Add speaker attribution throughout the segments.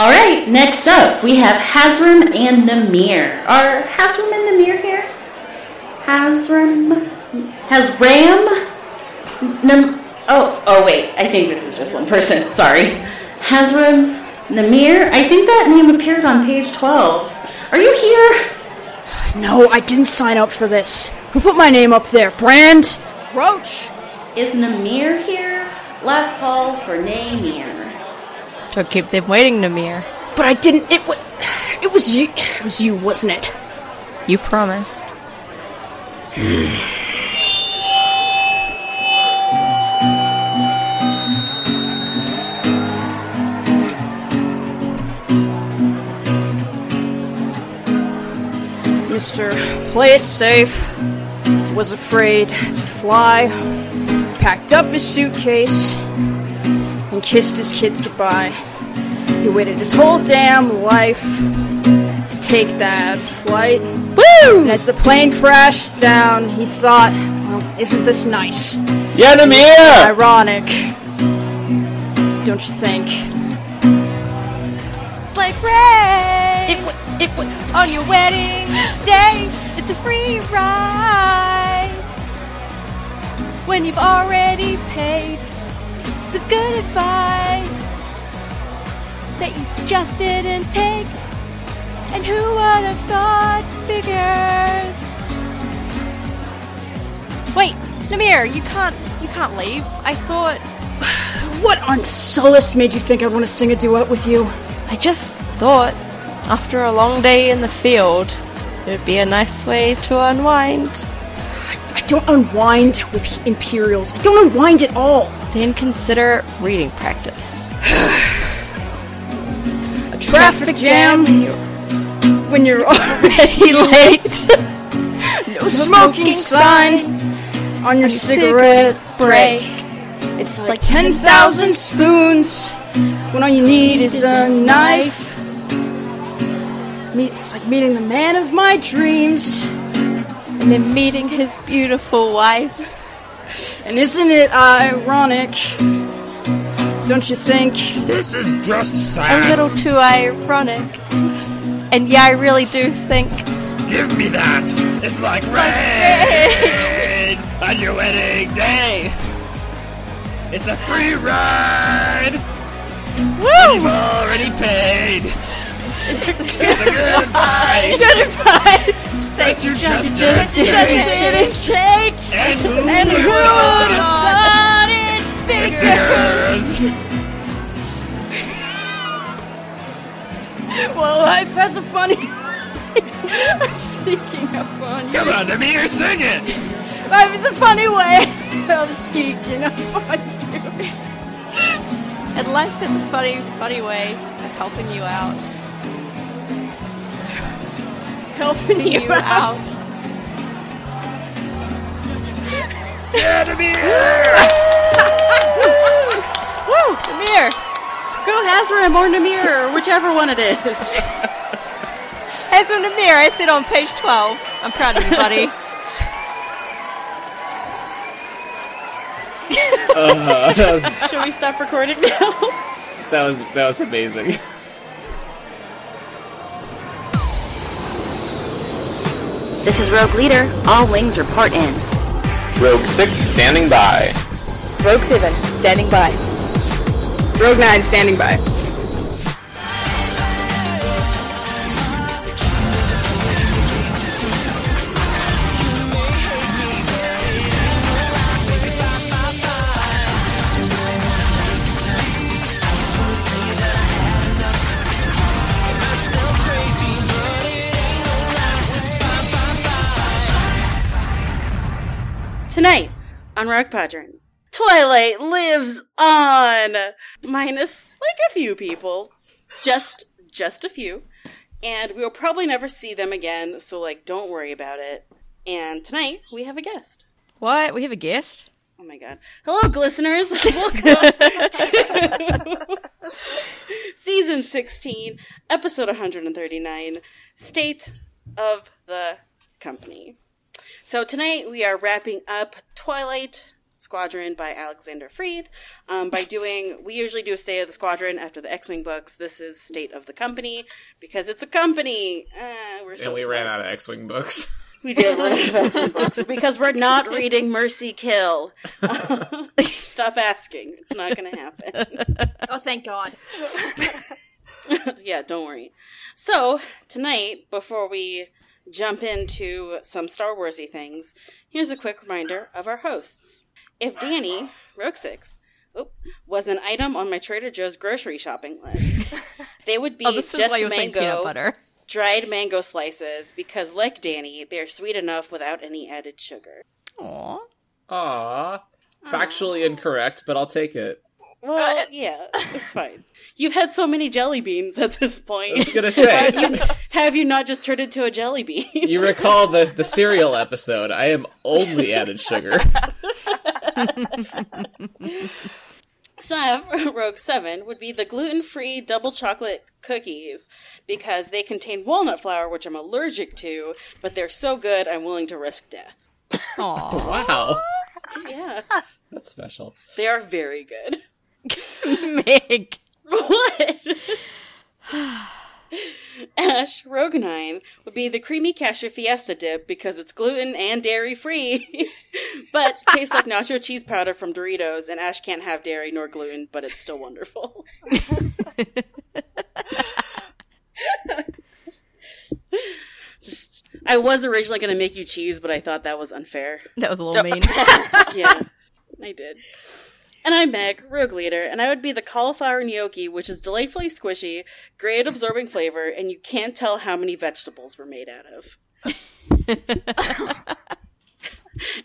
Speaker 1: All right, next up we have Hazram and Namir. Are Hazram and Namir here? Hazram, Hazram, Nam. Oh, oh wait, I think this is just one person. Sorry, Hazram, Namir. I think that name appeared on page twelve. Are you here?
Speaker 2: No, I didn't sign up for this. Who put my name up there? Brand? Roach?
Speaker 1: Is Namir here? Last call for Namir.
Speaker 3: Don't keep them waiting, Namir.
Speaker 2: But I didn't. It was. It was you. It was you, wasn't it?
Speaker 3: You promised.
Speaker 2: Mr. Play It Safe was afraid to fly, packed up his suitcase, and kissed his kids goodbye. He waited his whole damn life to take that flight. Woo! And as the plane crashed down, he thought, well, isn't this nice?
Speaker 4: Yeah, Namir!
Speaker 2: Ironic. Don't you think?
Speaker 5: It's like rain
Speaker 2: It w- it w-
Speaker 5: on your wedding day. It's a free ride when you've already paid. Some good advice that you just didn't take. And who would have thought figures? Wait, Namir, you can't you can't leave. I thought
Speaker 2: What on solace made you think I'd want to sing a duet with you?
Speaker 3: I just thought, after a long day in the field, it would be a nice way to unwind.
Speaker 2: I don't unwind with Imperials. I don't unwind at all.
Speaker 3: Then consider reading practice.
Speaker 2: A traffic jam when you're already late. No smoking sign on your cigarette break. It's like 10,000 spoons when all you need is a knife. Me- It's like meeting the man of my dreams.
Speaker 3: And then meeting his beautiful wife.
Speaker 2: And isn't it ironic? Don't you think?
Speaker 4: This is just
Speaker 3: A
Speaker 4: sad.
Speaker 3: little too ironic. And yeah, I really do think
Speaker 4: Give me that. It's like rain on your wedding day. It's a free ride. Woo! You've already paid. It's a good advice. Good advice. That you just, just,
Speaker 5: didn't take
Speaker 4: And who and who
Speaker 5: thought it
Speaker 2: Well, life has a funny. I'm sneaking up on you.
Speaker 4: Come on, Namir, sing it.
Speaker 2: Life is a funny way of sneaking up on you.
Speaker 5: And life is a funny, funny way of helping you out.
Speaker 2: Helping you,
Speaker 5: You
Speaker 2: out.
Speaker 5: out.
Speaker 4: Yeah, Namir.
Speaker 1: Woo! Namir! Go Hazram or Namir, whichever one it is.
Speaker 5: Hey, so Namir, I sit on page 12. I'm proud of you, buddy.
Speaker 6: that was
Speaker 1: Should we stop recording now?
Speaker 6: that was that was amazing.
Speaker 1: This is Rogue Leader. All wings report in.
Speaker 7: Rogue 6 standing by.
Speaker 8: Rogue 7, standing by. Rogue 9, standing by.
Speaker 1: Tonight on Rock Padron, Twilight lives on, minus like a few people, just just a few, and we will probably never see them again. So like, don't worry about it. And tonight we have a guest.
Speaker 3: What? We have a guest?
Speaker 1: Oh my god! Hello, glisteners. Welcome to season sixteen, episode one hundred and thirty-nine, state of the company. So tonight we are wrapping up Twilight Squadron by Alexander Freed. Um, by doing, we usually do State of the Squadron after the X Wing books. This is State of the Company because it's a company. Uh, we're so
Speaker 6: and we
Speaker 1: smart.
Speaker 6: ran out of X-wing books.
Speaker 1: We did run out of X-Wing books because we're not reading Mercy Kill. Stop asking. It's not going to happen.
Speaker 2: Oh, thank God.
Speaker 1: yeah, don't worry. So, tonight, before we jump into some Star Warsy things, here's a quick reminder of our hosts. If Danny, Rogue6, oop, was an item on my Trader Joe's grocery shopping list, they would be
Speaker 9: Oh, this is
Speaker 1: just
Speaker 9: why you were saying peanut
Speaker 1: mango,
Speaker 9: butter.
Speaker 1: dried mango slices, because like Danny, they're sweet enough without any added sugar.
Speaker 9: Aww.
Speaker 6: Aw. Factually incorrect, but I'll take it.
Speaker 1: Well, yeah, it's fine. You've had so many jelly beans at this point.
Speaker 6: I was gonna say,
Speaker 1: Have you not just turned into a jelly bean?
Speaker 6: you recall the, the cereal episode. I am only added sugar.
Speaker 1: So, Rogue 7 would be the gluten free double chocolate cookies because they contain walnut flour, which I'm allergic to, but they're so good I'm willing to risk death.
Speaker 9: Aww.
Speaker 6: Wow.
Speaker 1: Yeah.
Speaker 6: That's special.
Speaker 1: They are very good.
Speaker 9: Meg.
Speaker 1: What? Ash Rogue 9 would be the creamy cashew fiesta dip because it's gluten and dairy free, but tastes like nacho cheese powder from Doritos, and Ash can't have dairy nor gluten, but it's still wonderful. Just, I was originally going to make you cheese, but I thought that was unfair.
Speaker 9: That was a little mean.
Speaker 1: Yeah, I did. And I'm Meg, Rogue Leader, and I would be the cauliflower gnocchi, which is delightfully squishy, great absorbing flavor, and you can't tell how many vegetables were made out of.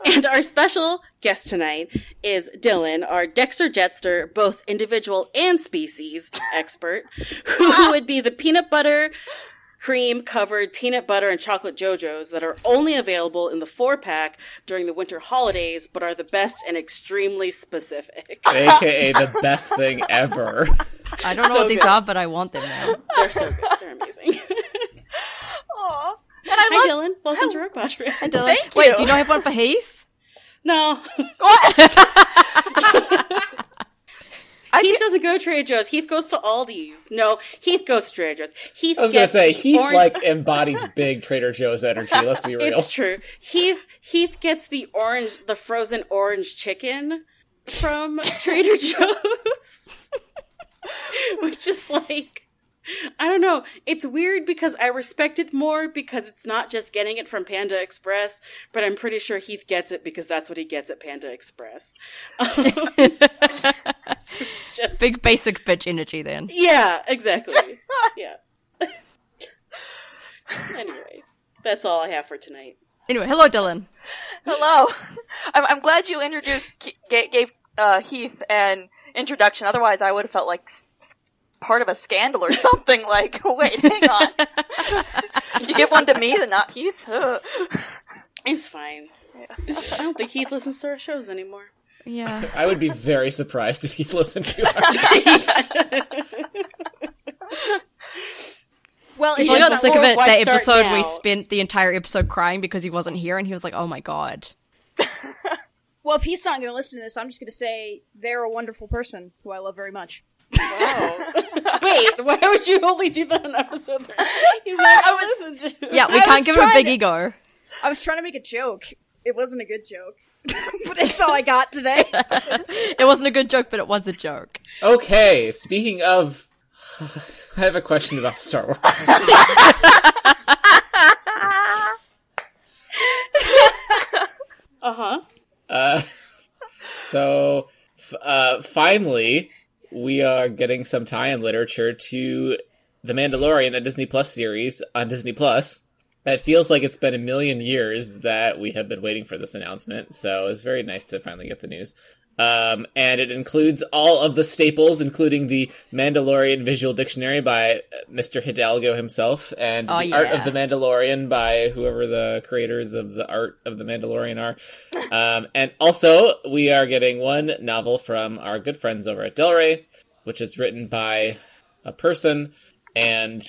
Speaker 1: and our special guest tonight is Dylan, our Dexter Jetster, both individual and species expert, who would be the peanut butter cream covered peanut butter and chocolate JoJo's that are only available in the four pack during the winter holidays, but are the best and extremely specific.
Speaker 6: AKA the best thing ever.
Speaker 9: I don't know
Speaker 1: So
Speaker 9: what these
Speaker 1: good.
Speaker 9: are, but I want them now.
Speaker 1: They're so good. They're amazing.
Speaker 10: Aw. And I
Speaker 1: Hi,
Speaker 10: love
Speaker 1: Dylan. Welcome to Rogue Pottery.
Speaker 9: Dylan-
Speaker 10: Thank
Speaker 9: Wait,
Speaker 10: you.
Speaker 9: do you not have one for Heath?
Speaker 1: No,
Speaker 10: what?
Speaker 1: Heath doesn't go to Trader Joe's. Heath goes to Aldi's. No, Heath goes to Trader Joe's. Heath
Speaker 6: I was gonna
Speaker 1: gets
Speaker 6: say
Speaker 1: the
Speaker 6: he
Speaker 1: orange-
Speaker 6: like embodies big Trader Joe's energy. Let's be real.
Speaker 1: It's true. Heath Heath gets the orange, the frozen orange chicken from Trader Joe's, which is like I don't know. It's weird because I respect it more because it's not just getting it from Panda Express, but I'm pretty sure Heath gets it because that's what he gets at Panda Express. it's just
Speaker 9: Big basic bitch energy then.
Speaker 1: yeah, exactly. yeah. anyway, that's all I have for tonight.
Speaker 9: Anyway, hello Dylan.
Speaker 10: Hello. I'm, I'm glad you introduced Ke- ga- gave uh, Heath an introduction. Otherwise, I would have felt like s- s- part of a scandal or something. like, wait, hang on. you give one to me, then not Heath. Ugh.
Speaker 1: It's fine. I don't think Heath listens to our shows anymore.
Speaker 9: Yeah.
Speaker 6: I would be very surprised if he listened to our
Speaker 2: Well,
Speaker 9: He
Speaker 2: it
Speaker 1: Well,
Speaker 9: got
Speaker 2: is
Speaker 1: it's like-
Speaker 9: sick of it
Speaker 1: why
Speaker 9: that
Speaker 1: start
Speaker 9: episode we
Speaker 1: now?
Speaker 9: spent the entire episode crying because he wasn't here and he was like, Oh my god.
Speaker 2: well, if he's not going to listen to this, I'm just going to say they're a wonderful person who I love very much.
Speaker 1: Wait, why would you only do that on episode three? He's not I listen to.
Speaker 9: Yeah, we
Speaker 2: I
Speaker 9: can't
Speaker 2: was
Speaker 9: give him a
Speaker 2: trying
Speaker 9: big
Speaker 2: to-
Speaker 9: ego.
Speaker 2: I was trying to make a joke. It wasn't a good joke. but that's all I got today.
Speaker 9: It wasn't a good joke, but it was a joke.
Speaker 6: Okay, speaking of I have a question about Star Wars.
Speaker 1: Uh huh.
Speaker 6: Uh, so f- uh, finally we are getting some tie in literature to The Mandalorian, a Disney Plus series on Disney Plus. It feels like it's been a million years that we have been waiting for this announcement, so it's very nice to finally get the news. Um, and it includes all of the staples, including the Mandalorian Visual Dictionary by uh, Mr. Hidalgo himself, and
Speaker 9: Oh,
Speaker 6: the Art
Speaker 9: yeah.
Speaker 6: of the Mandalorian by whoever the creators of the Art of the Mandalorian are. um, and also, we are getting one novel from our good friends over at Del Rey, which is written by a person, and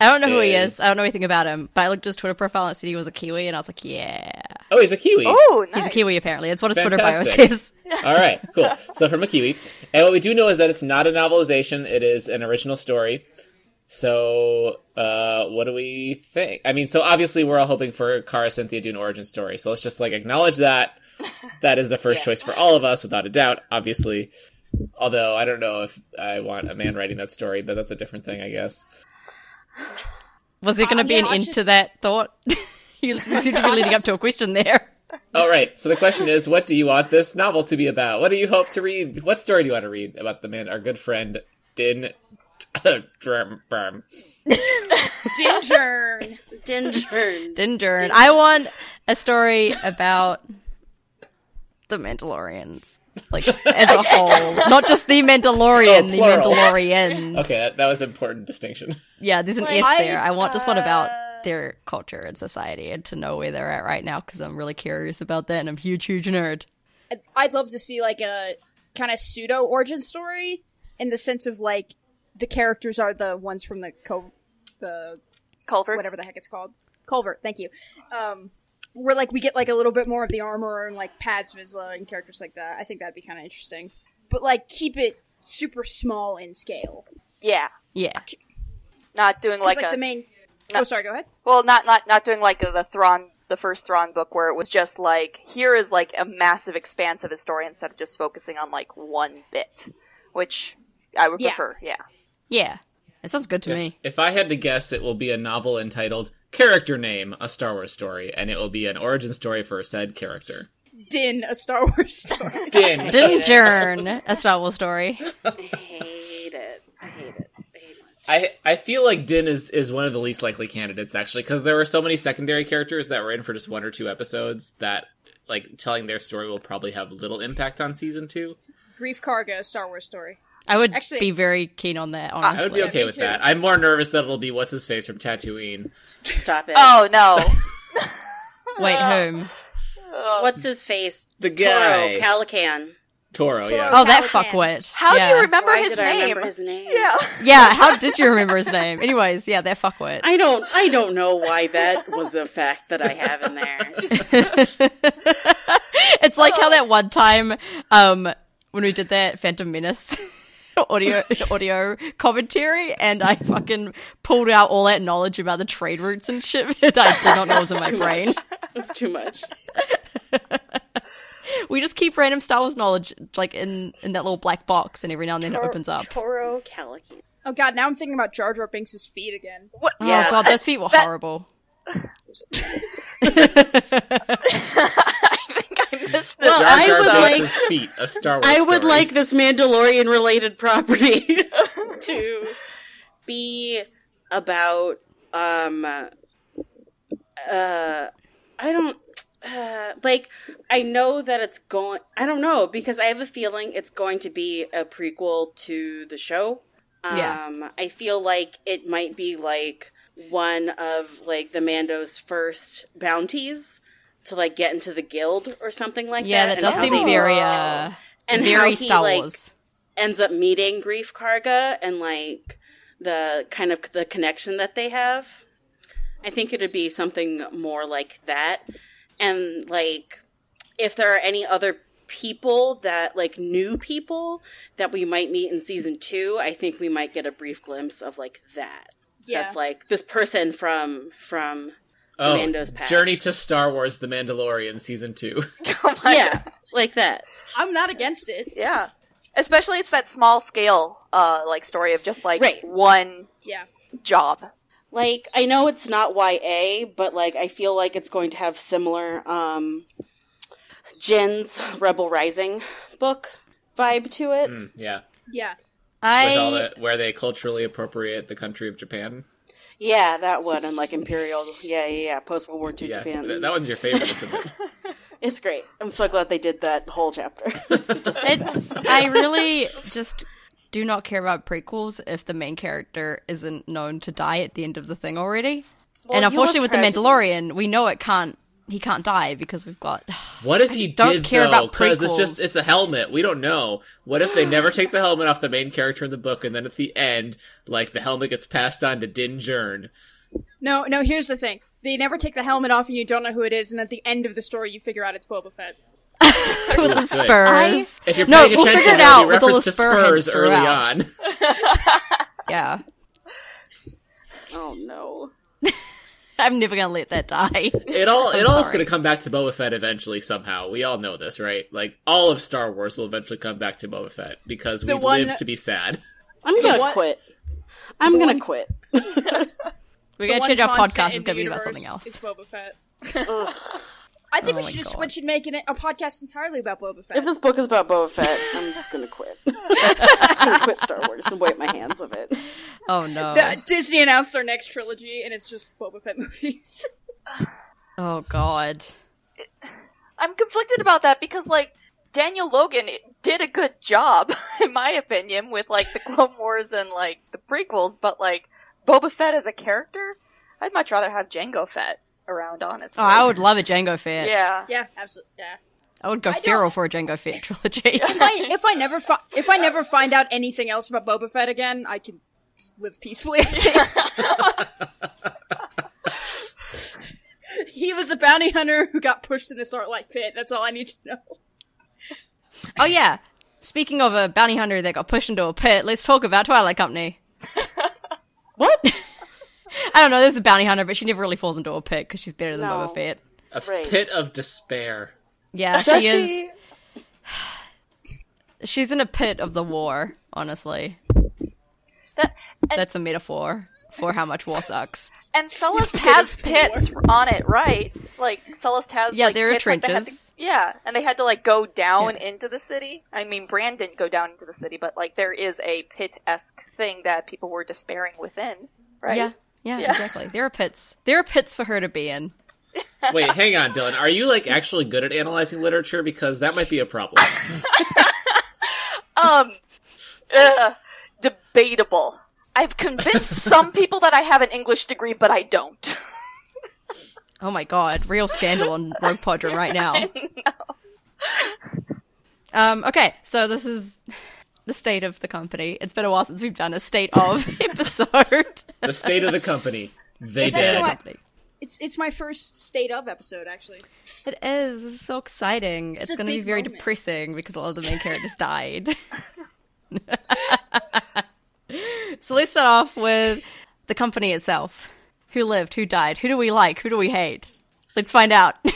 Speaker 9: I don't know who he is.
Speaker 6: Is-
Speaker 9: I don't know anything about him, but I looked at his Twitter profile and it said he was a Kiwi and I was like, Yeah.
Speaker 6: Oh, he's a Kiwi.
Speaker 10: Oh, nice.
Speaker 5: He's a Kiwi, apparently. It's what his Twitter bio
Speaker 6: Fantastic.
Speaker 5: says.
Speaker 6: All right, cool. So from a Kiwi, and what we do know is that it's not a novelization; it is an original story. So, uh, what do we think? I mean, so obviously we're all hoping for a Kara Cynthia Dune origin story. So let's just like acknowledge that that is the first choice for all of us, without a doubt. Obviously, although I don't know if I want a man writing that story, but that's a different thing, I guess.
Speaker 5: Was there going to
Speaker 2: Uh,
Speaker 5: be
Speaker 2: yeah,
Speaker 5: an
Speaker 2: I
Speaker 5: into
Speaker 2: just-
Speaker 5: that thought? you seem to be leading up to a question there.
Speaker 6: All right. So the question is, what do you want this novel to be about? What do you hope to read? What story do you want to read about the man, our good friend Din Drum Brum?
Speaker 2: Ginger.
Speaker 1: Dindurn.
Speaker 5: Dinger. And I want a story about the Mandalorians. Like, as a whole. Not just the Mandalorian,
Speaker 6: Oh,
Speaker 5: the
Speaker 6: plural.
Speaker 5: Mandalorians.
Speaker 6: Okay, that, that was an important distinction.
Speaker 5: Yeah, there's an
Speaker 2: Like,
Speaker 5: S there.
Speaker 2: I-
Speaker 5: I want just one about
Speaker 2: uh,
Speaker 5: their culture and society and to know where they're at right now because I'm really curious about that and I'm a huge, huge nerd.
Speaker 2: I'd- I'd love to see like a kind of pseudo origin story in the sense of like the characters are the ones from the co- the
Speaker 10: Culverts.
Speaker 2: whatever the heck it's called culvert. Thank you. Um, where like we get like a little bit more of the armor and like Paz Vizsla and characters like that. I think that'd be kind of interesting, but like keep it super small in scale.
Speaker 10: Yeah,
Speaker 5: Yeah.
Speaker 10: not doing
Speaker 2: 'Cause,
Speaker 10: like, a
Speaker 2: the main.
Speaker 10: no.
Speaker 2: Oh, sorry. Go ahead.
Speaker 10: well, not not not doing like the Thrawn, the first Thrawn book where it was just like here is like a massive expanse of his story instead of just focusing on like one bit, which I would
Speaker 2: Yeah.
Speaker 10: prefer. Yeah,
Speaker 5: Yeah. It sounds good to me.
Speaker 6: If I had to guess, it will be a novel entitled Character Name, a Star Wars story, and it will be an origin story for said character.
Speaker 2: Din, a Star Wars story.
Speaker 6: Din.
Speaker 5: Dingern, a Star Wars story.
Speaker 1: I hate it. I hate it. I hate it.
Speaker 6: I, I feel like Din is, is one of the least likely candidates, actually, because there were so many secondary characters that were in for just one or two episodes that, like, telling their story will probably have little impact on season two.
Speaker 2: Grief cargo, Star Wars story.
Speaker 5: I would
Speaker 2: Actually-
Speaker 5: be very keen on that,
Speaker 6: I would
Speaker 5: honestly.
Speaker 6: be okay
Speaker 2: me
Speaker 6: with
Speaker 2: too.
Speaker 6: that. I'm more nervous that it'll be what's his face from Tatooine.
Speaker 1: Stop it.
Speaker 10: Oh no.
Speaker 5: Wait,
Speaker 1: Oh.
Speaker 5: whom?
Speaker 1: What's his face?
Speaker 6: The
Speaker 1: Toro
Speaker 6: guy.
Speaker 1: Calican.
Speaker 6: Toro, yeah.
Speaker 5: Oh, that
Speaker 2: Calican.
Speaker 5: fuckwit.
Speaker 10: How
Speaker 5: yeah.
Speaker 10: do you remember
Speaker 1: Why
Speaker 10: his
Speaker 1: did
Speaker 10: name?
Speaker 1: I remember his name?
Speaker 10: Yeah.
Speaker 5: Yeah, how did you remember his name? Anyways, yeah, that fuckwit.
Speaker 1: I don't. I don't know why that was a fact that I have in there.
Speaker 5: it's like how that one time um when we did that Phantom Menace audio audio commentary and I fucking pulled out all that knowledge about the trade routes and shit that I did not know was in my brain.
Speaker 1: It's too much.
Speaker 5: We just keep random Star Wars knowledge like in in that little black box and every now and then it opens up.
Speaker 1: Toro Calican.
Speaker 2: Oh god, now I'm thinking about Jar Jar Binks' feet again.
Speaker 10: What?
Speaker 5: Oh
Speaker 1: Yeah.
Speaker 5: god, those feet were horrible.
Speaker 10: I think I missed this.
Speaker 1: Well,
Speaker 6: Jar
Speaker 1: Oh, I
Speaker 6: Jar
Speaker 1: would
Speaker 6: Binks'
Speaker 1: like.
Speaker 6: feet, a Star Wars
Speaker 1: I would
Speaker 6: story.
Speaker 1: like this Mandalorian related property to be about um uh I don't uh like I know that it's going I don't know because I have a feeling it's going to be a prequel to the show. Um
Speaker 5: Yeah.
Speaker 1: I feel like it might be like one of like the Mando's first bounties to like get into the guild or something like
Speaker 5: yeah,
Speaker 1: that.
Speaker 5: that does
Speaker 1: and how
Speaker 5: seem
Speaker 1: they-
Speaker 5: very uh
Speaker 1: and how
Speaker 5: very
Speaker 1: he,
Speaker 5: Star
Speaker 1: like,
Speaker 5: Wars.
Speaker 1: ends up meeting Grief Karga and like the kind of the connection that they have. I think it'd be something more like that. And like if there are any other people that like new people that we might meet in season 2, I think we might get a brief glimpse of like that.
Speaker 2: Yeah.
Speaker 1: That's like this person from from
Speaker 6: oh,
Speaker 1: Mando's past.
Speaker 6: Journey to Star Wars: The Mandalorian season two.
Speaker 10: Oh my
Speaker 1: yeah, like that.
Speaker 2: I'm not against it.
Speaker 10: Yeah. Especially it's that small scale uh like story of just like
Speaker 1: Right.
Speaker 10: one
Speaker 2: Yeah.
Speaker 10: job.
Speaker 1: like i know it's not ya but like i feel like it's going to have similar um jin's rebel rising book vibe to it
Speaker 6: Mm, yeah,
Speaker 2: Yeah.
Speaker 5: I
Speaker 6: with all the where they culturally appropriate the country of Japan.
Speaker 1: yeah that one and like imperial yeah yeah yeah post world war ii
Speaker 6: Yeah,
Speaker 1: japan
Speaker 6: th- that one's your favorite, isn't it?
Speaker 1: it's great i'm so glad they did that whole chapter
Speaker 5: It's, I really just do not care about prequels if the main character isn't known to die at the end of the thing already.
Speaker 1: Well,
Speaker 5: and
Speaker 1: you
Speaker 5: unfortunately,
Speaker 1: are
Speaker 5: with the
Speaker 1: tragic.
Speaker 5: Mandalorian, we know it can't. He can't die because we've got.
Speaker 6: What if he
Speaker 5: just don't
Speaker 6: did
Speaker 5: care
Speaker 6: though?
Speaker 5: about
Speaker 6: it's just
Speaker 5: prequels.
Speaker 6: it's a helmet. We don't know. What if they never take the helmet off the main character in the book, and then at the end, like the helmet gets passed on to Din Djarin?
Speaker 2: No, no, here's the thing. They never take the helmet off, and you don't know who it is. And at the end of the story, you figure out it's Boba Fett.
Speaker 5: with the spurs.
Speaker 6: If you're
Speaker 5: no,
Speaker 6: paying
Speaker 5: we'll
Speaker 6: attention,
Speaker 5: figure it
Speaker 6: there'll be
Speaker 5: out with all
Speaker 6: reference
Speaker 5: the
Speaker 6: to
Speaker 5: spur heads
Speaker 6: Spurs early
Speaker 5: throughout.
Speaker 6: on.
Speaker 5: Yeah,
Speaker 1: Oh no.
Speaker 5: I'm never gonna let that die.
Speaker 6: It all
Speaker 5: I'm
Speaker 6: it all's
Speaker 5: sorry.
Speaker 6: going to come back to Boba Fett eventually somehow. We all know this, right? Like all of Star Wars will eventually come back to Boba Fett because
Speaker 2: The
Speaker 6: we
Speaker 2: one
Speaker 6: live
Speaker 2: that-
Speaker 6: to be sad.
Speaker 1: I'm gonna
Speaker 2: one-
Speaker 1: quit. I'm gonna quit.
Speaker 5: We're
Speaker 2: The
Speaker 5: gonna
Speaker 2: one
Speaker 5: change our
Speaker 2: constant
Speaker 5: podcast.
Speaker 2: in
Speaker 5: It's
Speaker 2: the
Speaker 5: gonna be about something
Speaker 2: universe is
Speaker 5: else.
Speaker 2: Boba Fett. I think
Speaker 5: Oh
Speaker 2: we
Speaker 5: my
Speaker 2: should just
Speaker 5: God.
Speaker 2: switch and make it a podcast entirely about Boba Fett.
Speaker 1: If this book is about Boba Fett, I'm just gonna quit. I'm just gonna quit Star Wars and wipe my hands of it.
Speaker 5: Oh no.
Speaker 2: The- Disney announced their next trilogy, and it's just Boba Fett movies.
Speaker 5: Oh god.
Speaker 10: I'm conflicted about that because like Daniel Logan did a good job, in my opinion, with like the Clone Wars and like the prequels, but like Boba Fett as a character, I'd much rather have Django Fett around, honestly.
Speaker 5: Oh, I would love a Django fan.
Speaker 10: Yeah.
Speaker 2: yeah, absolutely. Yeah.
Speaker 5: I would go
Speaker 2: don't-
Speaker 5: feral for a Django fan trilogy.
Speaker 2: If I if I never fi- if I never find out anything else about Boba Fett again, I can s- live peacefully. I think. he was a bounty hunter who got pushed in this art like pit. That's all I need to know.
Speaker 5: oh yeah. Speaking of a bounty hunter that got pushed into a pit, let's talk about Twilight Company.
Speaker 1: What?
Speaker 5: I don't know. There's a bounty hunter, but she never really falls into a pit because she's better than
Speaker 1: No.
Speaker 5: Boba Fett.
Speaker 6: A
Speaker 1: Right.
Speaker 6: pit of despair.
Speaker 5: Yeah,
Speaker 1: Does
Speaker 5: she is.
Speaker 1: she?
Speaker 5: She's in a pit of the war. Honestly,
Speaker 10: That, and,
Speaker 5: that's a metaphor for how much war sucks.
Speaker 10: and Sullust has pits on it, right? Like Sullust has
Speaker 5: Yeah,
Speaker 10: like,
Speaker 5: there are
Speaker 10: pits, like, they had
Speaker 5: trenches.
Speaker 10: to- yeah, and they had to like go down into the city. I mean, Bran didn't go down into the city, but like there is a pit esque thing that people were despairing within, right?
Speaker 5: Yeah, yeah,
Speaker 10: Yeah.
Speaker 5: exactly. There are pits. There are pits for her to be in.
Speaker 6: Wait, hang on, Dylan. Are you like actually good at analyzing literature? Because that might be a problem.
Speaker 10: Um, uh, debatable. I've convinced some people that I have an English degree, but I don't.
Speaker 5: Oh my god, real scandal on Rogue Podron right now. Um, okay, so this is the state of the company. It's been a while since we've done a state of episode.
Speaker 6: the state of the company. They
Speaker 2: actually
Speaker 6: did.
Speaker 2: what- It's it's my first state of episode actually.
Speaker 5: It is. It's so exciting. It's,
Speaker 2: a
Speaker 5: going to be
Speaker 2: big
Speaker 5: very
Speaker 2: moment.
Speaker 5: depressing because a lot of the main characters died. so let's start off with the company itself. Who lived? Who died? Who do we like? Who do we hate? Let's find out.
Speaker 6: Who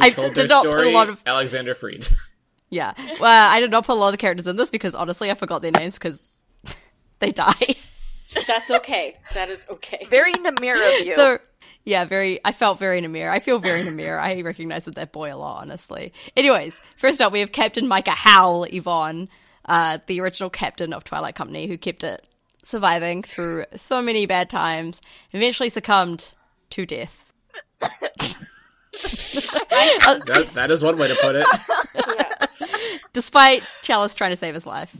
Speaker 5: I
Speaker 6: told
Speaker 5: did
Speaker 6: their
Speaker 5: not put a
Speaker 6: story?
Speaker 5: lot of-
Speaker 6: Alexander Freed.
Speaker 5: yeah. Well, I did not put a lot of the characters in this because honestly, I forgot their names because they die.
Speaker 1: That's okay. That is okay.
Speaker 10: Very Namir of you.
Speaker 5: So yeah, very. I felt very Namir. I feel very Namir. I recognize with that boy a lot, honestly. Anyways, first up we have Captain Micah Howell Yvonne, uh, the original captain of Twilight Company, who kept it surviving through so many bad times, eventually succumbed to death.
Speaker 6: That, that is one way to put it.
Speaker 5: Despite Chalice trying to save his life,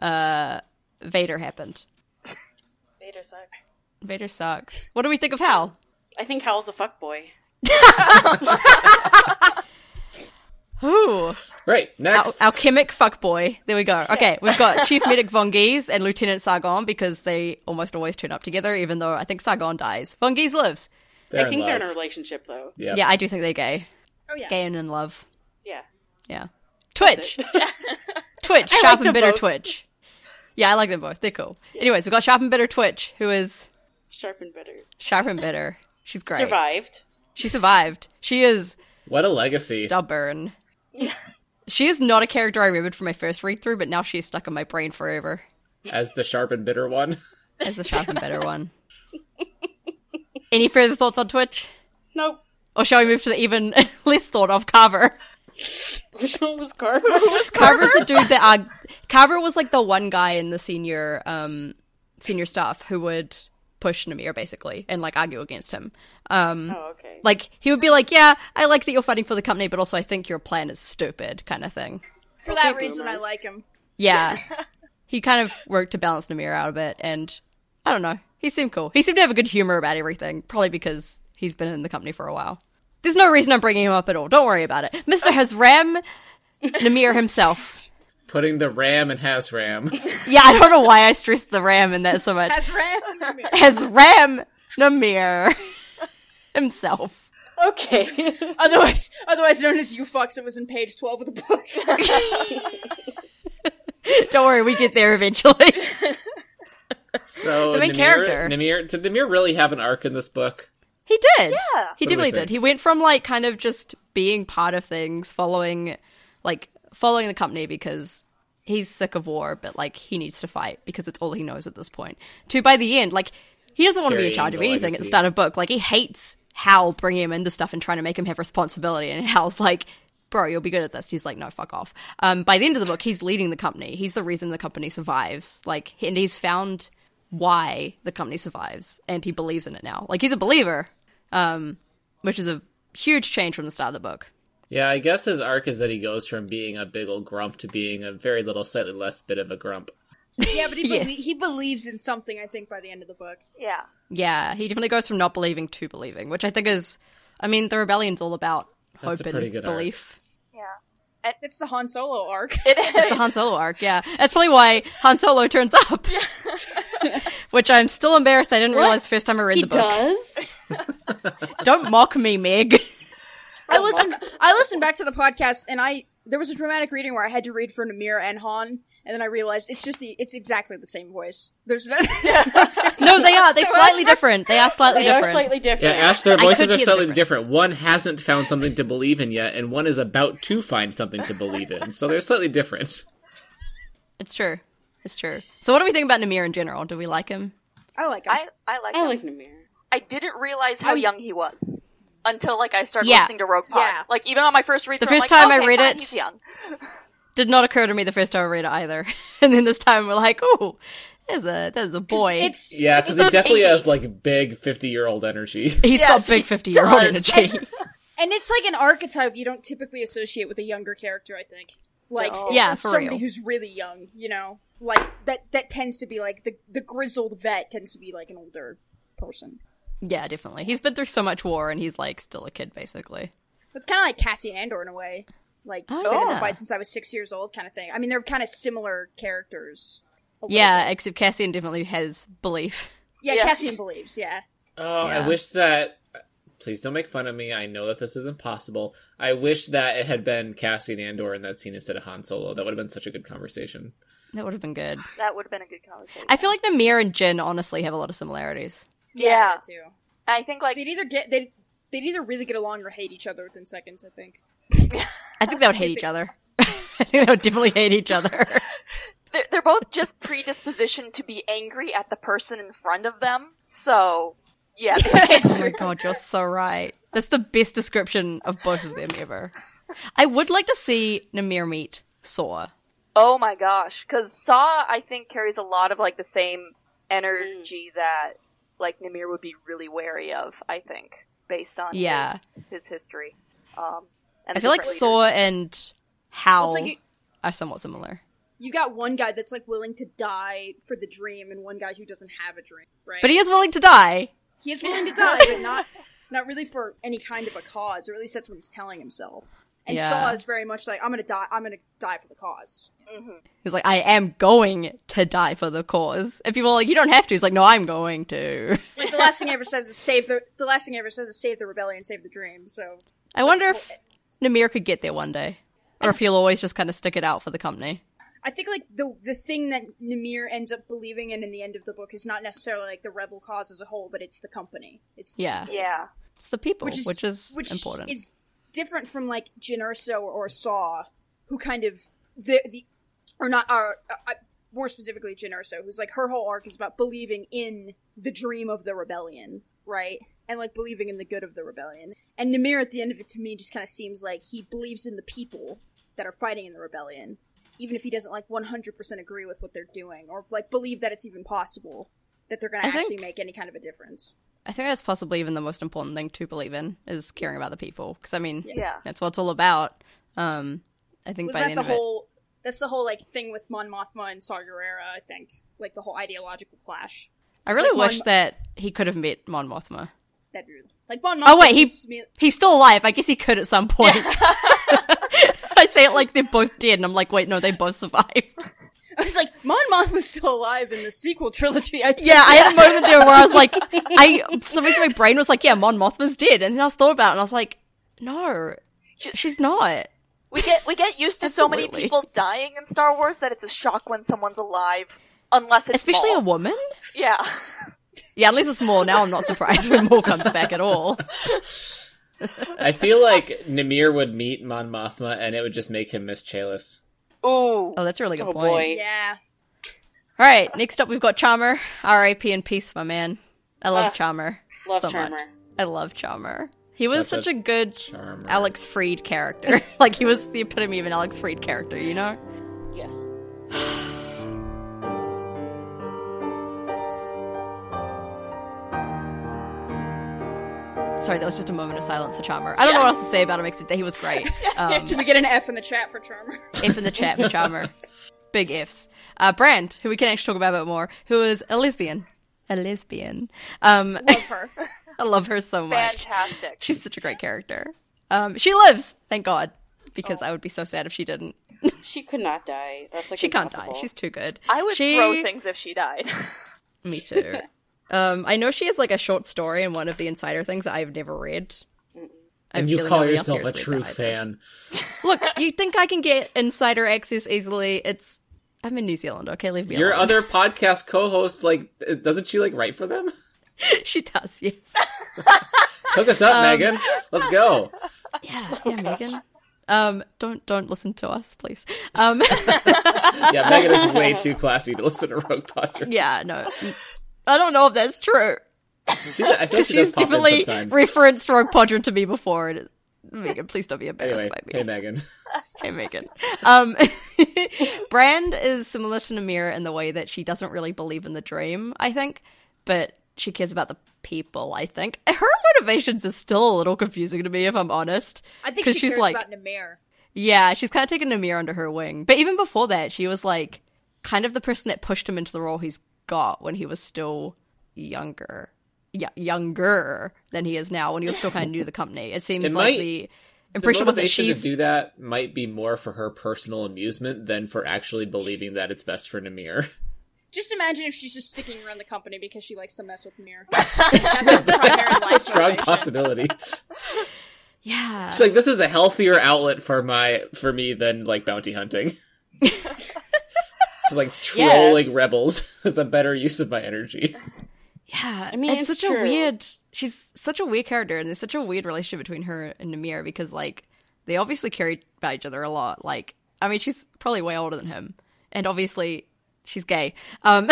Speaker 5: uh, Vader happened.
Speaker 1: Vader sucks.
Speaker 5: Vader sucks. What do we think of Hal?
Speaker 1: I think Howl's a fuckboy.
Speaker 5: Who?
Speaker 6: Right
Speaker 5: Al-
Speaker 6: next.
Speaker 5: alchemic fuckboy. There we go. Okay, we've got Chief Medic Von Geese and Lieutenant Sargon because they almost always turn up together, even though I think Sargon dies. Von Geese lives.
Speaker 6: They're
Speaker 1: I think
Speaker 6: in
Speaker 1: they're
Speaker 6: love.
Speaker 1: in a relationship though.
Speaker 6: Yeah.
Speaker 5: Yeah, I do think they're gay.
Speaker 2: Oh yeah.
Speaker 5: Gay and in love.
Speaker 1: Yeah.
Speaker 5: Yeah. Twitch. Twitch. Sharp and
Speaker 1: them
Speaker 5: bitter
Speaker 1: both.
Speaker 5: Twitch. Yeah, I like them both. They're cool. Anyways, we've got Sharp and Bitter Twitch, who is
Speaker 1: Sharp and bitter.
Speaker 5: Sharp and Bitter. She's great.
Speaker 1: Survived.
Speaker 5: She survived. She is
Speaker 6: What a legacy.
Speaker 5: stubborn. She is not a character I remembered from my first read through, but now she's stuck in my brain forever.
Speaker 6: As the sharp and bitter one.
Speaker 5: as the sharp and better one. Any further thoughts on Twitch?
Speaker 1: Nope.
Speaker 5: Or shall we move to the even less thought of Carver?
Speaker 1: Which one was Carver?
Speaker 5: Carver's the dude that arg- Carver was like the one guy in the senior um senior staff who would push Namir basically and like argue against him.
Speaker 1: oh, okay.
Speaker 5: Like he would be like, "Yeah, I like that you're fighting for the company, but also I think your plan is stupid," kind of thing.
Speaker 2: For that reason, I like him.
Speaker 5: Yeah. he kind of worked to balance Namir out a bit, and I don't know. He seemed cool. He seemed to have a good humor about everything, probably because he's been in the company for a while. There's no reason I'm bringing him up at all. Don't worry about it. Mr. Hazram Namir himself.
Speaker 6: Putting the ram and has ram.
Speaker 5: Yeah, I don't know why I stressed the ram in that so much.
Speaker 2: That's right.
Speaker 5: Hazram Namir. himself.
Speaker 1: Okay.
Speaker 2: Otherwise, otherwise known as you fucks. It was in page twelve of the book.
Speaker 5: Don't worry, we get there eventually.
Speaker 6: So
Speaker 5: The main
Speaker 6: Namir,
Speaker 5: character.
Speaker 6: Namir, did Namir really have an arc in this book?
Speaker 5: He did. Yeah. He
Speaker 6: What do we
Speaker 5: definitely
Speaker 6: think?
Speaker 5: did. He went from like kind of just being part of things, following like following the company because he's sick of war, but like he needs to fight because it's all he knows at this point. To by the end, like he doesn't want to be in
Speaker 6: Carrying
Speaker 5: charge of
Speaker 6: the
Speaker 5: anything at the
Speaker 6: legacy.
Speaker 5: start of book. Like he hates Hal bringing him into stuff and trying to make him have responsibility and Hal's like Bro, you'll be good at this. He's like, no, fuck off. Um, by the end of the book, he's leading the company. He's the reason the company survives. Like, and he's found why the company survives, and he believes in it now. Like, he's a believer, um, which is a huge change from the start of the book.
Speaker 6: Yeah, I guess his arc is that he goes from being a big old grump to being a very little, slightly less bit of a grump.
Speaker 2: yeah, but he,
Speaker 5: Yes.
Speaker 2: belie- he believes in something. I think by the end of the book.
Speaker 10: Yeah.
Speaker 5: Yeah, he definitely goes from not believing to believing, which I think is, I mean, the rebellion's all about
Speaker 6: That's a
Speaker 5: hope
Speaker 6: pretty
Speaker 5: and
Speaker 6: good arc.
Speaker 5: belief.
Speaker 2: It's the Han Solo arc.
Speaker 5: It's the Han Solo arc, yeah. That's probably why Han Solo turns up. which I'm still embarrassed. I didn't realize the first time I read
Speaker 1: He
Speaker 5: the book.
Speaker 1: does?
Speaker 5: Don't mock me, Meg. Oh,
Speaker 2: I listened. I listened back to the podcast, and I there was a dramatic reading where I had to read for Namir and Han, and then I realized it's just the it's exactly the same voice. There's no.
Speaker 5: no, they are. They're slightly different. They are slightly
Speaker 1: They are
Speaker 5: different.
Speaker 1: slightly
Speaker 6: Yeah,
Speaker 1: different.
Speaker 6: Ash, their
Speaker 5: I
Speaker 6: voices
Speaker 5: could
Speaker 6: are
Speaker 5: hear the
Speaker 6: slightly
Speaker 5: difference.
Speaker 6: different. One hasn't found something to believe in yet, and one is about to find something to believe in. So they're slightly different.
Speaker 5: It's true. It's true. So, what do we think about Namir in general? Do we like him?
Speaker 2: I like him.
Speaker 10: I I like.
Speaker 1: I
Speaker 10: him.
Speaker 1: like Namir.
Speaker 10: I didn't realize how young he was until like I started
Speaker 5: Yeah.
Speaker 10: listening to Rogue Pod.
Speaker 2: Yeah.
Speaker 10: Like even on my first read,
Speaker 5: The
Speaker 10: through, I'm
Speaker 5: first
Speaker 10: like,
Speaker 5: time I
Speaker 10: "Okay,
Speaker 5: read
Speaker 10: fine,
Speaker 5: it-
Speaker 10: he's young.
Speaker 5: Did not occur to me the first time I read it either. and then this time we're like, oh, there's a there's a boy.
Speaker 2: It's
Speaker 6: Yeah, because he definitely has like big fifty-year-old energy.
Speaker 5: He's
Speaker 10: Yes,
Speaker 5: got big
Speaker 10: he
Speaker 5: fifty year old
Speaker 10: does.
Speaker 5: energy.
Speaker 2: and it's like an archetype you don't typically associate with a younger character. I think, like
Speaker 10: No.
Speaker 5: Yeah,
Speaker 2: it's
Speaker 5: for
Speaker 2: somebody
Speaker 5: real.
Speaker 2: who's really young. You know, like that that tends to be like the the grizzled vet tends to be like an older person.
Speaker 5: yeah, definitely. He's been through so much war, and he's like still a kid basically.
Speaker 2: It's kind of like Cassian Andor in a way. Like,
Speaker 5: Oh,
Speaker 2: I've been in the
Speaker 5: yeah.
Speaker 2: fight since I was six years old, kind of thing. I mean, they're kind of similar characters. a little
Speaker 5: Yeah,
Speaker 2: bit.
Speaker 5: except Cassian definitely has belief.
Speaker 2: yeah.
Speaker 10: Yeah.
Speaker 2: Cassian believes. Yeah,
Speaker 6: Oh, I
Speaker 5: Yeah.
Speaker 6: wish that. Please don't make fun of me. I know that this is impossible. I wish that it had been Cassian Andor in that scene instead of Han Solo. That would have been such a good conversation.
Speaker 5: That would have been good.
Speaker 10: That would have been a good conversation.
Speaker 5: I feel like Namir and Jin honestly have a lot of similarities.
Speaker 10: yeah.
Speaker 2: they do.
Speaker 10: I think like
Speaker 2: They'd either get they they'd either really get along or hate each other within seconds. I think.
Speaker 5: I think they would hate each other. I think they would definitely hate each other.
Speaker 10: they're, they're both just predispositioned to be angry at the person in front of them. So yeah,
Speaker 5: Oh my god, you're so right. That's the best description of both of them ever. I would like to see Namir meet Saw.
Speaker 10: Oh my gosh, because Saw I think carries a lot of like the same energy
Speaker 5: Mm.
Speaker 10: that like Namir would be really wary of. I think based on
Speaker 5: Yeah.
Speaker 10: his, his history. Um, and
Speaker 5: I
Speaker 10: the
Speaker 5: feel like
Speaker 10: different
Speaker 5: Saw
Speaker 10: leaders.
Speaker 5: and Hal
Speaker 2: It's
Speaker 5: Oh.
Speaker 2: like you,
Speaker 5: are somewhat similar.
Speaker 2: you got one guy that's like willing to die for the dream, and one guy who doesn't have a dream. Right.
Speaker 5: But he is willing to die.
Speaker 2: He is willing to die, but not not really for any kind of a cause, or at least that's what he's telling himself. And
Speaker 5: Yeah.
Speaker 2: Saw is very much like, I'm gonna die. I'm gonna die for the cause.
Speaker 5: He's like, I am going to die for the cause. And people are like, you don't have to. He's like, no, I'm going to.
Speaker 2: Like the last thing he ever says is save the. The last thing he ever says is save the rebellion, save the dream. So
Speaker 5: I wonder if Namir could get there one day. Or if he'll always just kind of stick it out for the company.
Speaker 2: I think like the the thing that Namir ends up believing in in the end of the book is not necessarily like the rebel cause as a whole, but it's the company. It's
Speaker 5: Yeah.
Speaker 10: yeah,
Speaker 5: It's the people, which is, important.
Speaker 2: Is different from like Jyn Erso or Saw, who kind of the the or not are uh, uh, more specifically Jyn Erso, who's like her whole arc is about believing in the dream of the rebellion, right? And like believing in the good of the rebellion. And Namir at the end of it to me just kind of seems like he believes in the people that are fighting in the rebellion, even if he doesn't like 100% agree with what they're doing or like believe that it's even possible that they're going to
Speaker 5: I think-
Speaker 2: actually make any kind of a difference.
Speaker 5: I think that's possibly even the most important thing to believe in is caring about the people. Because I mean,
Speaker 10: Yeah.
Speaker 5: that's what it's all about. Um, I think
Speaker 2: was
Speaker 5: by the
Speaker 2: that
Speaker 5: end
Speaker 2: the
Speaker 5: of
Speaker 2: whole that's the whole like thing with Mon Mothma and Saw Gerrera, I think. Like the whole ideological clash.
Speaker 5: it, I really
Speaker 2: like
Speaker 5: wish
Speaker 2: Mon-
Speaker 5: that he could have met Mon Mothma.
Speaker 2: That'd be really- like Mon Mothma.
Speaker 5: Oh wait,
Speaker 2: seems to
Speaker 5: he
Speaker 2: me-
Speaker 5: he's still alive. I guess he could at some point. I say it like they're both dead, and I'm like, wait, no, they both survived.
Speaker 2: I was like, Mon Mothma was still alive in the sequel trilogy. I
Speaker 5: Yeah, I had a moment there where I was like, I something in my brain was like, yeah, Mon Mothma's dead, and then I was thought about it, and I was like, no, she's not.
Speaker 10: We get we get used to so many
Speaker 5: Absolutely.
Speaker 10: people dying in Star Wars that it's a shock when someone's alive, unless it's
Speaker 5: Especially
Speaker 10: Maul.
Speaker 5: a woman.
Speaker 10: yeah.
Speaker 5: Yeah, at least it's more. Now I'm not surprised when more comes back at all.
Speaker 6: I feel like Namir would meet Mon Mothma, and it would just make him miss Chalice.
Speaker 10: Ooh.
Speaker 5: Oh, that's a really good
Speaker 1: Oh,
Speaker 5: point.
Speaker 1: boy.
Speaker 2: yeah.
Speaker 5: All right, next up we've got Charmer. R.I.P. in peace, my man. I love
Speaker 1: Ah,
Speaker 5: Charmer.
Speaker 1: Love
Speaker 5: so
Speaker 1: Charmer.
Speaker 5: Much. I love Charmer. He was
Speaker 6: Such
Speaker 5: such
Speaker 6: a
Speaker 5: a good
Speaker 6: charmer.
Speaker 5: Alex Freed character. like he was the epitome of an Alex Freed character, you know?
Speaker 1: Yes.
Speaker 5: Sorry, that was just a moment of silence for Charmer. I don't know what else to say about him except that he was great. Um,
Speaker 2: Can we get an F in the chat for Charmer?
Speaker 5: F in the chat for Charmer. Big Fs. Uh, Brand, who we can actually talk about a bit more, who is a lesbian. A lesbian. Um,
Speaker 2: Love her.
Speaker 5: I love her so much.
Speaker 10: Fantastic.
Speaker 5: She's such a great character. Um, she lives, thank God, because I would be so sad if she didn't.
Speaker 1: She could not die. That's like
Speaker 5: She can't die.
Speaker 1: impossible.
Speaker 5: She's too good.
Speaker 10: I would
Speaker 5: she...
Speaker 10: throw things if she died.
Speaker 5: Me too. um, I know she has like a short story in one of the insider things that I've never read. I
Speaker 6: And
Speaker 5: have
Speaker 6: you
Speaker 5: feeling
Speaker 6: call
Speaker 5: nobody
Speaker 6: yourself
Speaker 5: else
Speaker 6: a
Speaker 5: here has
Speaker 6: true
Speaker 5: read that either.
Speaker 6: fan.
Speaker 5: Look, you think I can get insider access easily? It's I'm in New Zealand. Okay, leave me
Speaker 6: Your
Speaker 5: alone.
Speaker 6: other podcast co-host, like, doesn't she like write for them?
Speaker 5: she does. Yes.
Speaker 6: Hook us up,
Speaker 5: Um,
Speaker 6: Megan. Let's go.
Speaker 5: Yeah.
Speaker 10: Oh,
Speaker 5: yeah, Megan. Um, don't don't listen to us, please. Um.
Speaker 6: Yeah, Megan is way too classy to listen to Rogue Podcast.
Speaker 5: Yeah, no. I don't know if that's true.
Speaker 6: She, I feel like she does
Speaker 5: She's
Speaker 6: pop in
Speaker 5: definitely
Speaker 6: sometimes.
Speaker 5: referenced Rogue Podron to me before. And Megan, please don't be embarrassed
Speaker 6: anyway,
Speaker 5: by me.
Speaker 6: hey Megan.
Speaker 5: Hey, Megan. Um, Brand is similar to Namira in the way that she doesn't really believe in the dream, I think, but she cares about the people, I think. Her motivations are still a little confusing to me, if I'm honest.
Speaker 2: I think
Speaker 5: 'cause
Speaker 2: she
Speaker 5: she's
Speaker 2: cares
Speaker 5: like,
Speaker 2: about Namir.
Speaker 5: yeah, she's kind of taken Namir under her wing. But even before that, she was like kind of the person that pushed him into the role he's got when he was still younger. Yeah, younger than he is now when he was still kind of new to the company. It seems
Speaker 6: It
Speaker 5: like
Speaker 6: might-
Speaker 5: the
Speaker 6: The
Speaker 5: impression was that
Speaker 6: motivation to
Speaker 5: she's
Speaker 6: do that might be more for her personal amusement than for actually believing that it's best for Namir.
Speaker 2: Just imagine if she's just sticking around the company because she likes to mess with Mir. That's her primary life
Speaker 6: Strong
Speaker 2: motivation.
Speaker 6: possibility.
Speaker 5: yeah.
Speaker 6: She's like, this is a healthier outlet for my for me than like bounty hunting. She's like trolling
Speaker 1: Yes.
Speaker 6: rebels is a better use of my energy.
Speaker 5: Yeah,
Speaker 1: I mean,
Speaker 5: it's,
Speaker 1: it's
Speaker 5: such a
Speaker 1: true.
Speaker 5: weird. She's such a weird character, and there's such a weird relationship between her and Namir because, like, they obviously care about each other a lot. Like, I mean, she's probably way older than him, and obviously she's gay. Um,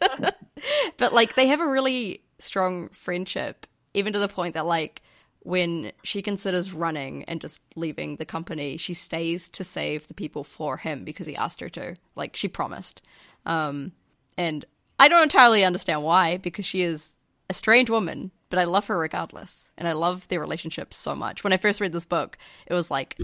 Speaker 5: but like, they have a really strong friendship, even to the point that, like, when she considers running and just leaving the company, she stays to save the people for him because he asked her to. Like, she promised and I don't entirely understand why because she is a strange woman, but I love her regardless, and I love their relationship so much. When I first read this book, it was like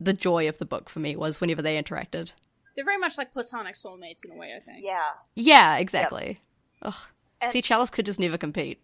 Speaker 5: the joy of the book for me was whenever they interacted.
Speaker 2: They're very much like platonic soulmates in a way, I think.
Speaker 10: yeah.
Speaker 5: Yeah, exactly. Ugh.
Speaker 10: And-
Speaker 5: See, Chalice could just never compete.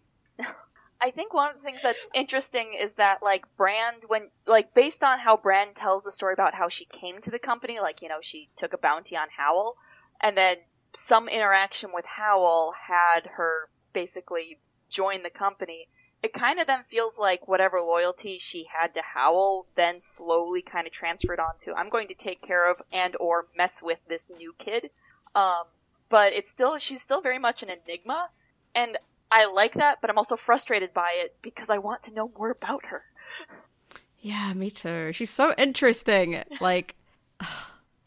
Speaker 10: I think one of the things that's interesting is that like Brand when like based on how Brand tells the story about how she came to the company, like, you know, she took a bounty on Howell and then some interaction with Howell had her basically join the company. It kind of then feels like whatever loyalty she had to Howell then slowly kind of transferred onto I'm going to take care of and or mess with this new kid. Um, but it's still she's still very much an enigma and I like that, but I'm also frustrated by it because I want to know more about her.
Speaker 5: Yeah, me too. She's so interesting. Like,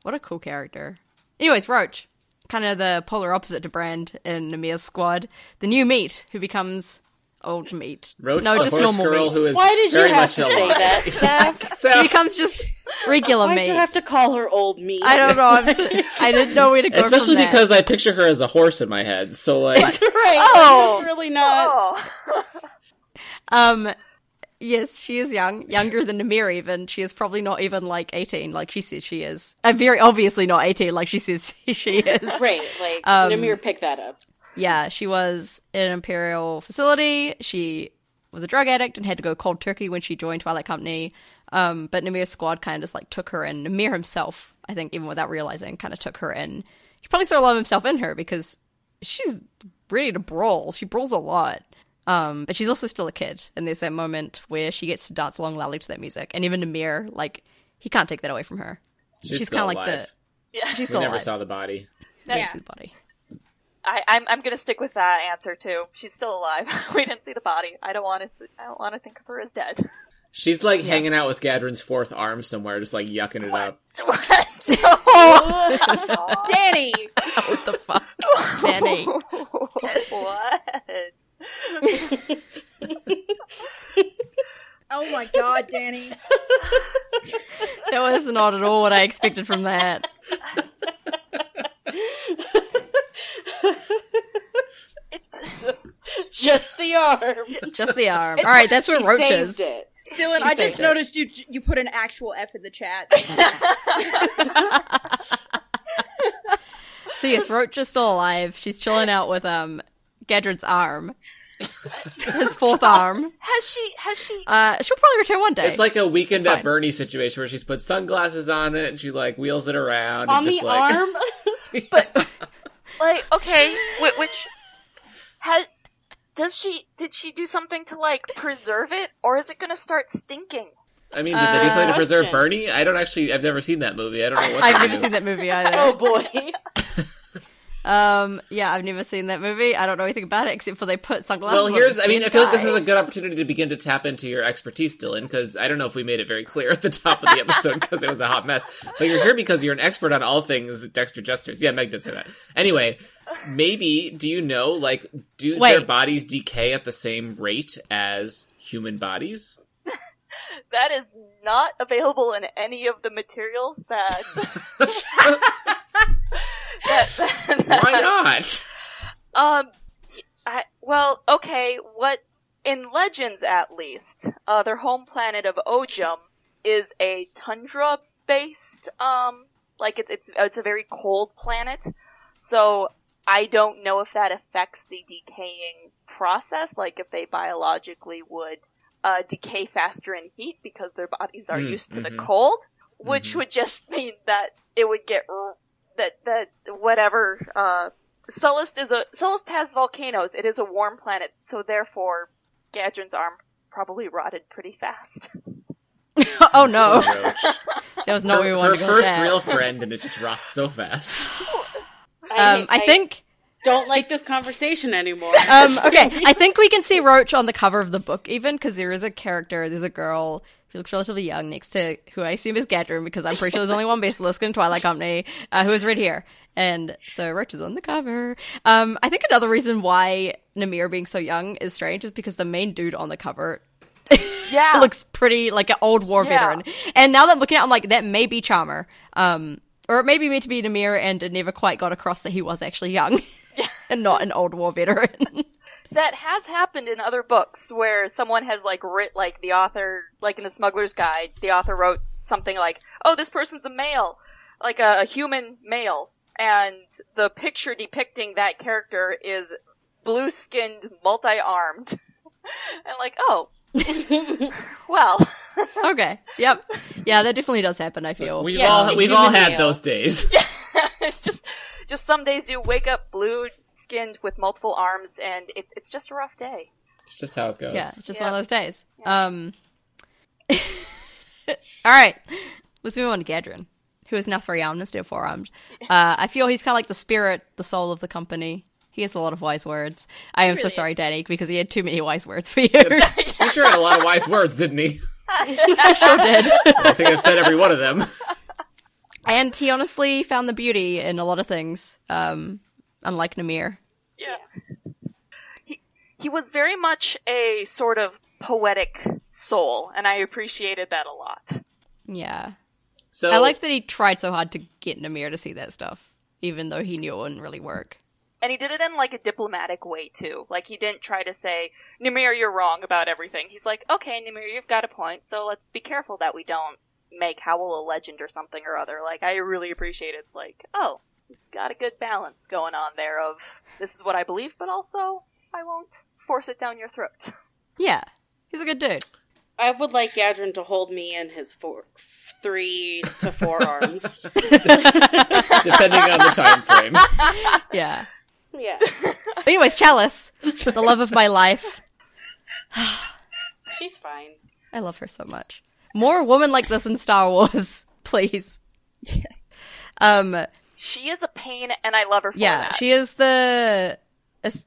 Speaker 5: what a cool character. Anyways, Roach, kind of the polar opposite to Brand in Namir's squad, the new meat who becomes old meat.
Speaker 6: Roach,
Speaker 5: no,
Speaker 6: the
Speaker 5: just
Speaker 6: horse
Speaker 5: normal
Speaker 6: girl
Speaker 5: meat.
Speaker 6: who is
Speaker 1: Why did
Speaker 6: very
Speaker 1: you have
Speaker 6: much
Speaker 1: to
Speaker 6: alive.
Speaker 1: say that, Zach?
Speaker 5: She
Speaker 6: So,
Speaker 5: becomes just regular
Speaker 1: Why
Speaker 5: meat.
Speaker 1: did you have to call her old me?
Speaker 5: I don't know. I'm s- I didn't know where to go.
Speaker 6: especially
Speaker 5: from that.
Speaker 6: because I picture her as a horse in my head. So like,
Speaker 1: Right.
Speaker 10: Oh.
Speaker 1: It's really not.
Speaker 10: Oh,
Speaker 5: um, yes, she is young, younger than Namir. Even she is probably not even like eighteen, like she says she is. And very obviously not eighteen, like she says she is.
Speaker 1: Right. Like,
Speaker 5: Um,
Speaker 1: Namir picked that up.
Speaker 5: Yeah, she was in an imperial facility. She was a drug addict and had to go cold turkey when she joined Twilight Company. Um, but Namir's squad kind of just like took her in. Namir himself, I think, even without realizing, kind of took her in. He probably saw a lot of himself in her because she's ready to brawl. She brawls a lot. Um, but she's also still a kid, and there's that moment where she gets to dance along loudly to that music, and even Namir, like, he can't take that away from her.
Speaker 6: She's,
Speaker 5: kind
Speaker 6: still
Speaker 5: of like
Speaker 6: alive.
Speaker 5: the yeah. she's
Speaker 6: we
Speaker 5: still
Speaker 6: never
Speaker 5: alive.
Speaker 6: saw the body.
Speaker 5: We didn't
Speaker 10: Yeah.
Speaker 5: see the body.
Speaker 10: I, I'm I'm gonna stick with that answer too. She's still alive. we didn't see the body. I don't want to. I don't want to think of her as dead.
Speaker 6: She's like hanging out with Gadrin's fourth arm somewhere, just like yucking it up.
Speaker 2: Danny!
Speaker 5: What the fuck? Danny.
Speaker 10: what?
Speaker 2: Oh my god, Danny.
Speaker 5: That was not at all what I expected from that.
Speaker 1: just, just the arm.
Speaker 5: Just the arm. All right, that's where
Speaker 1: She
Speaker 5: Roach
Speaker 1: saved
Speaker 5: is.
Speaker 1: it.
Speaker 2: Dylan, I just
Speaker 5: saved it.
Speaker 2: noticed you you put an actual F in the chat.
Speaker 5: So yes, Roach is still alive. She's chilling out with um Gadrin's arm, his fourth arm.
Speaker 10: Has she? Has she?
Speaker 5: Uh, she'll probably return one day.
Speaker 6: It's like a weekend
Speaker 5: It's
Speaker 6: at
Speaker 5: fine.
Speaker 6: Bernie situation where she's put sunglasses on it and she like wheels it around
Speaker 1: On
Speaker 6: and
Speaker 1: the
Speaker 6: just like
Speaker 1: arm?
Speaker 10: Like okay, whi- which has does she? Did she do something to like preserve it, or is it gonna start stinking?
Speaker 6: I mean, did they do something to preserve
Speaker 1: question.
Speaker 6: Bernie? I don't actually. I've never seen that movie. I don't know what.
Speaker 5: Uh, I've
Speaker 6: they
Speaker 5: never
Speaker 6: do.
Speaker 5: seen that movie either.
Speaker 1: oh boy.
Speaker 5: Um, yeah, I've never seen that movie. I don't know anything about it except for they put sunglasses.
Speaker 6: Well,
Speaker 5: on
Speaker 6: here's.
Speaker 5: a
Speaker 6: I mean,
Speaker 5: dead
Speaker 6: I feel like this
Speaker 5: guy.
Speaker 6: is a good opportunity to begin to tap into your expertise, Dylan, because I don't know if we made it very clear at the top of the episode because it was a hot mess. But you're here because you're an expert on all things Dexter Jesters. Yeah, Meg did say that. Anyway, maybe do you know like do their
Speaker 5: Wait.
Speaker 6: bodies decay at the same rate as human bodies?
Speaker 10: That is not available in any of the materials that. that, that-
Speaker 6: Why not?
Speaker 10: Um, I, well, okay, what, in Legends at least, uh, their home planet of Ojum is a tundra based, um, like it's, it's, it's a very cold planet. So I don't know if that affects the decaying process, like if they biologically would, uh, decay faster in heat because their bodies are
Speaker 6: Mm,
Speaker 10: used to
Speaker 6: mhm.
Speaker 10: the cold, which
Speaker 6: Mhm.
Speaker 10: would just mean that it would get, r- that, that, whatever, uh, Sullust is a Sullust has volcanoes. It is a warm planet, so therefore, Gadrin's arm probably rotted pretty fast.
Speaker 5: oh no,
Speaker 6: Roach.
Speaker 5: that was not
Speaker 6: her,
Speaker 5: where we wanted
Speaker 6: her
Speaker 5: to go. with
Speaker 6: first
Speaker 5: that.
Speaker 6: real friend, and it just rots so fast.
Speaker 5: Um, I think.
Speaker 1: don't like this conversation anymore.
Speaker 5: Um, okay, I think we can see Roach on the cover of the book, even because there is a character. There's a girl who looks relatively young next to who I assume is Gadrin, because I'm pretty sure there's only one basilisk in Twilight Company uh, who is red hair, and so Roach is on the cover. Um, I think another reason why Namir being so young is strange is because the main dude on the cover
Speaker 10: Yeah,
Speaker 5: looks pretty like an old war
Speaker 10: Yeah.
Speaker 5: veteran. And now that I'm looking at, it, I'm like, that may be Charmer, um, or it may be meant to be Namir, and it never quite got across that he was actually young and not an old war veteran.
Speaker 10: that has happened in other books where someone has like writ like the author, like in the Smuggler's Guide, the author wrote something like, "Oh, this person's a male, like a, a human male," and the picture depicting that character is blue-skinned, multi-armed, and like, oh, well.
Speaker 5: okay, yep, yeah, that definitely does happen. I feel
Speaker 6: We've
Speaker 1: Yes,
Speaker 6: all
Speaker 1: a
Speaker 6: we've all
Speaker 1: human
Speaker 6: had
Speaker 1: male.
Speaker 6: those days.
Speaker 10: it's just just some days you wake up blue skinned with multiple arms and it's it's just a rough day.
Speaker 6: It's just how it goes.
Speaker 5: yeah, it's just
Speaker 10: Yeah.
Speaker 5: one of those days. Um, all right, let's move on to Gadrin, who is now three armed instead of four armed. Uh, I feel he's kind of like the spirit, the soul of the company. He has a lot of wise words. I am so sorry, Danny, because he had too many wise words for you.
Speaker 6: He sure had a lot of wise words, didn't he?
Speaker 5: sure did.
Speaker 6: I think I've said every one of them.
Speaker 5: And he honestly found the beauty in a lot of things, um, unlike Namir.
Speaker 10: Yeah. He he was very much a sort of poetic soul and I appreciated that a lot.
Speaker 5: Yeah.
Speaker 6: So
Speaker 5: I like that he tried so hard to get Namir to see that stuff, even though he knew it wouldn't really work.
Speaker 10: And he did it in like a diplomatic way too. Like he didn't try to say, Namir, you're wrong about everything. He's like, okay, Namir, you've got a point. So let's be careful that we don't make Howl a legend or something or other. Like I really appreciated like, oh, he's got a good balance going on there of this is what I believe, but also I won't force it down your throat.
Speaker 5: Yeah. He's a good dude.
Speaker 1: I would like Yadrin to hold me in his four, three to four arms,
Speaker 6: depending on the time frame.
Speaker 5: Yeah.
Speaker 1: Yeah.
Speaker 5: But anyways, Chalice, the love of my life.
Speaker 1: She's fine.
Speaker 5: I love her so much. More women like this in Star Wars, please. Um.
Speaker 10: She is a pain, and I love her for
Speaker 5: Yeah,
Speaker 10: that.
Speaker 5: she is the as-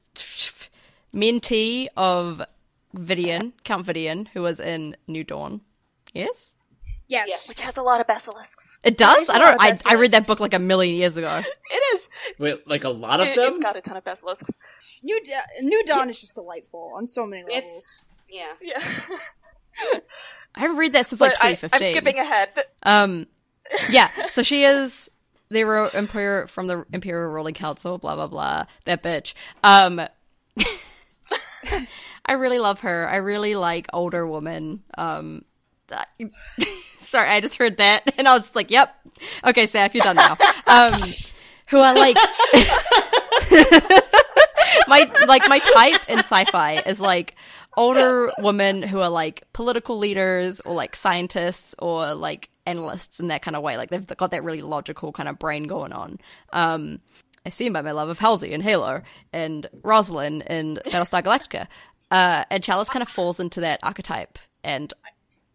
Speaker 5: mentee of Vidian, Count Vidian, who was in New Dawn. Yes,
Speaker 2: Yes.
Speaker 10: which has a lot of basilisks.
Speaker 5: it does.
Speaker 2: a
Speaker 5: I
Speaker 2: lot
Speaker 5: don't.
Speaker 2: of
Speaker 5: I, I read that
Speaker 2: basilisks.
Speaker 5: book like a million years ago.
Speaker 10: It is.
Speaker 6: Wait, like a lot of
Speaker 10: It,
Speaker 6: them?
Speaker 10: it's got a ton of basilisks.
Speaker 2: New da- New Dawn is just delightful on so many levels.
Speaker 1: It's yeah.
Speaker 10: Yeah,
Speaker 5: I haven't read that since
Speaker 10: but
Speaker 5: like
Speaker 10: I,
Speaker 5: 2015.
Speaker 10: I'm skipping ahead. Th-
Speaker 5: Um, yeah. So she is the ro- emperor from the Imperial Ruling Council. Blah blah blah. That bitch. Um, I really love her. I really like older woman. Um, that- sorry, I just heard that and I was just like, "Yep, okay, Saf, you're done now." Um, who are like my like my type in sci-fi is like older women who are like political leaders or like scientists or like analysts in that kind of way. Like they've got that really logical kind of brain going on. Um, I see him by my love of Halsey and Halo and Rosalind and Battlestar Galactica. Uh, and Chalice kind of falls into that archetype, and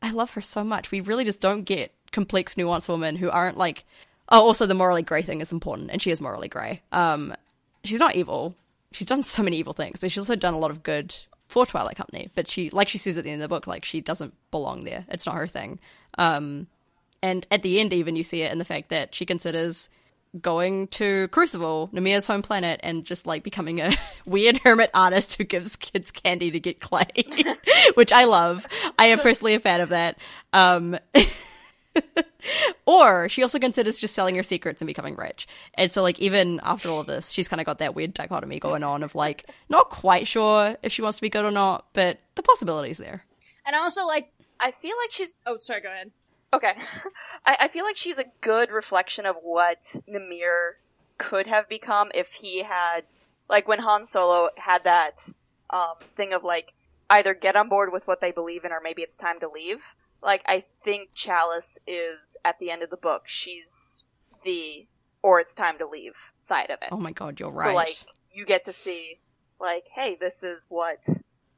Speaker 5: I love her so much. We really just don't get complex, nuanced women who aren't like. Oh, also the morally grey thing is important, and she is morally grey. Um, she's not evil. She's done so many evil things, but she's also done a lot of good for Twilight Company. But she, like she says at the end of the book, like she doesn't belong there. It's not her thing. Um, and at the end, even you see it in the fact that she considers going to Crucible, Namia's home planet, and just like becoming a weird hermit artist who gives kids candy to get clay, which I love. I am personally a fan of that. Um, or she also considers just selling her secrets and becoming rich. And so, like, even after all of this, she's kind of got that weird dichotomy going on of like, not quite sure if she wants to be good or not, but the possibility's there.
Speaker 2: And I also like.
Speaker 10: I feel like she's
Speaker 2: Oh, sorry. Go ahead.
Speaker 10: Okay. I, I feel like she's a good reflection of what Namir could have become if he had, like, when Han Solo had that um, thing of, like, either get on board with what they believe in or maybe it's time to leave. Like, I think Chalice is, at the end of the book, she's the or it's time to leave side of it.
Speaker 5: Oh my god, you're right.
Speaker 10: So, like, you get to see, like, hey, this is what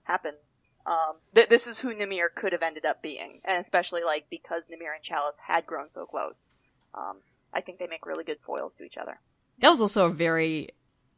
Speaker 10: happens. Um, th- this is who Namir could have ended up being, and especially like because Namir and Chalice had grown so close. Um, I think they make really good foils to each other.
Speaker 5: that was also a very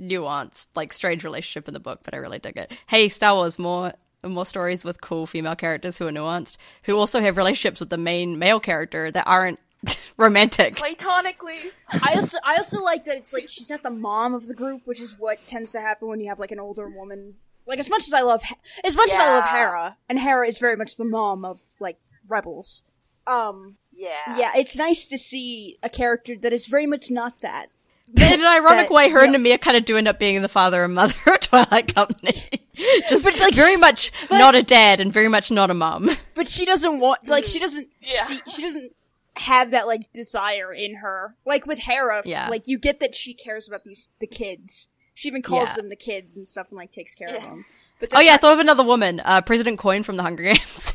Speaker 5: nuanced, like, strange relationship in the book, but I really dig it. Hey, Star Wars, more more stories with cool female characters who are nuanced, who also have relationships with the main male character that aren't romantic.
Speaker 10: Platonically,
Speaker 2: I also I also like that it's like she's not the mom of the group, which is what tends to happen when you have like an older woman. Like as much as I love, as much as I love
Speaker 10: Yeah.
Speaker 2: Hera, and Hera is very much the mom of like rebels. Um,
Speaker 10: yeah,
Speaker 2: yeah, it's nice to see a character that is very much not that.
Speaker 5: But in an ironic
Speaker 2: That-
Speaker 5: way, her and
Speaker 2: yeah.
Speaker 5: Namir kind of do end up being the father and mother of Twilight Company. Just
Speaker 2: But, like,
Speaker 5: very much not a dad and very much not a mum.
Speaker 2: But she doesn't want, like, she doesn't
Speaker 10: Mm. Yeah.
Speaker 2: see, she doesn't have that like desire in her. Like with Hera,
Speaker 5: Yeah.
Speaker 2: like you get that she cares about these the kids. She even calls
Speaker 5: Yeah.
Speaker 2: them the kids and stuff, and like takes care of
Speaker 10: Yeah.
Speaker 2: them. But
Speaker 5: Oh yeah, I thought of another woman, uh, President Coin from the Hunger Games.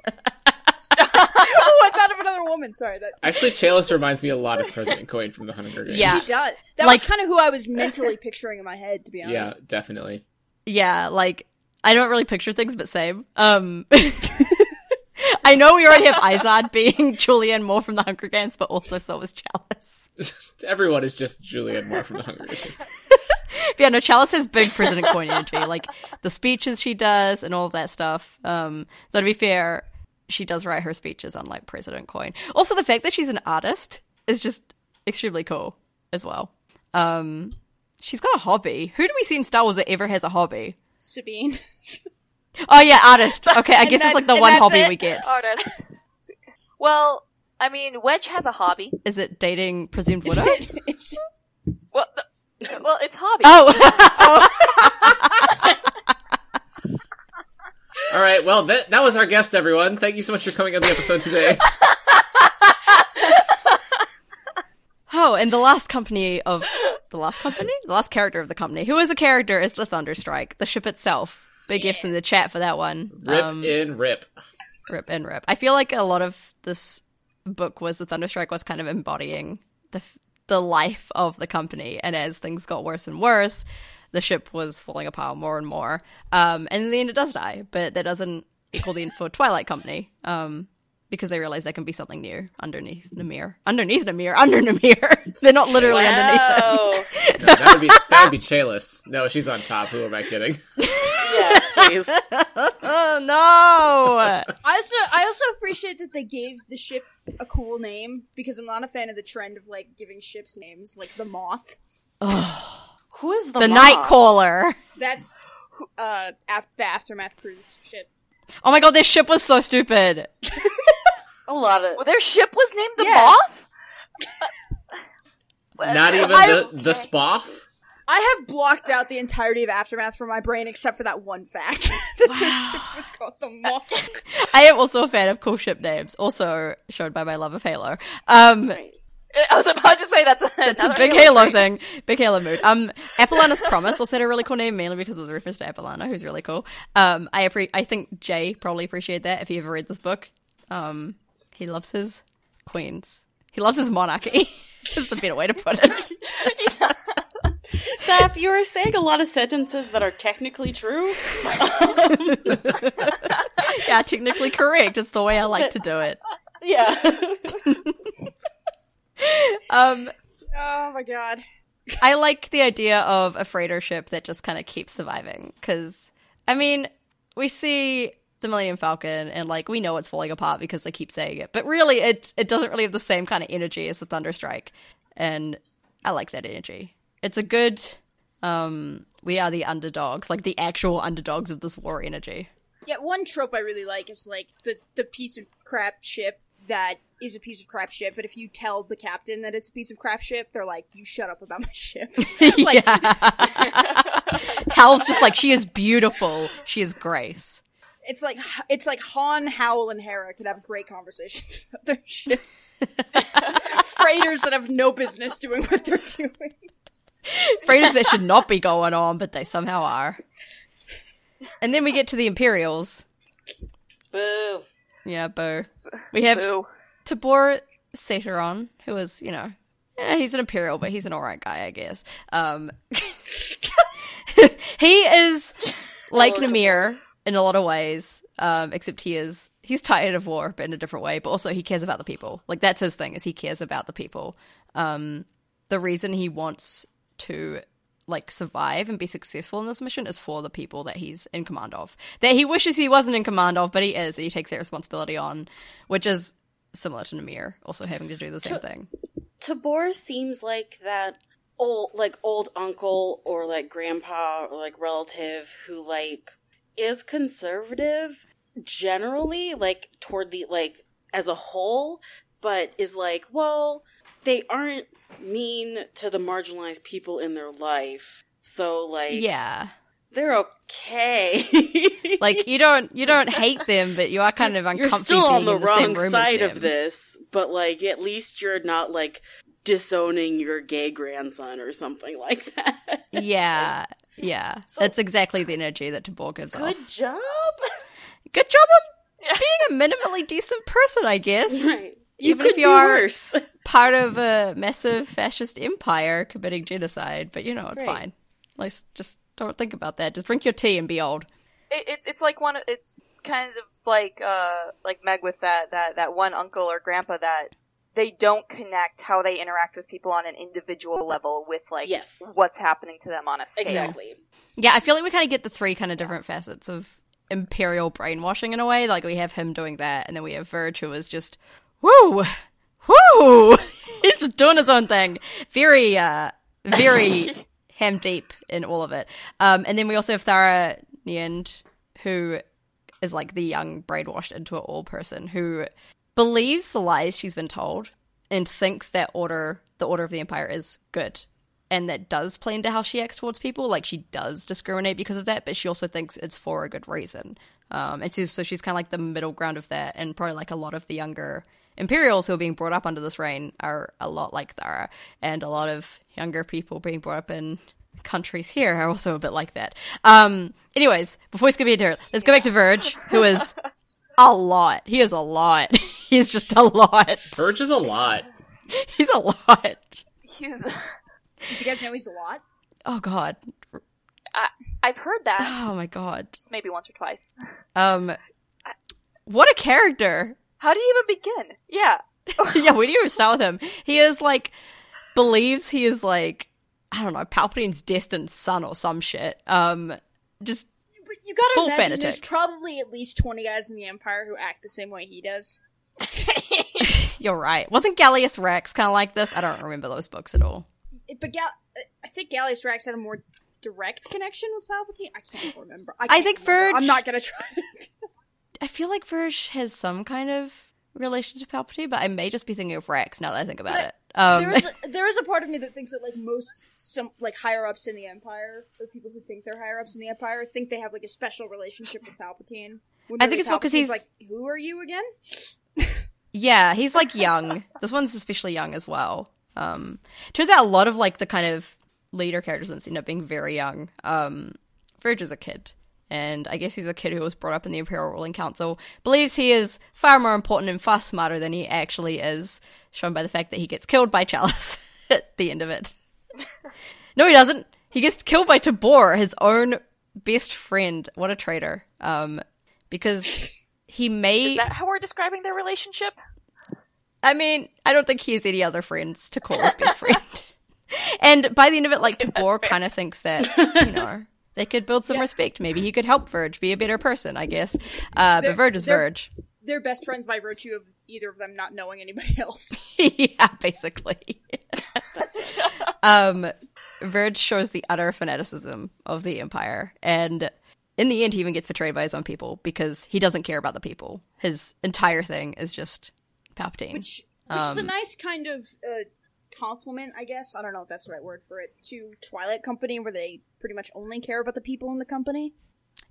Speaker 2: oh, I thought of another woman. Sorry, that
Speaker 6: Actually, Chalice reminds me a lot of President Coin from The Hunger Games.
Speaker 5: Yeah.
Speaker 2: She does. That
Speaker 5: Like-
Speaker 2: was kind of who I was mentally picturing in my head, to be honest.
Speaker 6: Yeah, definitely.
Speaker 5: yeah, like I don't really picture things, but same. Um, I know we already have Izard being Julianne Moore from the Hunger Games, but also so was Chalice.
Speaker 6: Everyone is just Julianne Moore from The Hunger Games.
Speaker 5: But yeah, no, Chalice has big President Coin energy, like the speeches she does and all of that stuff. Um, so to be fair, she does write her speeches unlike President Coin. Also, the fact that she's an artist is just extremely cool as well. Um, she's got a hobby. Who do we see in Star Wars that ever has a hobby?
Speaker 2: Sabine.
Speaker 5: Oh yeah, artist. Okay, I guess
Speaker 2: that's-
Speaker 5: it's like the
Speaker 2: and
Speaker 5: one
Speaker 2: that's
Speaker 5: hobby
Speaker 2: it. Oh.
Speaker 5: we get.
Speaker 10: artist. well, I mean, Wedge has a hobby.
Speaker 5: Is it dating presumed widows?
Speaker 2: It's-
Speaker 10: Well, the, well, it's hobby.
Speaker 5: oh,
Speaker 6: All right, well, that, that was our guest, everyone. Thank you so much for coming on the episode today.
Speaker 5: oh, and the last company of the last company, the last character of the company, who is a character, is the Thunderstrike, the ship itself. Big gifts in the chat for that one.
Speaker 6: Rip
Speaker 5: Um,
Speaker 6: in rip.
Speaker 5: Rip and rip. I feel like a lot of this book was the Thunderstrike was kind of embodying the f- the life of the company, and as things got worse and worse, the ship was falling apart more and more. Um, and in the end, it does die, but that doesn't equal the end for Twilight Company. Um, because they realize there can be something new underneath Namir. Underneath Namir. Under Namir. They're not literally underneath them.
Speaker 6: No, that would be that would be Chalice. No, she's on top. Who am I kidding?
Speaker 1: Yeah, please.
Speaker 5: oh, no.
Speaker 2: I also I also appreciate that they gave the ship a cool name because I'm not a fan of the trend of like giving ships names like the moth.
Speaker 1: Who is the,
Speaker 5: The,
Speaker 1: mom?
Speaker 5: Night Caller.
Speaker 2: That's uh af- the aftermath cruise ship.
Speaker 5: Oh my god, this ship was so stupid.
Speaker 1: A lot of
Speaker 10: Well, their ship was named the
Speaker 2: Yeah.
Speaker 10: Moth. Uh,
Speaker 6: Not even
Speaker 2: I-
Speaker 6: the the spoff.
Speaker 2: I have blocked out the entirety of aftermath from my brain except for that one fact that the ship was called the moth.
Speaker 5: I am also a fan of cool ship names, also shown by my love of Halo. Um,
Speaker 10: I was about to say that's a,
Speaker 5: It's a big Halo thing. Big Halo mood. Um, Apollana's Promise also had a really cool name, mainly because it was a reference to Apollana, who's really cool. Um, I appre- I think Jay probably appreciated that if he ever read this book. Um, he loves his queens. He loves his monarchy. is the better way to put it.
Speaker 1: Saf, you were saying a lot of sentences that are technically true.
Speaker 5: yeah, technically correct. It's the way I like to do it.
Speaker 1: Yeah.
Speaker 5: Um,
Speaker 2: Oh my god.
Speaker 5: I like the idea of a freighter ship that just kind of keeps surviving. Because, I mean, we see the Millennium Falcon and, like, we know it's falling apart because they keep saying it. But really, it, it doesn't really have the same kind of energy as the Thunderstrike. And I like that energy. It's a good, um, we are the underdogs, like the actual underdogs of this war energy.
Speaker 2: Yeah, one trope I really like is like the the piece of crap ship that is a piece of crap ship, but if you tell the captain that it's a piece of crap ship, they're like, "You shut up about my ship." like,
Speaker 5: Hal's just like, she is beautiful. She is grace.
Speaker 2: It's like it's like Han, Howell, and Hera could have great conversations about their ships. Freighters that have no business doing what they're doing.
Speaker 5: freighters that should not be going on, but they somehow are. And then we get to the Imperials.
Speaker 1: Boo.
Speaker 5: Yeah, boo. We have
Speaker 10: Boo.
Speaker 5: Tabor Sateron, who is, you know, eh, he's an Imperial, but he's an alright guy, I guess. Um, he is like Namir in a lot of ways, um, except he is he's tired of war, but in a different way. But also, he cares about the people. Like that's his thing is he cares about the people. Um, the reason he wants to like survive and be successful in this mission is for the people that he's in command of. That he wishes he wasn't in command of, but he is, and he takes that responsibility on, which is similar to Namir also having to do the same thing.
Speaker 1: Tabor seems like that old like old uncle or like grandpa or like relative who like is conservative generally like toward the like as a whole but is like well they aren't mean to the marginalized people in their life so like
Speaker 5: Yeah.
Speaker 1: they're okay
Speaker 5: Like you don't you don't hate them, but you are kind of
Speaker 1: you're
Speaker 5: uncomfortable.
Speaker 1: still
Speaker 5: being
Speaker 1: on the
Speaker 5: in the
Speaker 1: wrong
Speaker 5: same room as
Speaker 1: side of
Speaker 5: them.
Speaker 1: this, but like at least you're not like disowning your gay grandson or something like that.
Speaker 5: Yeah. Yeah. That's exactly the energy that Tabor gives off.
Speaker 1: Good job.
Speaker 5: Good job on being a minimally decent person, I guess.
Speaker 1: Right. You
Speaker 5: Even
Speaker 1: could
Speaker 5: if you
Speaker 1: be
Speaker 5: are-
Speaker 1: worse.
Speaker 5: Part of a massive fascist empire committing genocide, but you know, it's
Speaker 1: Right.
Speaker 5: fine. Like just don't think about that. Just drink your tea and be old.
Speaker 10: It, it, it's like one. of- It's kind of like uh, like Meg with that that that one uncle or grandpa that they don't connect how they interact with people on an individual level with like
Speaker 1: Yes.
Speaker 10: what's happening to them on a scale.
Speaker 1: Exactly.
Speaker 5: Yeah, I feel like we kind of get the three kind of different facets of imperial brainwashing in a way. Like we have him doing that, and then we have Verge who is just woo, woo. He's just doing his own thing. Very, uh, very ham deep in all of it. Um, and then we also have Thara Niend, who is like the young brainwashed into it all person who believes the lies she's been told and thinks that order the order of the empire is good and that does play into how she acts towards people like she does discriminate because of that but she also thinks it's for a good reason um, and so, so she's kind of like the middle ground of that and probably like a lot of the younger imperials who are being brought up under this reign are a lot like thara and a lot of younger people being brought up in countries here are also a bit like that. Um, anyways, before we skip into it, let's go back to Verge, who is a lot. He is a lot. He's just a lot.
Speaker 6: Purge is a lot.
Speaker 5: He's a lot.
Speaker 10: He's.
Speaker 2: Did you guys know he's a lot?
Speaker 5: Oh god.
Speaker 10: I, I've heard that
Speaker 5: Oh my god.
Speaker 10: just maybe once or twice.
Speaker 5: Um what a character.
Speaker 10: How do you even begin? Yeah.
Speaker 5: yeah, we do start with him. He is like believes he is like I don't know, Palpatine's destined son or some shit. Um just
Speaker 2: But you gotta
Speaker 5: Full
Speaker 2: imagine
Speaker 5: fanatic.
Speaker 2: there's probably at least twenty guys in the Empire who act the same way he does.
Speaker 5: you're right. Wasn't Gallius Rex kinda like this? I don't remember those books at all.
Speaker 2: It- But Gal- I think Gallius Rex had a more direct connection with Palpatine. I can't remember. I,
Speaker 5: I
Speaker 2: can't
Speaker 5: think
Speaker 2: remember.
Speaker 5: Verge-
Speaker 2: I'm not gonna try.
Speaker 5: I feel like Verge has some kind of relation to Palpatine, but I may just be thinking of Rex now that I think about
Speaker 2: But
Speaker 5: it. Um,
Speaker 2: there is a, there is a part of me that thinks that like most some like higher ups in the Empire or people who think they're higher ups in the Empire think they have like a special relationship with Palpatine. When
Speaker 5: I think
Speaker 2: really
Speaker 5: it's well 'cause
Speaker 2: Palpatine's
Speaker 5: he's-
Speaker 2: like, who are you again?
Speaker 5: Yeah, he's like young. this one's especially young as well. Um, turns out a lot of like the kind of leader characters end up being very young. Um, Verge is a kid, and I guess he's a kid who was brought up in the Imperial Ruling Council. Believes he is far more important and far smarter than he actually is, shown by the fact that he gets killed by Chalice at the end of it. no, he doesn't. He gets killed by Tabor, his own best friend. What a traitor! Um, because he may.
Speaker 10: Is that how we're describing their relationship?
Speaker 5: I mean, I don't think he has any other friends to call his best friend. And by the end of it, like Tabor kind of thinks that you know they could build some respect. Maybe he could help Verge be a better person. I guess, uh,
Speaker 2: They're-
Speaker 5: but Verge is
Speaker 2: they're-
Speaker 5: Verge.
Speaker 2: They're best friends by virtue of either of them not knowing anybody else.
Speaker 5: yeah, basically. um, Verge shows the utter fanaticism of the Empire, and in the end, he even gets betrayed by his own people because he doesn't care about the people. His entire thing is just Palpatine.
Speaker 2: which which is a nice kind of uh, compliment, I guess. I don't know if that's the right word for it to Twilight Company, where they pretty much only care about the people in the company.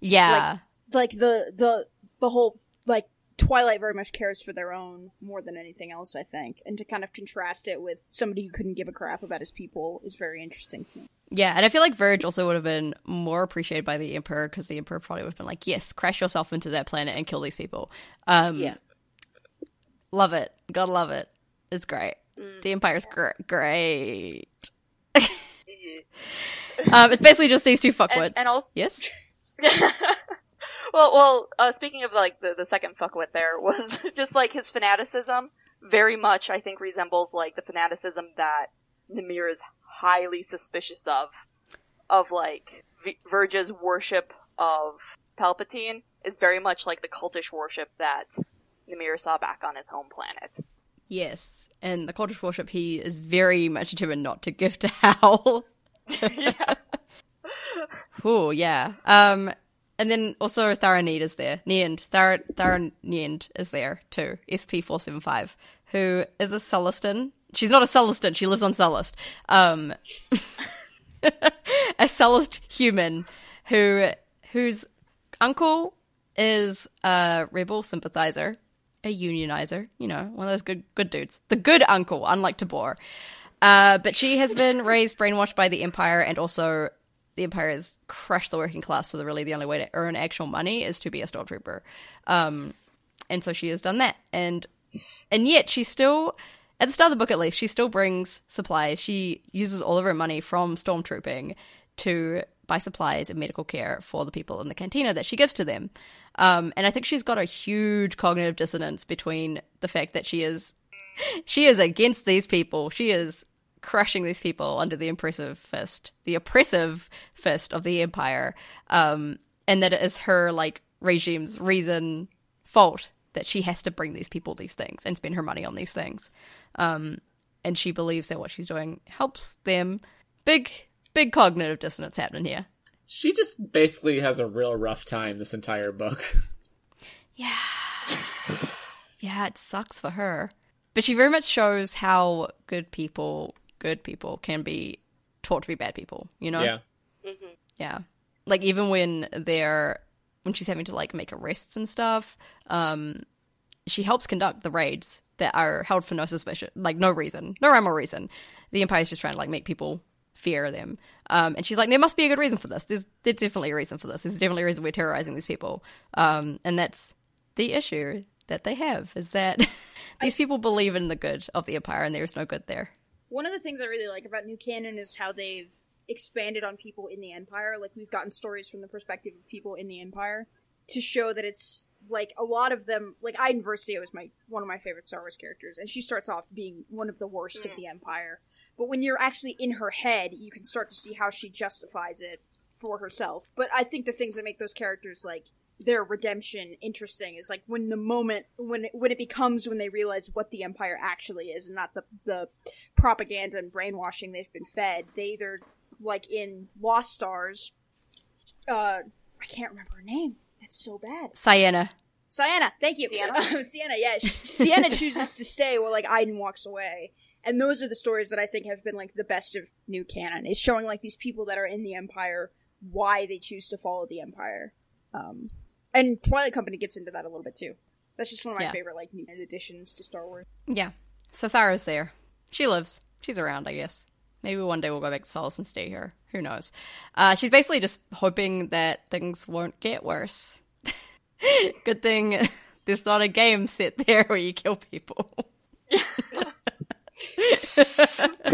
Speaker 5: yeah,
Speaker 2: Like the the the whole like Twilight very much cares for their own more than anything else, I think. And to kind of contrast it with somebody who couldn't give a crap about his people is very interesting. To me.
Speaker 5: Yeah, and I feel like Verge also would have been more appreciated by the Emperor because the Emperor probably would have been like, "Yes, crash yourself into that planet and kill these people." Um,
Speaker 1: Yeah.
Speaker 5: love it, gotta love it. It's great.
Speaker 10: Mm.
Speaker 5: The Empire's gr- great. um, it's basically just these two fuckwits.
Speaker 10: Mm-hmm. and also-
Speaker 5: yes,
Speaker 10: well, well. Uh, speaking of like the the second fuckwit, there was just like his fanaticism. Very much, I think, resembles like the fanaticism that Namir is highly suspicious of, of like v- Verge's worship of Palpatine is very much like the cultish worship that Namir saw back on his home planet.
Speaker 5: yes, and the Cultish Worship. He is very much determined not to give to Hal. Oh yeah. Um, and then also Tharanid is there. Niend Thar Tharanid is there too. SP four seven five, who is a Celestin. She's not a Celestin. She lives on Celest. Um, a Celest human who whose uncle is a rebel sympathizer, a unionizer. You know, one of those good good dudes. The good uncle, unlike Tabor. Uh, but she has been raised, brainwashed by the Empire, and also the Empire has crushed the working class. So that really the only way to earn actual money is to be a stormtrooper. Um, and so she has done that, and and yet she still, at the start of the book at least, she still brings supplies. She uses all of her money from stormtrooping to buy supplies and medical care for the people in the cantina that she gives to them. Um, and I think she's got a huge cognitive dissonance between the fact that she is she is against these people. She is crushing these people under the impressive fist, the oppressive fist of the empire. Um, and that it is her like regime's reason fault that she has to bring these people these things and spend her money on these things. Um, and she believes that what she's doing helps them. Big, big cognitive dissonance happening here.
Speaker 6: She just basically has a real rough time this entire book.
Speaker 5: Yeah, it sucks for her. But she very much shows how good people, good people, can be taught to be bad people, you know?
Speaker 6: Yeah.
Speaker 5: Yeah. Like even when they're when she's having to like make arrests and stuff, um she helps conduct the raids that are held for no suspicion, like no reason, no rhyme or reason. The empire's just trying to like make people fear them. Um and she's like there must be a good reason for this. There's there's definitely a reason for this. There's definitely a reason we're terrorizing these people. Um and that's the issue that they have is that these people believe in the good of the Empire, and there is no good there.
Speaker 2: One of the things I really like about New Canon is how they've expanded on people in the Empire. Like we've gotten stories from the perspective of people in the Empire to show that it's like a lot of them. Like Iden Versio is my one of my favorite Star Wars characters, and she starts off being one of the worst of the Empire. But when you're actually in her head, you can start to see how she justifies it for herself. But I think the things that make those characters like their redemption interesting is like when the moment when it, when it becomes when they realize what the empire actually is and not the the propaganda and brainwashing they've been fed they either like in Lost Stars. Uh, I can't remember her name. That's so bad.
Speaker 5: Sienna.
Speaker 2: Sienna, thank you. Sienna, um, Sienna yeah. She, Sienna chooses to stay while like Aiden walks away. And those are the stories that I think have been like the best of new canon is showing like these people that are in the empire why they choose to follow the empire. Um, and Twilight Company gets into that a little bit too. That's just one of my
Speaker 5: Yeah.
Speaker 2: favorite like new additions to Star Wars.
Speaker 5: Yeah. So Thara's there. She lives. She's around, I guess. Maybe one day we'll go back to Solace and stay here. Who knows? Uh, she's basically just hoping that things won't get worse. Good thing there's not a game set there where you kill people.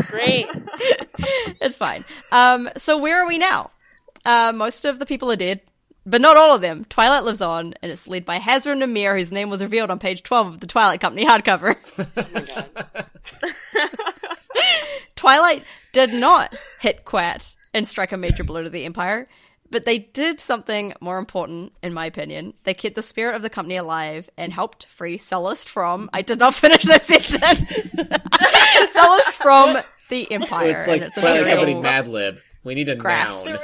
Speaker 1: Great.
Speaker 5: it's fine. Um, so where are we now? Uh, most of the people are dead, but not all of them. Twilight lives on, and it's led by Hazra Namir, whose name was revealed on page 12 of the Twilight Company hardcover. Twilight did not hit Quat and strike a major blow to the Empire, but they did something more important, in my opinion. They kept the spirit of the company alive and helped free Sullust from. I did not finish that sentence. Sullust from the Empire.
Speaker 6: It's like
Speaker 5: and a
Speaker 6: Twilight
Speaker 5: very
Speaker 6: Company
Speaker 5: old-
Speaker 6: Mad Lib. We need a
Speaker 5: grasp.
Speaker 6: noun.
Speaker 5: There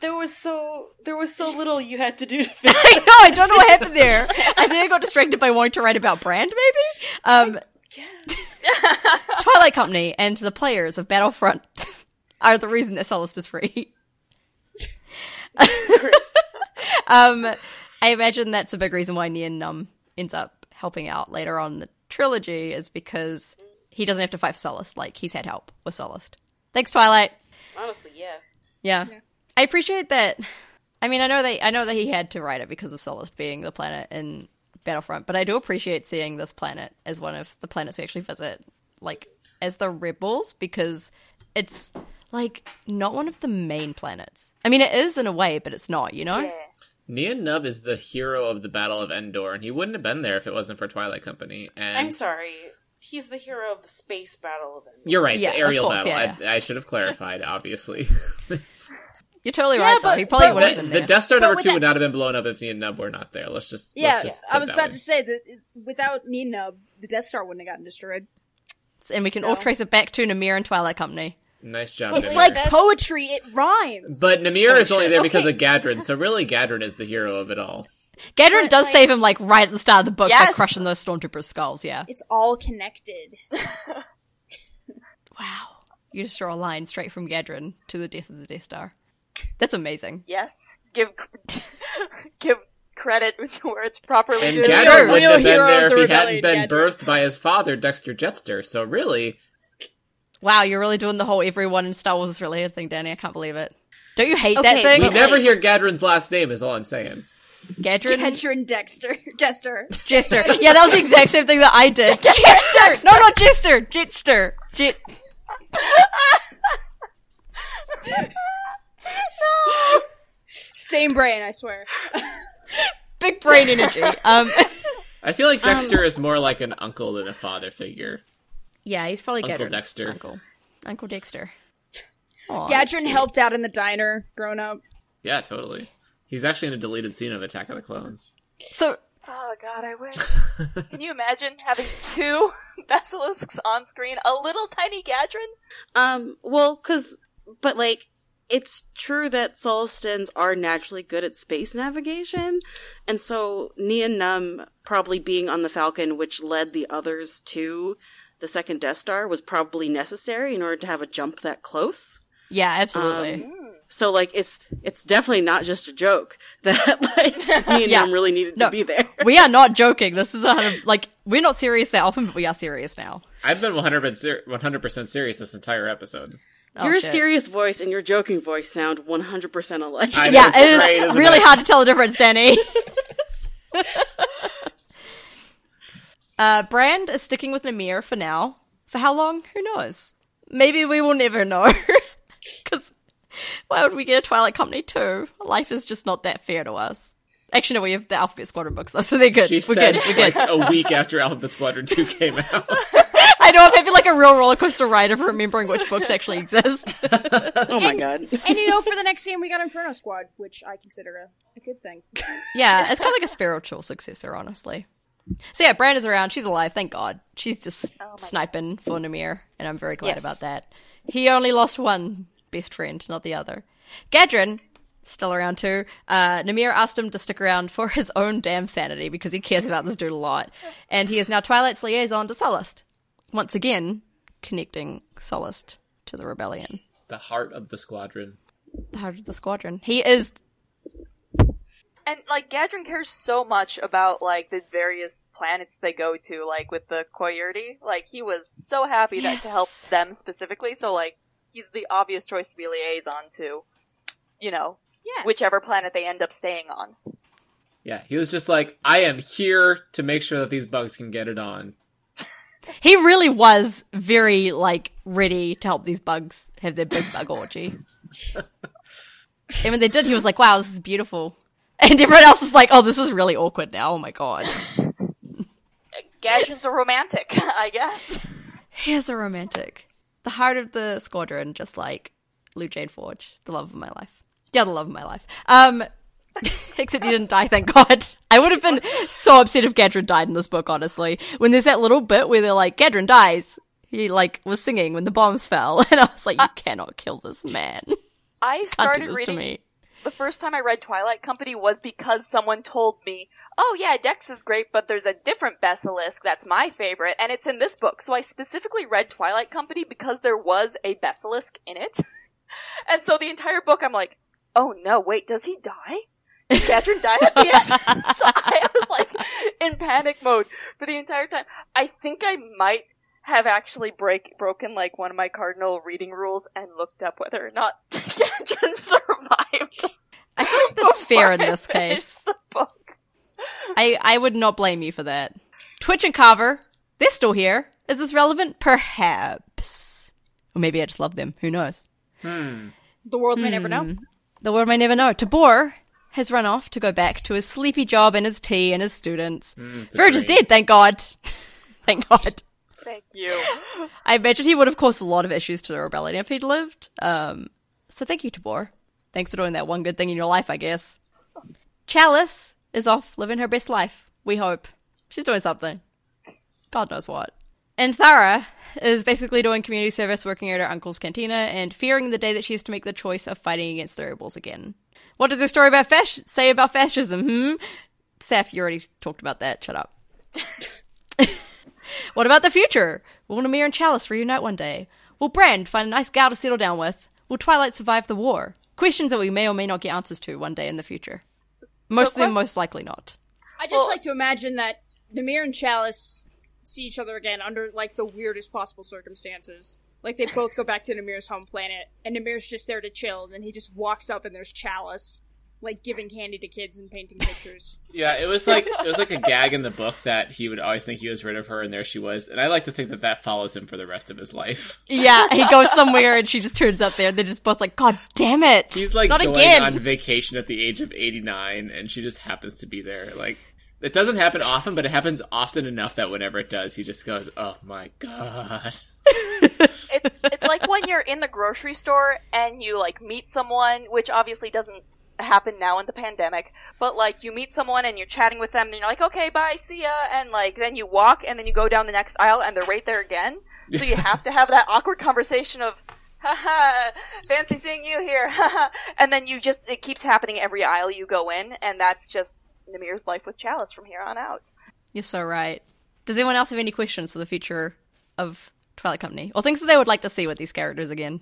Speaker 1: There was so there was so little you had to do to finish.
Speaker 5: I know. I don't know what happened there. I think I got distracted by wanting to write about brand, maybe. Um, Twilight Company and the players of Battlefront are the reason that Solist is free. um, I imagine that's a big reason why Nian um, ends up helping out later on in the trilogy is because he doesn't have to fight for Solist. Like he's had help with Solist. Thanks, Twilight.
Speaker 1: Honestly, yeah.
Speaker 5: Yeah. I appreciate that. I mean, I know they, I know that he had to write it because of Solus being the planet in Battlefront, but I do appreciate seeing this planet as one of the planets we actually visit, like as the rebels, because it's like not one of the main planets. I mean, it is in a way, but it's not. You know?
Speaker 6: Nian Nub is the hero of the Battle of Endor, and he wouldn't have been there if it wasn't for Twilight Company. And
Speaker 1: I'm sorry. He's the hero of the space battle event.
Speaker 6: You're right.
Speaker 5: Yeah, of
Speaker 6: the aerial
Speaker 5: course,
Speaker 6: battle.
Speaker 5: yeah,
Speaker 6: I, I should have clarified. Obviously,
Speaker 5: You're totally
Speaker 2: Yeah,
Speaker 5: right. though
Speaker 2: but-
Speaker 5: he probably
Speaker 2: but
Speaker 5: would have been
Speaker 6: the
Speaker 5: there.
Speaker 6: Death Star
Speaker 2: But
Speaker 6: number
Speaker 2: with
Speaker 6: two
Speaker 2: that-
Speaker 6: would not have been blown up if Nian Nub were not there. Let's just.
Speaker 2: Yeah,
Speaker 6: let's just
Speaker 2: I
Speaker 6: put
Speaker 2: was
Speaker 6: that
Speaker 2: about
Speaker 6: way.
Speaker 2: to say that without Nina, the Death Star wouldn't have gotten destroyed.
Speaker 5: and we can all
Speaker 2: So-
Speaker 5: trace it back to Namir and Twilight Company.
Speaker 6: Nice job.
Speaker 2: It's
Speaker 6: Namir.
Speaker 2: like poetry; it rhymes.
Speaker 6: But Namir is only there because
Speaker 2: Okay.
Speaker 6: of Gadrin, so really Gadrin is the hero of it all.
Speaker 5: Gadrin
Speaker 1: But,
Speaker 5: does
Speaker 1: like-
Speaker 5: save him like right at the start of the book by
Speaker 10: Yes!
Speaker 5: crushing those stormtroopers' skulls. Yeah.
Speaker 2: It's all connected.
Speaker 5: Wow. You just draw a line straight from Gadrin to the death of the Death Star. That's amazing.
Speaker 10: Yes. Give give credit to where it's properly
Speaker 6: And
Speaker 10: due.
Speaker 6: Gadrin wouldn't
Speaker 11: real
Speaker 6: have been
Speaker 11: hero of
Speaker 6: there if
Speaker 11: the
Speaker 6: he
Speaker 11: rebellion,
Speaker 6: hadn't been
Speaker 11: Gadrin.
Speaker 6: birthed by his father, Dexter Jetster. So really,
Speaker 5: Wow, you're really doing the whole everyone in Star Wars is related thing, Danny. I can't believe it. Don't you hate that
Speaker 1: Okay,
Speaker 5: thing?
Speaker 6: we never hear Gadrin's last name. Is all I'm saying.
Speaker 5: Gadrin?
Speaker 2: Hedger and Dexter, Jester.
Speaker 5: Jester. Yeah, that was the exact same thing that I did. Jester! No, not Jester! Jitster! Jit.
Speaker 2: Same brain, I swear.
Speaker 5: Big brain energy. Um,
Speaker 6: I feel like Dexter is more like an uncle than a father figure.
Speaker 5: yeah, he's probably
Speaker 6: Uncle
Speaker 5: Gadrin's
Speaker 6: Dexter.
Speaker 5: Uncle. Uncle Dexter. Aw.
Speaker 2: Gadrin helped out in the diner, grown up.
Speaker 6: Yeah, totally. He's actually in a deleted scene of Attack of the Clones.
Speaker 5: So,
Speaker 10: Oh god, I wish. Can you imagine having two basilisks on screen? A little tiny Gadrin?
Speaker 1: Um, well, cause, but like, it's true that Solstons are naturally good at space navigation, and so Nian Num probably being on the Falcon, which led the others to the second Death Star, was probably necessary in order to have a jump that close.
Speaker 5: yeah, absolutely.
Speaker 1: So like, it's it's definitely not just a joke that like Nian
Speaker 5: Yeah.
Speaker 1: Num really needed
Speaker 5: No.
Speaker 1: to be there.
Speaker 5: we are not joking. This is a hundred, like, we're not serious that often, but we are serious now.
Speaker 6: I've been 100 percent serious this entire episode.
Speaker 5: Oh,
Speaker 1: your
Speaker 5: shit.
Speaker 1: serious voice and your joking voice sound 100% alike.
Speaker 6: I know,
Speaker 5: Yeah,
Speaker 6: it's
Speaker 5: it
Speaker 6: great,
Speaker 5: is
Speaker 6: isn't
Speaker 5: really
Speaker 6: it?
Speaker 5: hard to tell the difference, Danny. Uh, Brand is sticking with Namir for now. For how long? Who knows? Maybe we will never know. Because why would we get a Twilight Company too? Life is just not that fair to us. Actually, no, we have the Alphabet Squadron books, though, so they're good.
Speaker 6: She
Speaker 5: We're
Speaker 6: says
Speaker 5: good. We're
Speaker 6: like
Speaker 5: good.
Speaker 6: a week after Alphabet Squadron Two came out.
Speaker 5: I know I'm having like a real roller coaster ride of remembering which books actually exist.
Speaker 1: Oh my god.
Speaker 2: and you know, for the next game we got Inferno Squad, which I consider a, a good thing.
Speaker 5: yeah, it's kind of like a spiritual successor, honestly. So yeah, Brand is around. She's alive, thank God. She's just sniping for Namir, and I'm very glad
Speaker 1: Yes.
Speaker 5: about that. He only lost one best friend, not the other. Gadrin, still around too. Uh, Namir asked him to stick around for his own damn sanity because he cares about this dude a lot, and he is now Twilight's liaison to Sullust. Once again, connecting Sullust to the rebellion.
Speaker 6: the heart of the squadron.
Speaker 5: The heart of the squadron. He is
Speaker 10: And like Gadrin cares so much about like the various planets they go to, like with the Coyote. Like he was so happy that to help
Speaker 5: Yes.
Speaker 10: them specifically, so like he's the obvious choice to be liaison to, you know,
Speaker 2: Yeah.
Speaker 10: whichever planet they end up staying on.
Speaker 6: Yeah, he was just like, I am here to make sure that these bugs can get it on.
Speaker 5: He really was very like ready to help these bugs have their big bug orgy. and when they did, he was like, "Wow, this is beautiful." And everyone else was like, "Oh, this is really awkward now. Oh my god."
Speaker 10: Gadrin's a romantic, I guess.
Speaker 5: He is a romantic. The heart of the squadron, just like Lou Jane Forge, the love of my life. The other love of my life. Um except he didn't die, thank God. I would have been so upset if Gadrin died in this book, honestly. When there's that little bit where they're like, Gadrin dies. He like was singing when the bombs fell, and I was like, You cannot kill this man.
Speaker 10: I
Speaker 5: Can't do
Speaker 10: Uh, started
Speaker 5: this to
Speaker 10: reading
Speaker 5: me.
Speaker 10: the first time I read Twilight Company was because someone told me, "Oh yeah, Dex is great, but there's a different Basilisk that's my favorite, and it's in this book." So I specifically read Twilight Company because there was a Basilisk in it, and so the entire book I'm like, "Oh no, wait, does he die?" Did Gadrin die at the end? so I was like in panic mode for the entire time. I think I might have actually break broken like one of my cardinal reading rules and looked up whether or not Gadrin survived.
Speaker 5: I think that's fair in
Speaker 10: before I
Speaker 5: this
Speaker 10: finished
Speaker 5: case.
Speaker 10: The book.
Speaker 5: I, I would not blame you for that. Twitch and Carver, they're still here. Is this relevant? Perhaps. Or maybe I just love them. Who knows?
Speaker 2: Hmm.
Speaker 5: Hmm.
Speaker 2: The world may never know.
Speaker 5: The world may never know. Tabor has run off to go back to his sleepy job and his tea and his students. Verge is
Speaker 6: dream.
Speaker 5: dead, thank God. thank God.
Speaker 10: Thank you.
Speaker 5: I imagine he would have caused a lot of issues to the rebellion if he'd lived. Um, so thank you, Tabor. Thanks for doing that one good thing in your life, I guess. Chalice is off living her best life. We hope she's doing something. God knows what. And Thara is basically doing community service, working at her uncle's cantina, and fearing the day that she has to make the choice of fighting against the rebels again. What does this story about fash- say about fascism? Hmm. Saf, you already talked about that. Shut up. What about the future? Will Namir and Chalice reunite one day? Will Brand find a nice gal to settle down with? Will Twilight survive the war? Questions that we may or may not get answers to one day in the future. Most of them, most likely not.
Speaker 2: I just like to imagine that Namir and Chalice see each other again under like the weirdest possible circumstances. Like they both go back to Namir's home planet, and Namir's just there to chill, and then he just walks up and there's Chalice, like giving candy to kids and painting pictures.
Speaker 6: Yeah, it was like it was like a gag in the book that he would always think he was rid of her, and there she was. And I like to think that that follows him for the rest of his life.
Speaker 5: Yeah, he goes somewhere and she just turns up there. and They're just both like, God damn it!
Speaker 6: He's like
Speaker 5: not
Speaker 6: going
Speaker 5: again.
Speaker 6: on vacation at the age of eighty nine, and she just happens to be there. Like it doesn't happen often, but it happens often enough that whenever it does, he just goes, "Oh my god."
Speaker 10: It's it's like when you're in the grocery store and you like meet someone, which obviously doesn't happen now in the pandemic, but like you meet someone and you're chatting with them and you're like, "Okay, bye, see ya." And like then you walk and then you go down the next aisle and they're right there again. So you have to have that awkward conversation of Haha, fancy seeing you here. Haha. and then you just, it keeps happening every aisle you go in, and that's just Namir's life with Chalice from here on out.
Speaker 5: You're so right. Does anyone else have any questions for the future of Twilight Company or things that they would like to see with these characters again?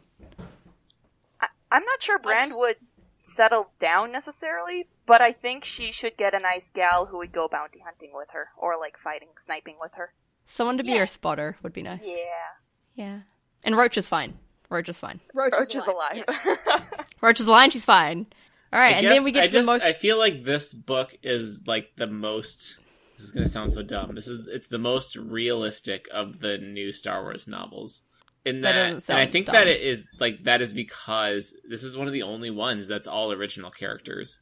Speaker 10: I'm not sure Brand would settle down necessarily, but I think she should get a nice gal who would go bounty hunting with her, or like fighting, sniping with her.
Speaker 5: Someone to be your spotter would be nice.
Speaker 10: Yeah,
Speaker 5: yeah. And Roach is fine. Roach is fine.
Speaker 2: Roach,
Speaker 10: Roach is alive.
Speaker 5: Roach is lying, she's fine. All right,
Speaker 6: I
Speaker 5: and
Speaker 6: guess-
Speaker 5: then we get
Speaker 6: I
Speaker 5: to
Speaker 6: just,
Speaker 5: the most.
Speaker 6: I feel like this book is like the most This is going to sound so dumb. This is it's the most realistic of the new Star Wars novels. In
Speaker 5: That
Speaker 6: that,
Speaker 5: doesn't
Speaker 6: and I
Speaker 5: sound
Speaker 6: think
Speaker 5: dumb.
Speaker 6: that it is like that is because this is one of the only ones that's all original characters.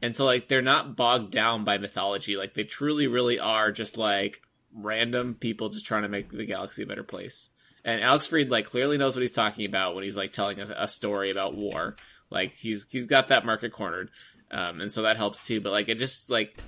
Speaker 6: And so like they're not bogged down by mythology. Like they truly really are just like random people just trying to make the galaxy a better place. And Alex Freed like clearly knows what he's talking about when he's like telling a, a story about war. Like he's he's got that market cornered. Um and so that helps too, but like it just like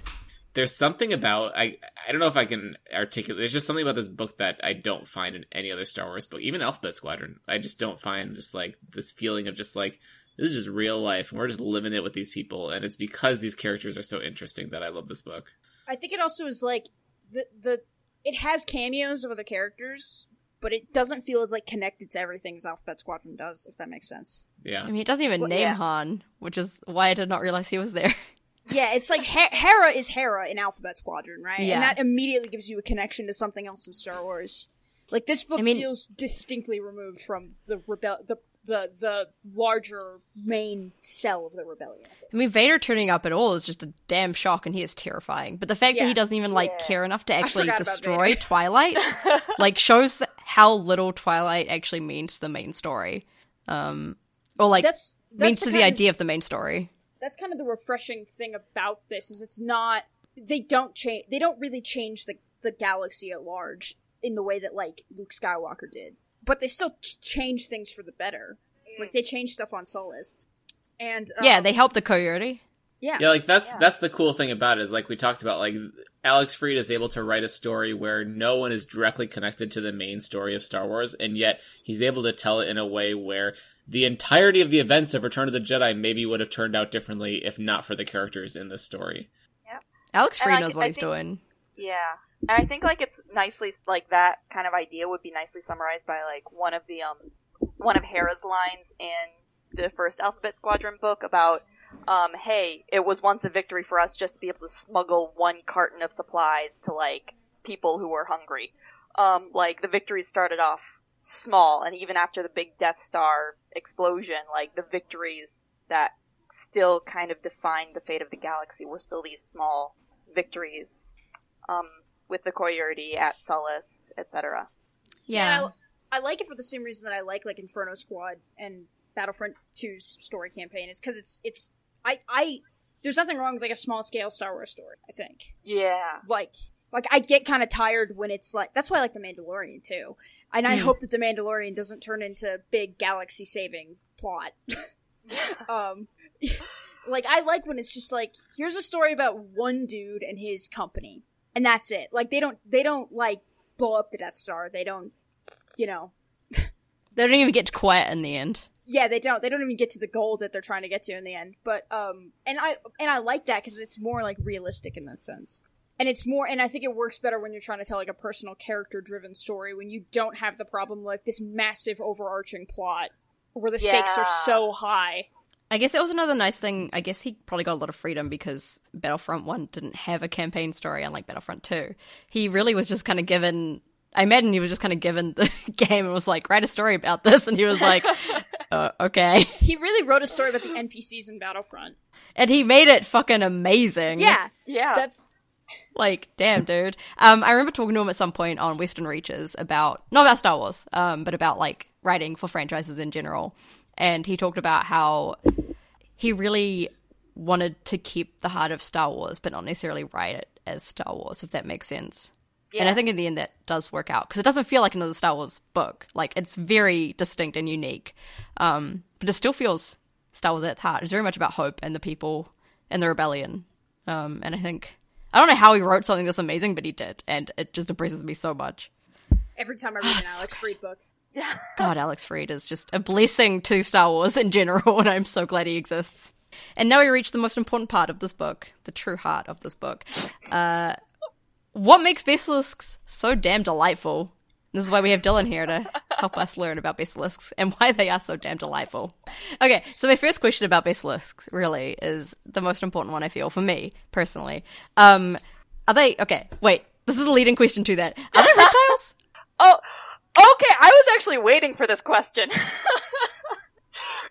Speaker 6: there's something about I I don't know if I can articulate. There's just something about this book that I don't find in any other Star Wars book, even Alphabet Squadron. I just don't find just like this feeling of just like this is just real life, and we're just living it with these people, and it's because these characters are so interesting that I love this book.
Speaker 2: I think it also is like the the it has cameos of other characters, but it doesn't feel as like connected to everything as Alphabet Squadron does, if that makes sense.
Speaker 6: Yeah,
Speaker 5: I mean, it doesn't even
Speaker 2: Well,
Speaker 5: name
Speaker 2: yeah.
Speaker 5: Han, which is why I did not realize he was there.
Speaker 2: Yeah, it's like He- Hera is Hera in Alphabet Squadron, right?
Speaker 5: Yeah.
Speaker 2: And that immediately gives you a connection to something else in Star Wars. Like this book
Speaker 5: I mean-
Speaker 2: feels distinctly removed from the rebel the the the larger main cell of the rebellion.
Speaker 5: I mean, Vader turning up at all is just a damn shock, and he is terrifying. But the fact that
Speaker 2: Yeah.
Speaker 5: he doesn't even like care enough to actually
Speaker 2: forgot about
Speaker 5: destroy
Speaker 2: Vader.
Speaker 5: Twilight, like shows th- how little Twilight actually means to the main story, um, or like
Speaker 2: That's- that's
Speaker 5: means
Speaker 2: the
Speaker 5: to the
Speaker 2: kind of-
Speaker 5: idea of the main story.
Speaker 2: That's kind of the refreshing thing about this is it's not they don't change they don't really change the the galaxy at large in the way that like Luke Skywalker did, but they still ch- change things for the better. Like they change stuff on Solist, and um,
Speaker 5: yeah, they help the Coyote.
Speaker 2: yeah
Speaker 6: Yeah, like that's that's the cool thing about it is like we talked about like Alex Freed is able to write a story where no one is directly connected to the main story of Star Wars and yet he's able to tell it in a way where the entirety of the events of Return of the Jedi maybe would have turned out differently if not for the characters in this story.
Speaker 5: Alex
Speaker 10: And
Speaker 5: Freed
Speaker 10: I-
Speaker 5: knows what
Speaker 10: I
Speaker 5: he's
Speaker 10: think-
Speaker 5: doing.
Speaker 10: Yeah. And I think like it's nicely like that kind of idea would be nicely summarized by like one of the um one of Hera's lines in the first Alphabet Squadron book about um hey, it was once a victory for us just to be able to smuggle one carton of supplies to like people who were hungry. Um like the victory started off small and even after the big Death Star explosion, like the victories that still kind of defined the fate of the galaxy were still these small victories um, with the Coyote at Sullust, etc.
Speaker 5: Yeah,
Speaker 2: And I, I like it for the same reason that I like like Inferno Squad and Battlefront 2's story campaign is because it's it's I I there's nothing wrong with like a small scale Star Wars story. I think
Speaker 10: Yeah.
Speaker 2: like like I get kind of tired when it's like that's why I like the Mandalorian too, and I
Speaker 5: Hmm.
Speaker 2: hope that the Mandalorian doesn't turn into big galaxy saving plot. um, like I like when it's just like here's a story about one dude and his company, and that's it. Like they don't they don't like blow up the Death Star. They don't, you know,
Speaker 5: they don't even get quiet in the end.
Speaker 2: yeah, they don't. They don't even get to the goal that they're trying to get to in the end. But um, and I and I like that because it's more like realistic in that sense, and it's more. And I think it works better when you're trying to tell like a personal character-driven story when you don't have the problem like this massive overarching plot where the stakes are
Speaker 10: Yeah.
Speaker 2: so high.
Speaker 5: I guess that was another nice thing. I guess he probably got a lot of freedom because Battlefront 1 didn't have a campaign story, unlike Battlefront 2. He really was just kind of given. I imagine he was just kind of given the game and was like, write a story about this. And he was like, uh, okay.
Speaker 2: He really wrote a story about the NPCs in Battlefront.
Speaker 5: And he made it fucking amazing.
Speaker 2: Yeah,
Speaker 10: Yeah.
Speaker 2: that's
Speaker 5: Like, damn, dude. Um, I remember talking to him at some point on Western Reaches about, not about Star Wars, um, but about like writing for franchises in general. And he talked about how he really wanted to keep the heart of Star Wars, but not necessarily write it as Star Wars, if that makes sense. And I think in the end that does work out because it doesn't feel like another Star Wars book. Like it's very distinct and unique, um, but it still feels Star Wars at its heart. It's very much about hope and the people and the rebellion. Um, and I think I don't know how he wrote something this amazing, but he did, and it just impresses me so much.
Speaker 2: every time I read an Alex Freed book.
Speaker 5: God, Alex Freed is just a blessing to Star Wars in general, and I'm so glad he exists. And now we reach the most important part of this book, the true heart of this book. Uh, what makes basilisks so damn delightful? This is why we have Dylan here to help us learn about basilisks and why they are so damn delightful. Okay, so my first question about basilisks really is the most important one I feel for me personally. Um, are they okay? Wait, this is the leading question to that. Are they reptiles?
Speaker 10: Oh, okay. I was actually waiting for this question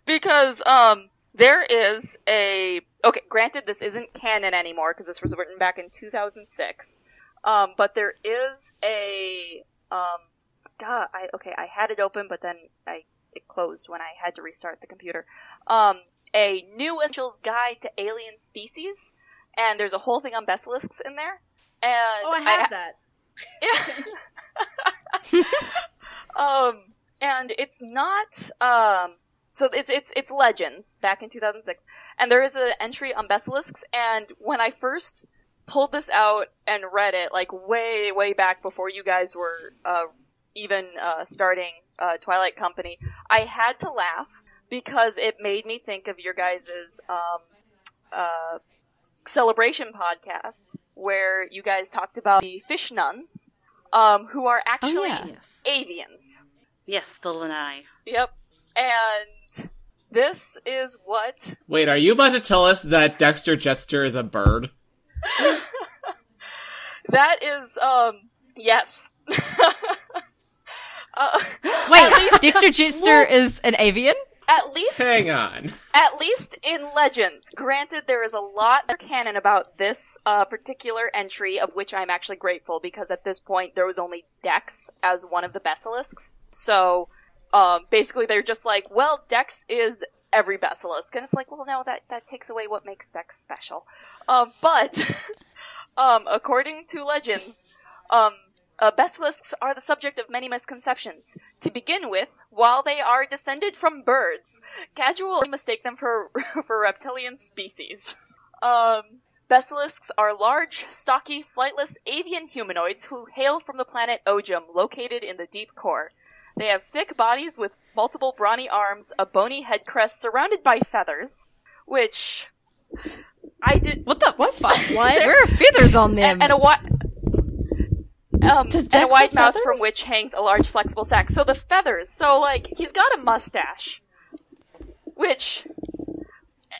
Speaker 10: because um, there is a okay, granted, this isn't canon anymore because this was written back in 2006. Um, but there is a, um, duh, I, okay, I had it open, but then I, it closed when I had to restart the computer. Um, a new essentials guide to alien species, and there's a whole thing on basilisks in there. And
Speaker 2: Oh, I have that.
Speaker 10: um, and it's not um, so it's it's it's Legends back in 2006, and there is an entry on Basilisks. And when I first pulled this out and read it, like way way back before you guys were uh, even uh, starting uh, Twilight Company, I had to laugh because it made me think of your guys's um, uh, celebration podcast where you guys talked about the fish nuns um, who are
Speaker 5: Oh,
Speaker 10: actually avians.
Speaker 1: Yes, the lanai.
Speaker 10: Yep. And this is what
Speaker 6: Wait, are you about to tell us that Dexter Jester is a bird?
Speaker 10: that is. Um, yes. uh,
Speaker 5: Wait, Dexter Jester is an avian?
Speaker 10: at least,
Speaker 6: Hang on.
Speaker 10: at least in Legends. Granted, there is a lot of canon about this uh, particular entry, of which I'm actually grateful because at this point there was only Dex as one of the basilisks. So um, basically, they're just like, well, Dex is every basilisk, and it's like, well, no, that that takes away what makes Dex special. Um, but um, according to legends, um, uh, basilisks are the subject of many misconceptions. To begin with, while they are descended from birds, casual mistake them for for reptilian species. Um, basilisks are large, stocky, flightless avian humanoids who hail from the planet Ojum, located in the deep core. They have thick bodies with multiple brawny arms, a bony head crest surrounded by feathers, which I did.
Speaker 5: What the what? what?
Speaker 10: There-
Speaker 5: Where are feathers on them?
Speaker 10: and, and a wide um, and a
Speaker 1: Dex
Speaker 10: wide
Speaker 1: have
Speaker 10: mouth
Speaker 1: feathers?
Speaker 10: from which hangs a large flexible sac. So the feathers. So like he's got a mustache, which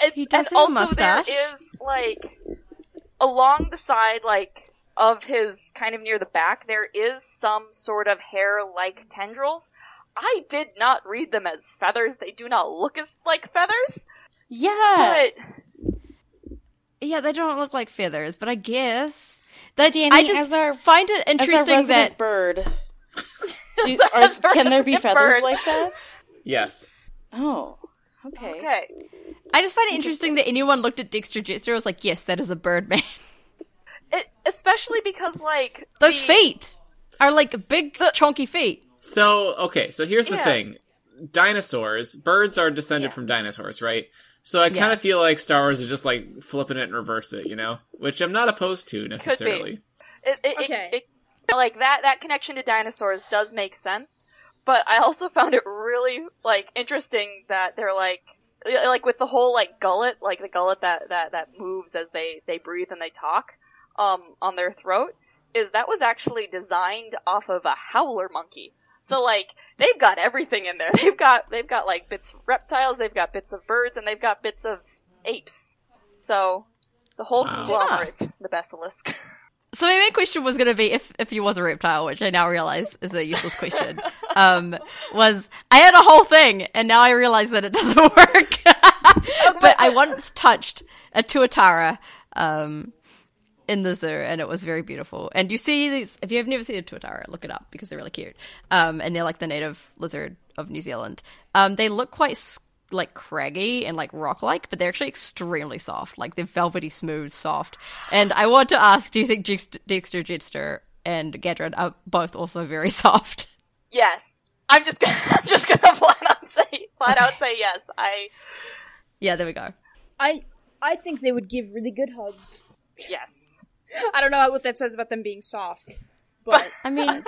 Speaker 10: and,
Speaker 5: He does
Speaker 10: and
Speaker 5: have a
Speaker 10: also
Speaker 5: mustache.
Speaker 10: there is like along the side like of his kind of near the back there is some sort of hair like tendrils. I did not read them as feathers. They do not look as like feathers,
Speaker 1: Yeah.
Speaker 10: but
Speaker 5: yeah, they don't look like feathers, but I guess that
Speaker 1: Danny,
Speaker 5: I just
Speaker 1: as our-
Speaker 5: find it
Speaker 1: As a
Speaker 5: interesting
Speaker 1: resident
Speaker 5: that
Speaker 1: bird, do,
Speaker 10: As a
Speaker 1: are, can there be
Speaker 10: resident
Speaker 1: feathers
Speaker 10: bird.
Speaker 1: like that?
Speaker 6: Yes.
Speaker 1: Oh, okay.
Speaker 10: okay.
Speaker 5: I just find it interesting that anyone looked at Dexter Jester and was like, yes, that is a bird man.
Speaker 10: It, especially because like
Speaker 5: Those
Speaker 10: the-
Speaker 5: feet are like big, chonky feet.
Speaker 6: So, okay, so here's the
Speaker 10: Yeah.
Speaker 6: thing. Dinosaurs, birds are descended
Speaker 10: Yeah.
Speaker 6: from dinosaurs, right? So I
Speaker 5: Yeah.
Speaker 6: kind of feel like Star Wars is just like flipping it and reverse it, you know? Which I'm not opposed to necessarily.
Speaker 10: It, it,
Speaker 2: Okay.
Speaker 10: it, it, like that that connection to dinosaurs does make sense, but I also found it really like interesting that they're like like with the whole like gullet, like the gullet that that that moves as they they breathe and they talk um on their throat is that was actually designed off of a howler monkey. So like they've got everything in there. They've got they've got like bits of reptiles, they've got bits of birds, and they've got bits of apes. So it's a whole
Speaker 6: Wow.
Speaker 10: conglomerate, the basilisk.
Speaker 5: So my main question was going to be if if he was a reptile, which I now realize is a useless question. um, was I had a whole thing, and now I realize that it doesn't work. but I once touched a tuatara um, in the zoo, and it was very beautiful. And you see these if you have never seen a tuatara, look it up because they're really cute. Um, and they're like the native lizard of New Zealand. Um, they look quite s- like craggy and like rock like, but they're actually extremely soft. Like they're velvety smooth, soft. And I want to ask, do you think Dexter, Dexter Jetster and Gadron are both also very soft?
Speaker 10: Yes. I'm just gonna I'm just gonna flat out say flat out say yes. I
Speaker 5: Yeah, there we go.
Speaker 2: I I think they would give really good hugs.
Speaker 10: yes.
Speaker 2: I don't know what that says about them being soft, but
Speaker 5: I mean,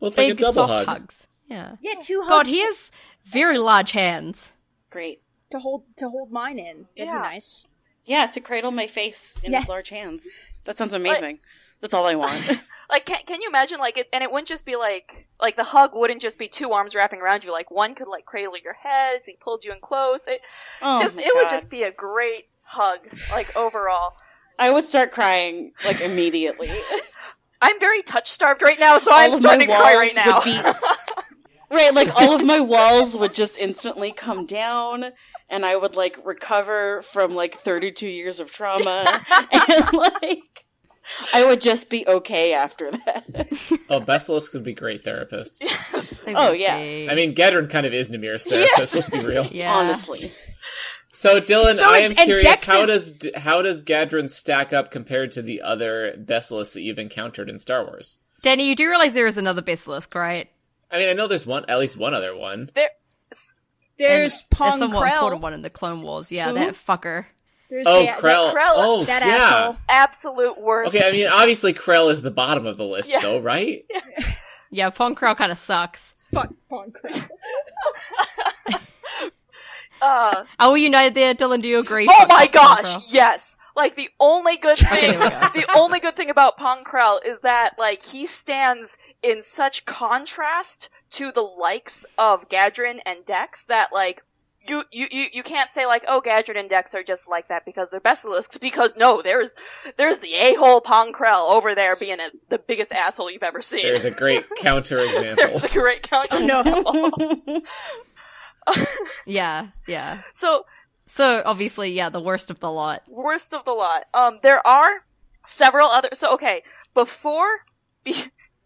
Speaker 6: Well, it's
Speaker 5: big
Speaker 6: like a double
Speaker 5: soft
Speaker 6: hug.
Speaker 5: hugs. Yeah.
Speaker 2: yeah, two hugs
Speaker 5: God, he has very large hands.
Speaker 1: Great.
Speaker 2: to hold to hold mine in. That'd
Speaker 10: Yeah.
Speaker 2: be nice.
Speaker 1: Yeah, to cradle my face in his
Speaker 2: Yeah.
Speaker 1: large hands. That sounds amazing. That's all I want.
Speaker 10: Like can can you imagine like it and it wouldn't just be like like the hug wouldn't just be two arms wrapping around you, like one could like cradle your head as he pulled you in close. It
Speaker 1: Oh
Speaker 10: just
Speaker 1: my
Speaker 10: it would
Speaker 1: God.
Speaker 10: just be a great hug, like overall.
Speaker 1: I would start crying like immediately.
Speaker 10: I'm very touch starved right now, so I'm
Speaker 1: all of
Speaker 10: starting
Speaker 1: my
Speaker 10: to
Speaker 1: walls
Speaker 10: cry right now.
Speaker 1: would be right. Like all of my walls would just instantly come down, and and I would like recover from like 32 years of trauma and like I would just be okay after that.
Speaker 6: Oh, Basilisks would be great therapists.
Speaker 1: oh yeah.
Speaker 6: I mean, Gedrin kind of is Namir's therapist.
Speaker 1: Yes.
Speaker 6: Let's be real.
Speaker 5: Yeah.
Speaker 1: Honestly.
Speaker 6: So Dylan,
Speaker 11: So
Speaker 6: I
Speaker 11: is-
Speaker 6: am
Speaker 11: and
Speaker 6: curious
Speaker 11: Dex
Speaker 6: how
Speaker 11: is-
Speaker 6: does d- how does Gadrin stack up compared to the other Basilisk that you've encountered in Star Wars?
Speaker 5: Danny, you do realize there is another basilisk, right?
Speaker 6: I mean, I know there's one, at least one other one.
Speaker 2: There's
Speaker 5: That's
Speaker 2: Pong
Speaker 5: somewhat
Speaker 2: Krell.
Speaker 5: important one in the Clone Wars. Yeah,
Speaker 2: Who?
Speaker 5: that fucker.
Speaker 2: There's
Speaker 6: Oh,
Speaker 2: that-
Speaker 6: Krell.
Speaker 2: That,
Speaker 10: Krell-
Speaker 6: oh,
Speaker 2: that
Speaker 6: yeah.
Speaker 2: asshole.
Speaker 10: Absolute worst.
Speaker 6: Okay, I mean, obviously Krell is the bottom of the list,
Speaker 10: Yeah.
Speaker 6: though, right?
Speaker 5: Yeah, Pong Krell kind of sucks.
Speaker 2: Fuck Pong Krell.
Speaker 10: uh,
Speaker 5: Are we united Oh, there, Dylan? Do you agree?
Speaker 10: oh
Speaker 5: Fuck
Speaker 10: my
Speaker 5: Pong
Speaker 10: gosh,
Speaker 5: Krell.
Speaker 10: yes. Like the only good
Speaker 5: Okay,
Speaker 10: thing,
Speaker 5: there we go.
Speaker 10: the only good thing about Pong Krell is that like he stands in such contrast to the likes of Gadrin and Dex that like. You, you, you, you can't say like, oh, Gadrin and Dex are just like that because they're basilisks, because no, there's, there's the a-hole Pong Krell over there being a, the biggest asshole you've ever seen.
Speaker 6: There's a great
Speaker 10: There's
Speaker 6: counterexample.
Speaker 10: a great counter.
Speaker 5: Yeah, yeah.
Speaker 10: So,
Speaker 5: So obviously, yeah, the worst of the lot.
Speaker 10: worst of the lot. Um, there are several other. So okay, before, be,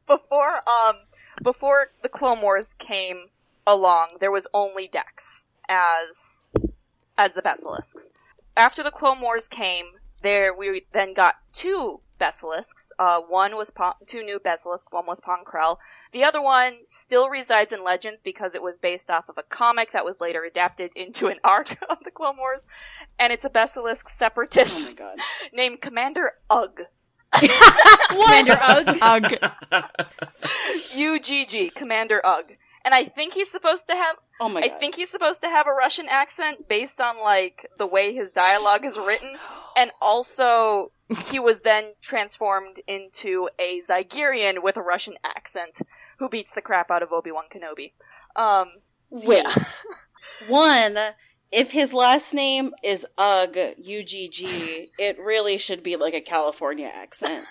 Speaker 10: before um, before the Clone Wars came along, there was only Dex as as the basilisks. After the Clone Wars came, there we then got two basilisks. Uh, one was Pon- two new basilisks. One was Pon Krell. The other one still resides in Legends because it was based off of a comic that was later adapted into an arc of the Clone Wars, and it's a basilisk
Speaker 1: Oh my
Speaker 10: separatist
Speaker 1: god.
Speaker 10: named Commander Ugg.
Speaker 5: Commander Ugg. Ugg.
Speaker 10: UGG, Commander Ugg. And I think he's supposed to have
Speaker 1: Oh my
Speaker 10: I
Speaker 1: god.
Speaker 10: think he's supposed to have a Russian accent based on like the way his dialogue is written and also he was then transformed into a Zygerian with a Russian accent who beats the crap out of Obi-Wan Kenobi. Um
Speaker 1: Wait. One, if his last name is Ugg, UGG, it really should be like a California accent.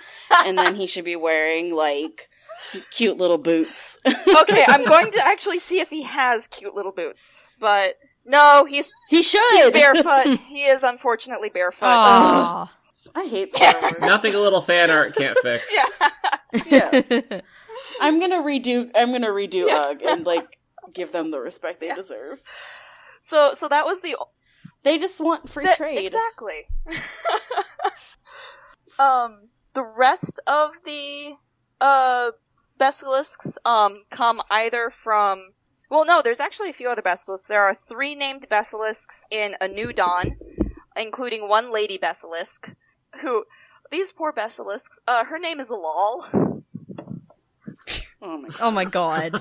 Speaker 1: And then he should be wearing like cute little boots.
Speaker 10: okay, I'm going to actually see if he has cute little boots. But no, he's
Speaker 1: He should.
Speaker 10: barefoot. he is unfortunately barefoot.
Speaker 5: Aw.
Speaker 1: I hate Star Wars.
Speaker 6: Nothing a little fan art can't fix.
Speaker 1: Yeah. I'm going to redo I'm going to redo
Speaker 10: Yeah.
Speaker 1: Ugg and like give them the respect they deserve.
Speaker 10: So so that was the
Speaker 1: They just want free
Speaker 10: Th-
Speaker 1: trade.
Speaker 10: Exactly. um, the rest of the uh basilisks um come either from well, no, there's actually a few other basilisks. There are three named basilisks in A New Dawn, including one lady basilisk who these poor basilisks. Uh, her name is Lol.
Speaker 1: Oh my god.
Speaker 5: Oh my god.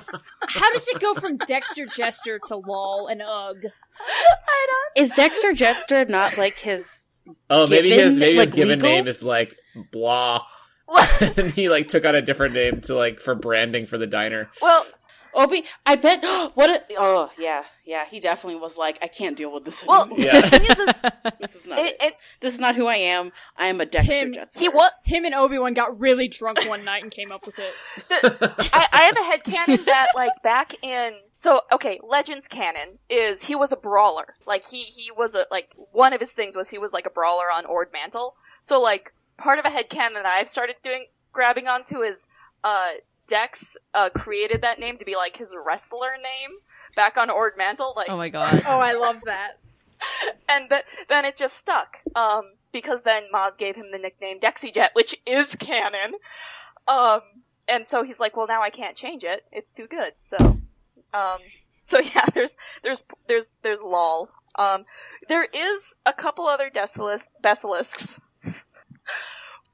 Speaker 11: How does it go from Dexter Jester to lol and ugh?
Speaker 10: I don't
Speaker 1: Is Dexter Jetster not like his
Speaker 6: Oh, maybe
Speaker 1: Given,
Speaker 6: his maybe his
Speaker 1: like,
Speaker 6: given
Speaker 1: legal?
Speaker 6: name is like blah,
Speaker 10: Well-
Speaker 6: and he like took on a different name to like for branding for the diner.
Speaker 10: Well,
Speaker 1: Obi? I bet what a Oh, yeah. Yeah, he definitely was like I can't deal with this
Speaker 10: well,
Speaker 1: anymore.
Speaker 10: the
Speaker 6: Yeah.
Speaker 10: thing is, is
Speaker 1: This is not
Speaker 10: it,
Speaker 1: it.
Speaker 10: it,
Speaker 1: This is not who I am. I am a Dexter
Speaker 11: Him.
Speaker 1: Jetster.
Speaker 10: he was
Speaker 11: Him and Obi Wan got really drunk one night and came up with it.
Speaker 10: I, I have a headcanon that like back in so okay, Legends canon is he was a brawler. Like he he was a like one of his things was he was like a brawler on Ord Mantle. So like part of a headcanon that I've started doing grabbing onto is uh Dex uh created that name to be like his wrestler name back on Ord Mantle. Like
Speaker 5: Oh my god.
Speaker 2: Oh, I love that.
Speaker 10: and th- then it just stuck. Um, because then Maz gave him the nickname Dexyjet, which is canon. Um, and so he's like, well, now I can't change it. It's too good. So, um, so yeah, there's there's there's there's lol. Um, there is a couple other Desilis- basilisks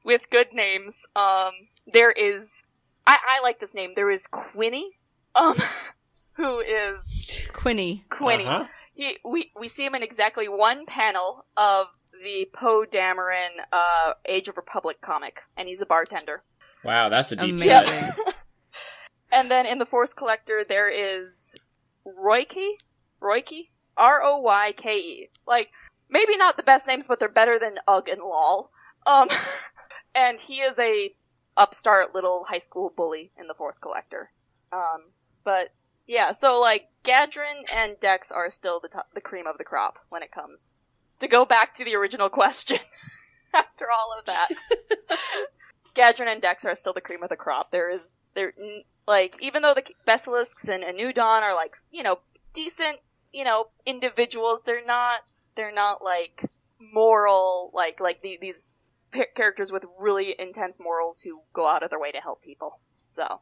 Speaker 10: with good names. Um, there is I, I like this name. There is Quinny, um, who is
Speaker 5: Quinny.
Speaker 10: Quinny
Speaker 6: Uh-huh.
Speaker 10: he, we we see him in exactly one panel of the Poe Dameron uh, Age of Republic comic, and he's a bartender.
Speaker 6: Wow, that's a deep
Speaker 5: Amazing.
Speaker 10: Yep.
Speaker 6: cut.
Speaker 10: And then in the Force Collector, there is Royke, Royke, R O Y K E. Like maybe not the best names, but they're better than Ugg and Lol. Um, and he is a upstart little high school bully in the Force Collector. Um, but Yeah, so like Gadrin and Dex are still the to the cream of the crop when it comes to go back to the original question. after all of that, Gadrin and Dex are still the cream of the crop. There is there n- like even though the Basilisks and Anu Dawn are like you know decent you know individuals, they're not they're not like moral like like the, these pa- characters with really intense morals who go out of their way to help people. So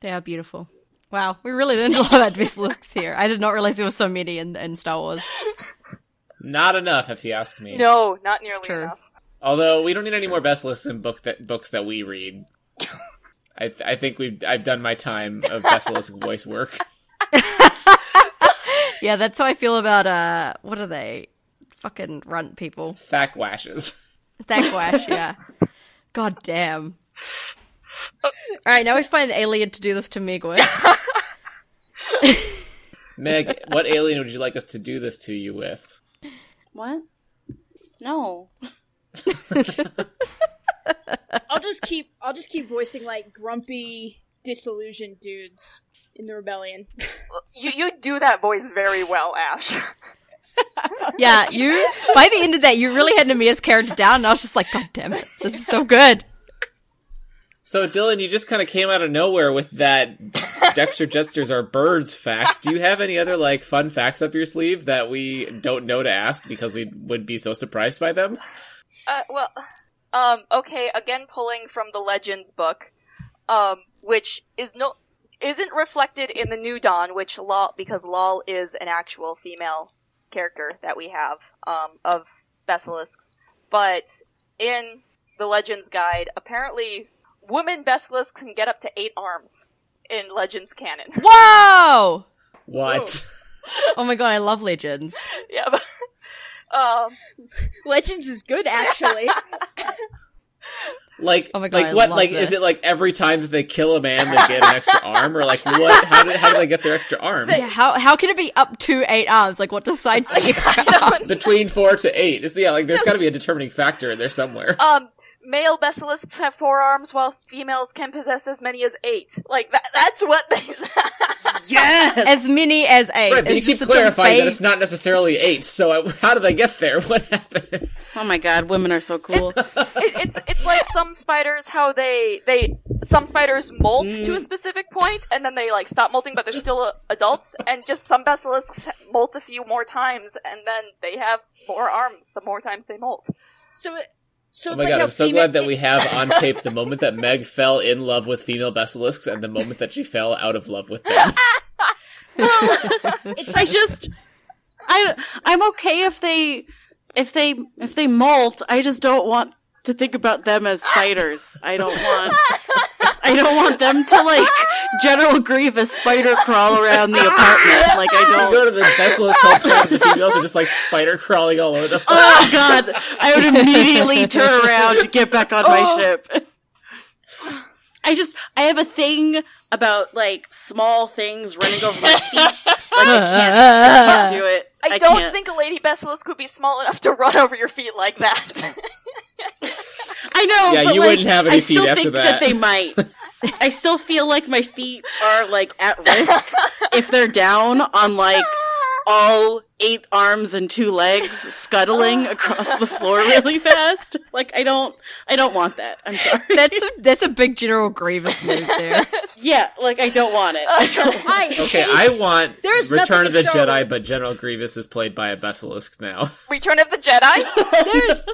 Speaker 5: They are beautiful. Wow, we really didn't love about Basilisks here. I did not realize there were so many in, in Star Wars.
Speaker 6: Not enough, if you ask me.
Speaker 10: no, not nearly
Speaker 5: true.
Speaker 10: enough.
Speaker 6: Although we don't need any more best lists in book that books that we read. I th- I think we've I've done my time of best list voice work.
Speaker 5: Yeah, that's how I feel about uh, what are they? Fucking runt people.
Speaker 6: Fact washes.
Speaker 5: Thagwash, yeah. God damn. All right, now we find an alien to do this to Meg with.
Speaker 6: Meg, what alien would you like us to do this to you with?
Speaker 1: What? No.
Speaker 2: I'll just keep I'll just keep voicing like grumpy, disillusioned dudes in the rebellion.
Speaker 10: You you do that voice very well, Ash.
Speaker 5: Yeah, you. By the end of that, you really had Namia's character down, and I was just like, God damn it, this is so good.
Speaker 6: So Dylan, you just kind of came out of nowhere with that Dexter Jetsters are birds fact. Do you have any other like fun facts up your sleeve that we don't know to ask because we would be so surprised by them?
Speaker 10: Uh, well, um, okay, again pulling from the Legends book, um, which is no isn't reflected in the New Dawn, which Lol because Lol is an actual female character that we have um, of basilisks, but in the Legends guide, apparently women basilisks can get up to eight arms in Legends canon.
Speaker 5: Whoa!
Speaker 6: What?
Speaker 5: Oh my god, I love legends.
Speaker 10: yeah, but, um,
Speaker 2: Legends is good actually.
Speaker 6: Like,
Speaker 5: Oh my God, I
Speaker 6: like what?
Speaker 5: love
Speaker 6: Like,
Speaker 5: this.
Speaker 6: is it like every time that they kill a man, they get an extra arm, or like what? How do, how do they get their extra arms?
Speaker 5: Yeah, how how can it be up to eight arms? Like, what decides the extra arm?
Speaker 6: Between four to eight. It's, yeah, like there's got to be a determining factor in there somewhere.
Speaker 5: Oh,
Speaker 10: um, male basilisks have four arms, while females can possess as many as eight. Like that, thats what they said.
Speaker 1: Yes.
Speaker 5: As many as eight.
Speaker 6: Right, but you
Speaker 5: It's
Speaker 6: keep
Speaker 5: just such a
Speaker 6: clarifying that
Speaker 5: vague-
Speaker 6: it's not necessarily eight. So I, how do they get there? What happened?
Speaker 1: Oh my god, women are so cool.
Speaker 10: it, it's it's like some spiders how they they some spiders molt to a specific point and then they like stop molting but they're still uh, adults and just some basilisks molt a few more times and then they have more arms the more times they molt.
Speaker 2: so it- so
Speaker 6: Oh
Speaker 2: it's
Speaker 6: my
Speaker 2: like
Speaker 6: god,
Speaker 2: how
Speaker 6: I'm so
Speaker 2: female-
Speaker 6: glad that we have on tape the moment that Meg fell in love with female basilisks and the moment that she fell out of love with them.
Speaker 2: it's
Speaker 1: I
Speaker 2: like
Speaker 1: just I I'm okay if they if they if they molt, I just don't want to think about them as spiders. I don't want I don't want them to like General Grievous spider crawl around the apartment. Like I
Speaker 6: You
Speaker 1: don't
Speaker 6: go to the basilisk club, and the females are just like spider crawling all over them.
Speaker 1: Oh god, I would immediately turn around to get back on my
Speaker 10: Oh.
Speaker 1: ship. I just I have a thing about like small things running over my feet. Like I can't, I can't do it.
Speaker 10: I, don't
Speaker 1: can't.
Speaker 10: think a lady basilisk would be small enough to run over your feet like that.
Speaker 1: I know.
Speaker 6: Yeah,
Speaker 1: but,
Speaker 6: you
Speaker 1: like,
Speaker 6: wouldn't have any
Speaker 1: I still
Speaker 6: feet after
Speaker 1: think
Speaker 6: that.
Speaker 1: they might. I still feel like my feet are like at risk if they're down on like all eight arms and two legs scuttling across the floor really fast. Like I don't, I don't want that. I'm sorry.
Speaker 5: That's a, that's a big General Grievous move there.
Speaker 1: yeah, like I don't want it. I don't want
Speaker 2: I
Speaker 6: Okay,
Speaker 2: hate-
Speaker 6: I want
Speaker 2: There's
Speaker 6: Return
Speaker 2: nothing
Speaker 6: of the
Speaker 2: in Star
Speaker 6: Jedi,
Speaker 2: Wars.
Speaker 6: but General Grievous is played by a basilisk now.
Speaker 10: Return of the Jedi.
Speaker 2: there's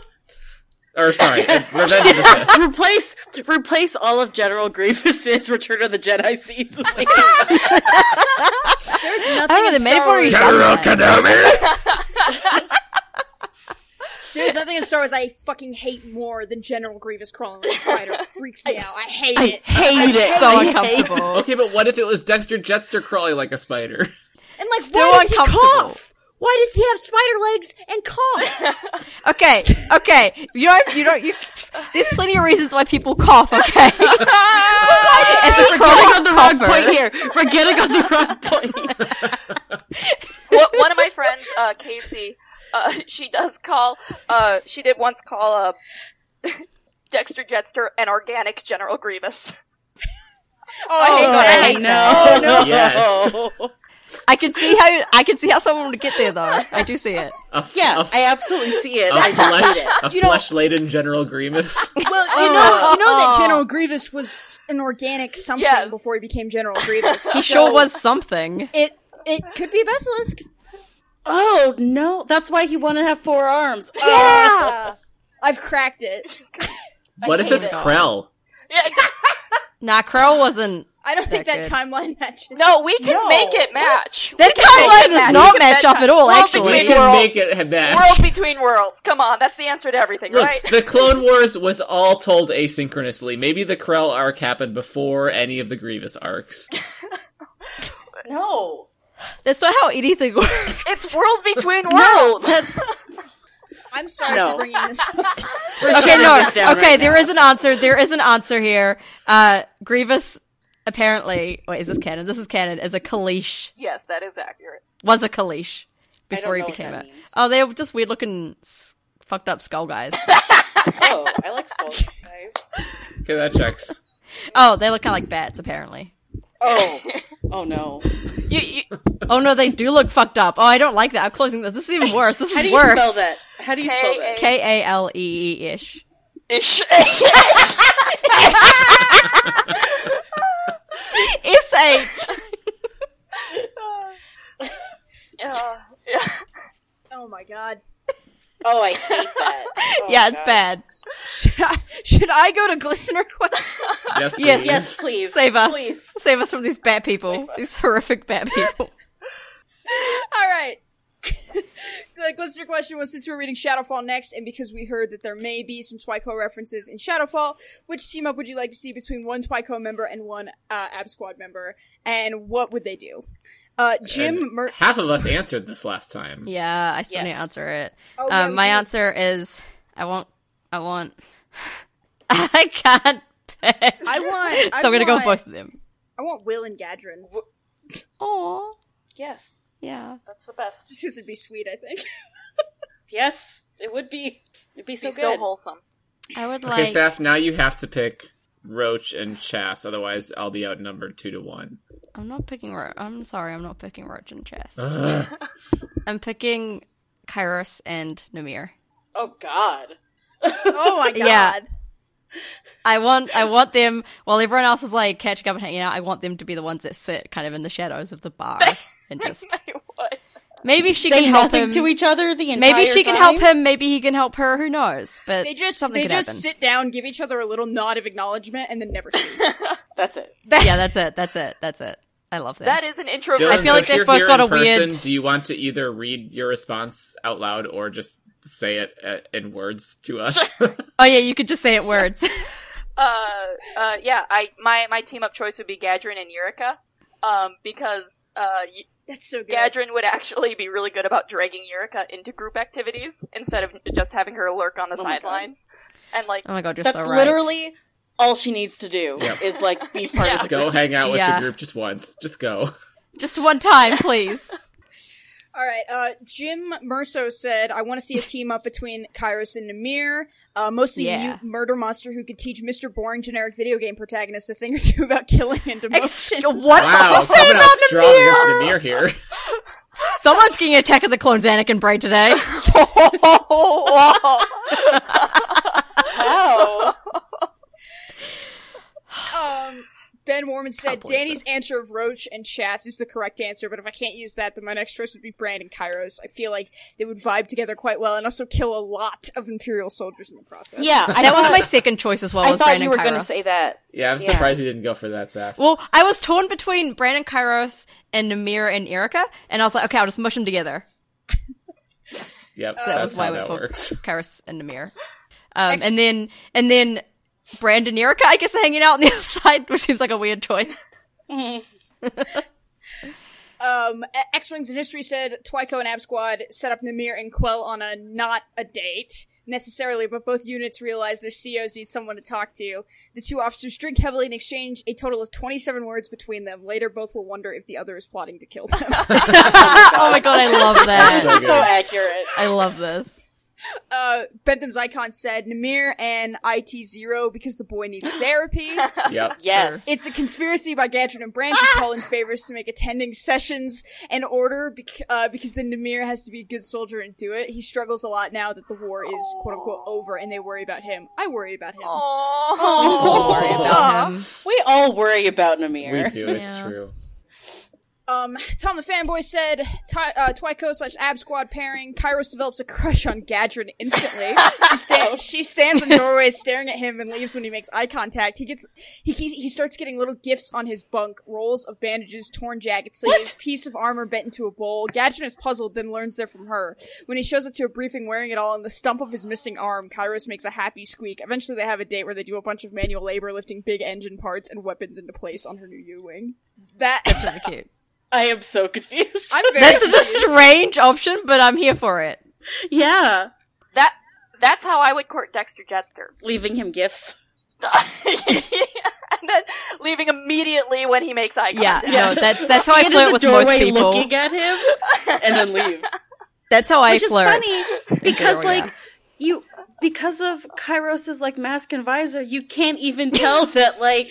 Speaker 6: or sorry, it's Revenge of the Sith.
Speaker 1: replace replace all of General Grievous's Return of the Jedi scenes. with, like,
Speaker 2: there's
Speaker 5: I
Speaker 2: nothing
Speaker 5: don't know,
Speaker 2: in
Speaker 5: they may have
Speaker 2: Star
Speaker 5: already
Speaker 2: Wars.
Speaker 5: done that.
Speaker 2: There's nothing in Star Wars I fucking hate more than General Grievous crawling like a spider. It freaks me out. I hate
Speaker 1: I
Speaker 2: it.
Speaker 1: hate it.
Speaker 5: so
Speaker 1: I hate
Speaker 5: uncomfortable.
Speaker 6: Okay, but what if it was Dexter Jetster crawling like a spider?
Speaker 2: And like,
Speaker 5: Still
Speaker 2: why does he
Speaker 5: uncomfortable.
Speaker 2: cough? Why does he have spider legs and cough?
Speaker 5: Okay, okay. You don't, you don't, you. There's plenty of reasons why people cough, okay? As a
Speaker 1: We're getting on the wrong
Speaker 5: cougher.
Speaker 1: point here. We're getting on the wrong point.
Speaker 10: Wha- one of my friends, uh, Casey, uh, she does call. Uh, she did once call uh, Dexter Jetster an organic General Grievous.
Speaker 2: Oh, I hate that. I hate that.
Speaker 5: no.
Speaker 6: Yes.
Speaker 5: I can see how I can see how someone would get there though. I do see it.
Speaker 6: A f-
Speaker 1: Yeah,
Speaker 6: a f-
Speaker 1: I absolutely see it.
Speaker 6: a
Speaker 1: I just hate
Speaker 6: flesh, a
Speaker 1: it.
Speaker 6: flesh laden General Grievous.
Speaker 2: Well, you know, you know that General Grievous was an organic something
Speaker 10: Yeah.
Speaker 2: before he became General Grievous.
Speaker 5: He
Speaker 2: so
Speaker 5: sure was something.
Speaker 2: It it could be basilisk.
Speaker 1: Oh no, that's why he wanted to have four arms. Oh, Yeah.
Speaker 2: I've cracked it.
Speaker 6: what if it's Krell?
Speaker 10: Yeah,
Speaker 5: Nah, Crow wasn't.
Speaker 2: I don't think that
Speaker 5: That good.
Speaker 2: timeline matches.
Speaker 10: no, we can
Speaker 2: No.
Speaker 10: make it match.
Speaker 5: That
Speaker 10: We can make it
Speaker 5: timeline does not
Speaker 10: We can
Speaker 5: match up
Speaker 10: bedtime-
Speaker 5: at all,
Speaker 10: World
Speaker 5: actually.
Speaker 10: Between
Speaker 6: We can
Speaker 10: worlds.
Speaker 6: make it a match.
Speaker 10: World between worlds. Come on, that's the answer to everything,
Speaker 6: Look,
Speaker 10: right?
Speaker 6: the Clone Wars was all told asynchronously. Maybe the Krell arc happened before any of the Grievous arcs.
Speaker 1: No.
Speaker 5: That's not how anything works.
Speaker 10: It's world between worlds.
Speaker 1: No, that's
Speaker 2: I'm sorry
Speaker 1: No.
Speaker 2: for bringing this up.
Speaker 5: okay, no.
Speaker 1: this down
Speaker 5: okay,
Speaker 1: right
Speaker 5: there is an answer. There is an answer here. Uh, Grievous apparently. Wait, is this canon? This is canon. Is a Kalish
Speaker 10: Yes, that is accurate.
Speaker 5: was a Kalish
Speaker 1: don't
Speaker 5: before he
Speaker 1: know what
Speaker 5: became
Speaker 1: that
Speaker 5: it.
Speaker 1: means.
Speaker 5: Oh, they're just weird looking, s- fucked up skull guys.
Speaker 1: oh, I like skull guys.
Speaker 6: Okay, that checks.
Speaker 5: oh, they look kind of like bats apparently.
Speaker 1: Oh, oh no.
Speaker 10: You, you,
Speaker 5: Oh no, they do look fucked up. Oh, I don't like that. I'm closing this. This is even worse. This is
Speaker 1: How do you
Speaker 5: worse.
Speaker 1: spell that? How do you spell
Speaker 10: K
Speaker 1: that?
Speaker 10: A-
Speaker 5: K A L E E ish.
Speaker 10: ish,
Speaker 5: S H.
Speaker 10: Uh, yeah.
Speaker 2: Oh my god.
Speaker 1: Oh, I hate that. Oh,
Speaker 5: Yeah, it's
Speaker 1: God.
Speaker 5: bad.
Speaker 2: Should I, should I go to glistener question?
Speaker 6: Yes, please.
Speaker 5: Yes.
Speaker 1: Yes, please
Speaker 5: Save us.
Speaker 1: Please.
Speaker 5: Save us from these bad people. These horrific bad people.
Speaker 2: All right. the glistener question was since we're reading Shadowfall next, and because we heard that there may be some Twyco references in Shadowfall, which team up would you like to see between one Twyco member and one uh, Ab Squad member, and what would they do? Uh, Jim
Speaker 6: And
Speaker 2: Mer-
Speaker 6: Half of us answered this last time.
Speaker 5: Yeah, I still need to
Speaker 1: Yes.
Speaker 5: answer it.
Speaker 2: Oh, yeah,
Speaker 5: um,
Speaker 2: we
Speaker 5: my
Speaker 2: do.
Speaker 5: answer is I want. I want. I can't pick.
Speaker 2: I want. I
Speaker 5: so I'm gonna go
Speaker 2: want-
Speaker 5: with both of them.
Speaker 2: I want Will and Gadrin.
Speaker 5: Oh
Speaker 1: Yes,
Speaker 5: yeah.
Speaker 1: that's the best.
Speaker 2: Just because it'd be sweet, I think.
Speaker 1: Yes, it would be. It'd be so
Speaker 10: Be
Speaker 1: good.
Speaker 10: so wholesome.
Speaker 5: I would
Speaker 6: Okay,
Speaker 5: like.
Speaker 6: Saf, now you have to pick Roach and Chas, otherwise I'll be outnumbered two to one.
Speaker 5: I'm not picking. Ro- I'm sorry. I'm not picking Roach and Chess.
Speaker 6: Ugh.
Speaker 5: I'm picking Kairos and Namir.
Speaker 1: oh God.
Speaker 2: Oh my god.
Speaker 5: Yeah. I want I want them while everyone else is like catching up and hanging out, I want them to be the ones that sit kind of in the shadows of the bar and just
Speaker 10: What?
Speaker 5: maybe she
Speaker 1: Say
Speaker 5: can help
Speaker 1: nothing
Speaker 5: him.
Speaker 1: to each other the entire
Speaker 5: maybe she can
Speaker 1: time?
Speaker 5: help him, maybe he can help her, who knows. But
Speaker 2: They just
Speaker 5: something
Speaker 2: they
Speaker 5: could
Speaker 2: just
Speaker 5: happen.
Speaker 2: sit down, give each other a little nod of acknowledgement, and then never speak.
Speaker 1: That's it.
Speaker 5: Yeah, that's it. That's it. That's it. I love that.
Speaker 10: That is an intro.
Speaker 6: Dylan,
Speaker 5: I feel like
Speaker 6: since
Speaker 5: they've
Speaker 6: you're
Speaker 5: both
Speaker 6: here
Speaker 5: got
Speaker 6: in
Speaker 5: a weird-
Speaker 6: person, Do you want to either read your response out loud or just say it uh, in words to us?
Speaker 5: oh yeah, you could just say it words. Oh
Speaker 10: uh, uh, yeah, I my my team up choice would be Gadrin and Eureka, um, because uh, y-
Speaker 2: That's so good.
Speaker 10: Gadrin would actually be really good about dragging Eureka into group activities instead of just having her lurk on the
Speaker 1: Oh my God.
Speaker 10: sidelines. And like,
Speaker 5: Oh my god, you're
Speaker 1: That's
Speaker 5: so right.
Speaker 1: literally all she needs to do
Speaker 6: Yep.
Speaker 1: is like be part of the
Speaker 6: go hang out with
Speaker 5: Yeah.
Speaker 6: the group just once. Just go.
Speaker 5: just one time, please.
Speaker 2: All right. Uh, Jim Merso said, "I want to see a team up between Kairos and Namir, uh, mostly a
Speaker 5: Yeah.
Speaker 2: mute murder monster who could teach Mister Boring generic video game protagonist a thing or two about killing and
Speaker 5: Ex-
Speaker 2: demotion."
Speaker 5: what
Speaker 6: Wow,
Speaker 5: did you say
Speaker 6: coming out
Speaker 5: about
Speaker 6: strong
Speaker 5: Namir?
Speaker 6: against the mirror here.
Speaker 5: Someone's getting attacked of the clones Anakin brain today.
Speaker 1: Wow.
Speaker 2: um, ben Warman said,
Speaker 5: Can't believe
Speaker 2: "Danny's answer of Roach and Chas is the correct answer, but if I can't use that, then my next choice would be Brand and Kairos. I feel like they would vibe together quite well and also kill a lot of Imperial soldiers in the process."
Speaker 1: Yeah, I
Speaker 5: that was
Speaker 1: thought-
Speaker 5: my second choice as well.
Speaker 1: I
Speaker 5: was
Speaker 1: thought
Speaker 5: Brandon
Speaker 1: you were
Speaker 5: going to
Speaker 1: say that.
Speaker 6: Yeah, I'm
Speaker 1: Yeah.
Speaker 6: surprised you didn't go for that, Saf.
Speaker 5: Well, I was torn between Brandon Kairos and Namir and Erica, and I was like, okay, I'll just mush them together.
Speaker 6: yep,
Speaker 5: that
Speaker 6: that's
Speaker 5: was why
Speaker 6: how
Speaker 5: I went
Speaker 6: that
Speaker 5: for
Speaker 6: works.
Speaker 5: Kairos and Namir. Um, and then and then Brandon and Erica, I guess, are hanging out on the other side, which seems like a weird choice.
Speaker 2: Um, X Wings and History said Twyco and Ab Squad set up Namir and Quell on a not a date necessarily, but both units realize their COs need someone to talk to. The two officers drink heavily and exchange a total of 27 words between them. Later, both will wonder if the other is plotting to kill them.
Speaker 5: oh my god, I love
Speaker 1: This
Speaker 5: that.
Speaker 1: is so accurate.
Speaker 5: I love this.
Speaker 2: Uh, Bentham's icon said Namir and IT0 because the boy needs therapy.
Speaker 6: Yep.
Speaker 1: Yes.
Speaker 2: It's a conspiracy by Gadget and Branch to call in favors to make attending sessions an order bec- uh, because then Namir has to be a good soldier and do it. He struggles a lot now that the war is quote unquote over and they worry about him. I worry about him.
Speaker 1: Oh, Don't worry
Speaker 5: Oh.
Speaker 1: about him. We all worry about Namir.
Speaker 6: We do. It's true.
Speaker 2: Um, Tom the fanboy said Ty- uh, Twyco slash Ab Squad pairing. Kairos develops a crush on Gadrin instantly. she, sta- she stands in the doorway, staring at him, and leaves when he makes eye contact. He gets he he, he starts getting little gifts on his bunk: rolls of bandages, torn jacket sleeves, piece of armor bent into a bowl. Gadrin is puzzled, then learns they're from her. When he shows up to a briefing wearing it all and the stump of his missing arm, Kairos makes a happy squeak. Eventually, they have a date where they do a bunch of manual labor, lifting big engine parts and weapons into place on her new U-wing. That
Speaker 5: That's really cute.
Speaker 1: I am so confused.
Speaker 2: I'm very
Speaker 5: That's a
Speaker 2: confused.
Speaker 5: strange option, but I'm here for it.
Speaker 1: yeah.
Speaker 10: That that's how I would court Dexter Jetster.
Speaker 1: Leaving him gifts.
Speaker 10: and then leaving immediately when he makes eye
Speaker 5: Yeah,
Speaker 10: contact.
Speaker 5: no, that, that's how I
Speaker 1: Stand in
Speaker 5: flirt
Speaker 1: the
Speaker 5: with most
Speaker 1: doorway
Speaker 5: people.
Speaker 1: looking at him and then leave.
Speaker 5: That's how I
Speaker 1: Which is
Speaker 5: flirt.
Speaker 1: funny because
Speaker 5: general, yeah.
Speaker 1: like you because of Kairos's like mask and visor, you can't even tell that like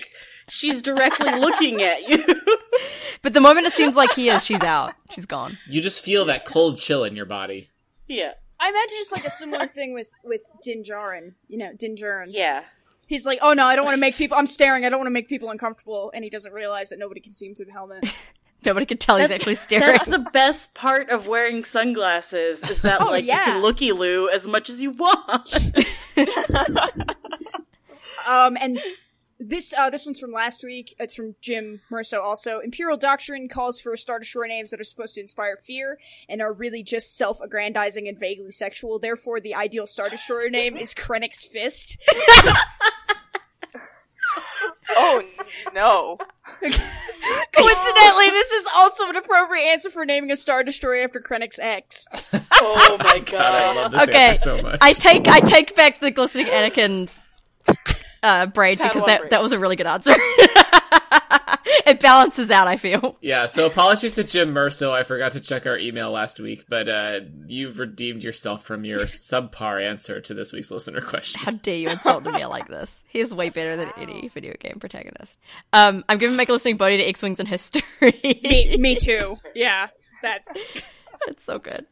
Speaker 1: she's directly looking at you.
Speaker 5: But the moment it seems like he is, she's out. She's gone.
Speaker 6: You just feel that cold chill in your body.
Speaker 1: yeah.
Speaker 2: I imagine it's like a similar thing with with Dinjarin. You know, Dinjarin.
Speaker 1: Yeah.
Speaker 2: He's like, oh no, I don't want to make people. I'm staring. I don't want to make people uncomfortable, and he doesn't realize that nobody can see him through the helmet.
Speaker 5: Nobody can tell he's actually staring.
Speaker 1: That's the best part of wearing sunglasses is that
Speaker 2: Oh,
Speaker 1: like
Speaker 2: yeah.
Speaker 1: you can looky loo as much as you want.
Speaker 2: Um, and this uh, this one's from last week. It's from Jim Merso. Also, Imperial Doctrine calls for Star Destroyer names that are supposed to inspire fear and are really just self-aggrandizing and vaguely sexual. Therefore, the ideal Star Destroyer name is Krennic's Fist.
Speaker 10: Oh no.
Speaker 2: Coincidentally, this is also an appropriate answer for naming a Star Destroyer after Krennic's ex.
Speaker 1: oh my
Speaker 6: I
Speaker 1: god.
Speaker 6: love this
Speaker 5: Okay,
Speaker 6: answer so much.
Speaker 5: I take I take back the glistening Anakin's uh, braid
Speaker 1: Padawan
Speaker 5: because that,
Speaker 1: braid.
Speaker 5: that was a really good answer. it balances out. I feel.
Speaker 6: yeah, so apologies to Jim Merso. I forgot to check our email last week, but uh, you've redeemed yourself from your subpar answer to this week's listener question.
Speaker 5: How dare you insult Namir like this? He is way better than any video game protagonist. Um, I'm giving my glistening body to X Wings in history.
Speaker 2: me, me too. Yeah, that's
Speaker 5: it's so good.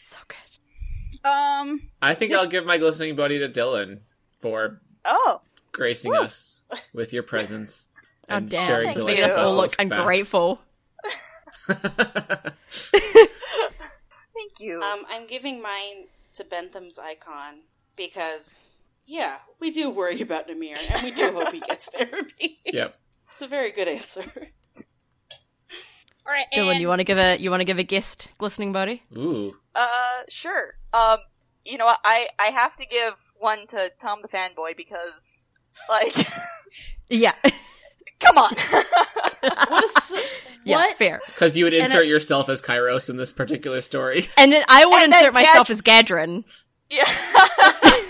Speaker 5: It's so good.
Speaker 2: um.
Speaker 6: I think I'll give my glistening buddy to Dylan for
Speaker 10: Oh.
Speaker 6: gracing us with your presence
Speaker 5: Oh
Speaker 6: and
Speaker 5: damn!
Speaker 6: sharing
Speaker 10: Thank
Speaker 5: Making
Speaker 6: delightful
Speaker 5: us all
Speaker 6: Brussels
Speaker 5: look
Speaker 6: facts.
Speaker 5: ungrateful.
Speaker 10: Thank you.
Speaker 1: Um, I'm giving mine to Bentham's icon because, yeah, we do worry about Namir and we do hope he gets therapy.
Speaker 6: yep.
Speaker 1: It's a very good answer.
Speaker 2: All right,
Speaker 5: Dylan, you want to give a you want to give a guest glistening body?
Speaker 6: Ooh.
Speaker 10: Uh, sure. Um, you know, what, I I have to give one to Tom the fanboy because, like,
Speaker 5: Yeah.
Speaker 10: come on.
Speaker 1: What is
Speaker 5: yeah.
Speaker 1: what?
Speaker 5: Fair.
Speaker 6: Because you would insert
Speaker 1: it's-
Speaker 6: yourself as Kairos in this particular story.
Speaker 5: And then I would
Speaker 10: And then
Speaker 5: insert myself
Speaker 10: Gadge-
Speaker 5: as Gadrin.
Speaker 10: yeah.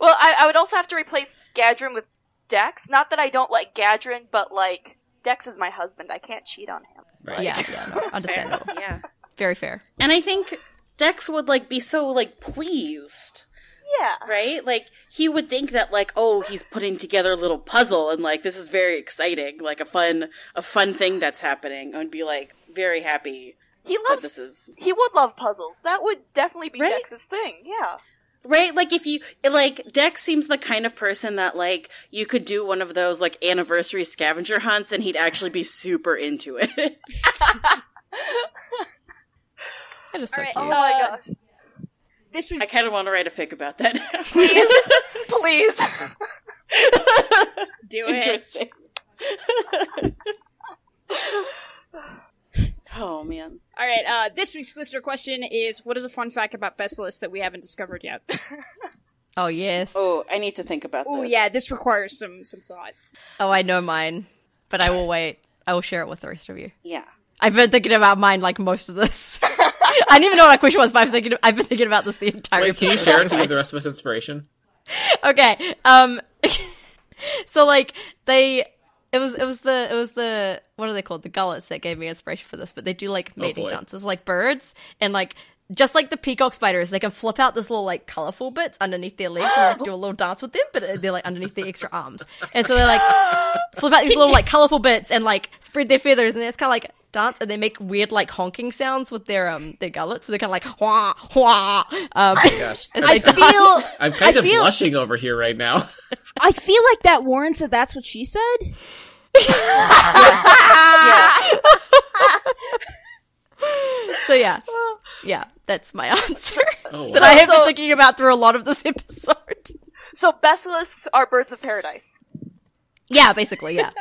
Speaker 10: well, I I would also have to replace Gadrin with Dex. Not that I don't like Gadrin, but like Dex is my husband. I can't cheat on him.
Speaker 6: Right.
Speaker 5: Yeah, yeah, no, understandable.
Speaker 1: Yeah,
Speaker 5: Very fair.
Speaker 1: and I think Dex would like be so like pleased,
Speaker 10: Yeah.
Speaker 1: right? Like he would think that like, oh, he's putting together a little puzzle and like this is very exciting, like a fun a fun thing that's happening, and be like very happy
Speaker 10: He
Speaker 1: that
Speaker 10: loves.
Speaker 1: this is
Speaker 10: He would love puzzles. That would definitely be
Speaker 1: Right?
Speaker 10: Dex's thing. Yeah.
Speaker 1: Right? Like if you like Dex seems the kind of person that like you could do one of those like anniversary scavenger hunts and he'd actually be super into it.
Speaker 5: That is so
Speaker 2: Alright,
Speaker 5: cute.
Speaker 10: Oh my
Speaker 2: Uh,
Speaker 10: gosh.
Speaker 2: this
Speaker 1: I
Speaker 2: week's
Speaker 1: kind of want to write a fic about that.
Speaker 10: Please, please.
Speaker 2: do it.
Speaker 1: Interesting. oh man.
Speaker 2: All right, uh, this week's listener question is: What is a fun fact about Besselius that we haven't discovered yet?
Speaker 5: oh yes. Oh.
Speaker 1: Oh, I need to think about
Speaker 2: Oh
Speaker 1: this.
Speaker 2: yeah, this requires some some thought.
Speaker 5: Oh, I know mine, but I will wait. I will share it with the rest of you.
Speaker 1: Yeah.
Speaker 5: I've been thinking about mine like most of this. I didn't even know what a question was, but I've been thinking. I've been thinking about this the entire.
Speaker 6: Wait, can you
Speaker 5: episode.
Speaker 6: share it to give the rest of us inspiration?
Speaker 5: okay. Um. so like they, it was it was the it was the what are they called the gullets that gave me inspiration for this. But they do like mating
Speaker 6: boy.
Speaker 5: dances like birds and like just like the peacock spiders, they can flip out this little like colorful bits underneath their legs and like, do a little dance with them, but they're like underneath their extra arms. And so they like flip out these little like colorful bits and like spread their feathers, and it's kind of like dance, and they make weird like honking sounds with their um their gullets. So they're kind of like wah wah. Um,
Speaker 6: Gosh.
Speaker 5: and
Speaker 2: I
Speaker 5: they dance.
Speaker 2: feel.
Speaker 6: I'm kind
Speaker 2: I
Speaker 6: of
Speaker 2: feel-
Speaker 6: blushing over here right now.
Speaker 2: I feel like that warrants that. That's what she said.
Speaker 5: So yeah, yeah, that's my answer.
Speaker 6: Oh,
Speaker 5: that I have been
Speaker 10: also-
Speaker 5: thinking about through a lot of this episode.
Speaker 10: So basilisks are birds of paradise.
Speaker 5: Yeah, basically, yeah.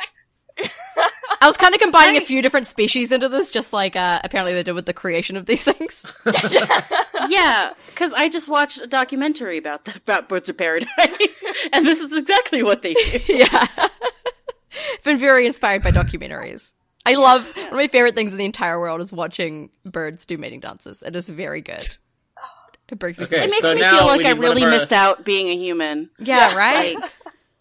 Speaker 5: I was kind of combining a few different species into this, just like uh, apparently they did with the creation of these things.
Speaker 1: yeah, because I just watched a documentary about the, about Birds of Paradise, and this is exactly what they do.
Speaker 5: yeah, been very inspired by documentaries. I love one of my favorite things in the entire world is watching birds do mating dances. It is very good. It brings me. so
Speaker 6: Okay.
Speaker 1: It
Speaker 5: much-
Speaker 1: makes
Speaker 6: So
Speaker 1: me
Speaker 6: now
Speaker 1: feel
Speaker 6: we
Speaker 1: like
Speaker 6: need
Speaker 1: I
Speaker 6: one of
Speaker 1: really
Speaker 6: our-
Speaker 1: missed out being a human.
Speaker 5: Yeah, right.
Speaker 1: Like,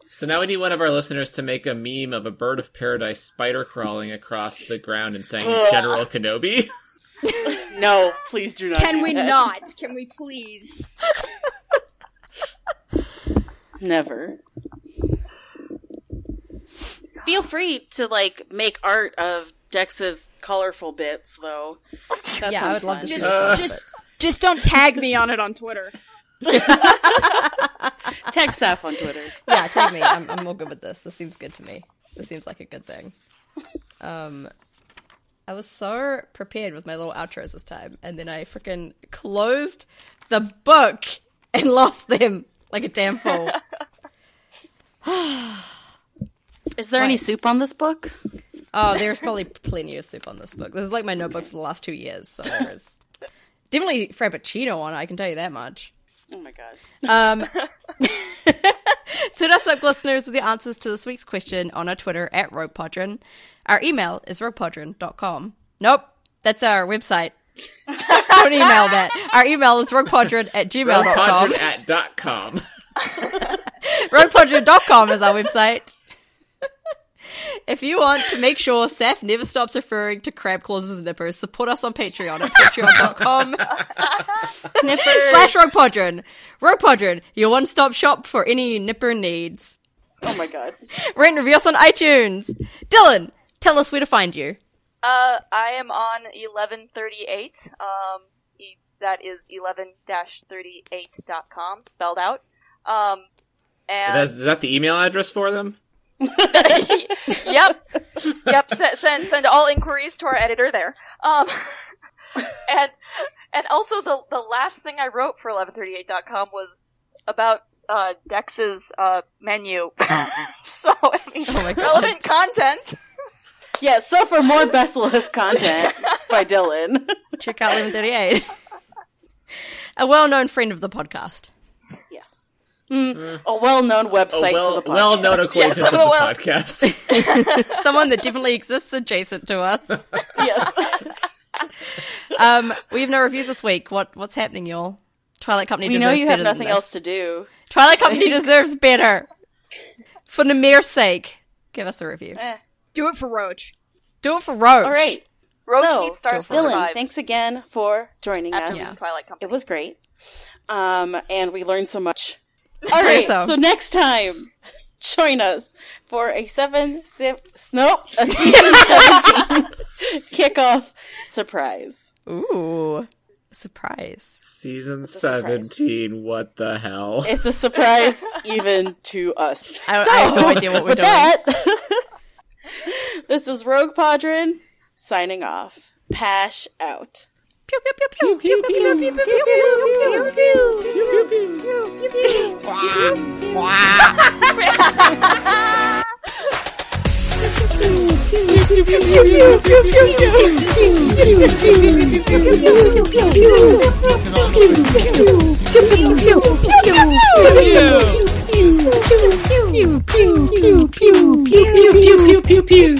Speaker 6: So now we need one of our listeners to make a meme of a bird of paradise spider crawling across the ground and saying General Kenobi.
Speaker 1: no, please do not.
Speaker 2: Can
Speaker 1: do
Speaker 2: we
Speaker 1: that.
Speaker 2: not? Can we please?
Speaker 1: Never. Feel free to like make art of Dex's colorful bits, though.
Speaker 5: Yeah,
Speaker 1: That
Speaker 5: I
Speaker 1: sounds
Speaker 5: would love to
Speaker 1: fun.
Speaker 2: Just,
Speaker 6: Uh.
Speaker 2: just, just don't tag me on it on Twitter.
Speaker 1: tag Saf on Twitter.
Speaker 5: yeah, take me. I'm, I'm all good with this. This seems good to me. This seems like a good thing. Um, I was so prepared with my little outros this time, and then I freaking closed the book and lost them like a damn fool.
Speaker 1: Is there any soup on this book?
Speaker 5: oh, there's probably plenty of soup on this book. This is like my notebook for the last two years, so there's definitely frappuccino on it. I can tell you that much.
Speaker 1: Oh my god.
Speaker 5: Um, send us up, listeners, with the answers to this week's question on our Twitter at RoguePodron. Our email is roguepodron.com. Nope, that's our website. Don't email that. Our email is roguepodron at gmail.com.
Speaker 6: Podron at dot com.
Speaker 5: roguepodron.com is our website. If you want to make sure Saf never stops referring to crab claws as nippers, support us on Patreon at patreon.com slash roguepodron. Roguepodron, your one-stop shop for any nipper needs.
Speaker 1: Oh my god.
Speaker 5: Rate and review us on iTunes. Dylan, tell us where to find you.
Speaker 10: Uh, I am on 1138. Um, e- that is 11-38.com spelled out. Um,
Speaker 6: That's,
Speaker 10: and
Speaker 6: is that the email address for them?
Speaker 10: yep, yep. Send, send send all inquiries to our editor there. Um, and and also the the last thing I wrote for 1138.com was about uh, Dex's uh, menu. so I mean,
Speaker 5: Oh my God.
Speaker 10: relevant content.
Speaker 1: Yeah, so for more Basilisk content by Dylan.
Speaker 5: Check out 1138. A well-known friend of the podcast.
Speaker 1: Yes. Mm, a well known
Speaker 6: A
Speaker 1: website to
Speaker 6: well,
Speaker 1: the podcast.
Speaker 6: well known acquaintance of
Speaker 10: Yes,
Speaker 6: the
Speaker 10: well- well-
Speaker 6: podcast.
Speaker 5: Someone that definitely exists adjacent to us.
Speaker 1: Yes.
Speaker 5: Um, we have no reviews this week. What what's happening, y'all? Twilight Company
Speaker 1: we know
Speaker 5: deserves
Speaker 1: you have
Speaker 5: better than
Speaker 1: nothing
Speaker 5: this.
Speaker 1: else to do.
Speaker 5: Twilight Company deserves better. For the mere sake, give us a review.
Speaker 2: Do it for Roach.
Speaker 5: Do it for Rogue.
Speaker 1: Eh. All right.
Speaker 10: Roach
Speaker 1: So,
Speaker 10: needs stars to
Speaker 1: Dylan,
Speaker 10: survive.
Speaker 1: thanks again for joining
Speaker 10: after
Speaker 1: us.
Speaker 10: the Twilight Company.
Speaker 1: It was great. Um, and we learned so much. All right.
Speaker 5: so.
Speaker 1: So. next time, join us for a seven, si- nope, a season 17 kickoff surprise.
Speaker 5: Ooh, surprise!
Speaker 6: Season
Speaker 1: surprise.
Speaker 6: 17, what the hell?
Speaker 1: It's a surprise even to us.
Speaker 5: I, I have no idea what we're
Speaker 1: with
Speaker 5: doing.
Speaker 1: that, this is Rogue Podrin signing off. Pash out.
Speaker 5: Pew, pew, pew, pew, pew, pew, pew, pew, pew, pew, pew, pew, pew, pew, pew, pew.
Speaker 12: pew pew pew pew pew pew pew pew pew pew pew pew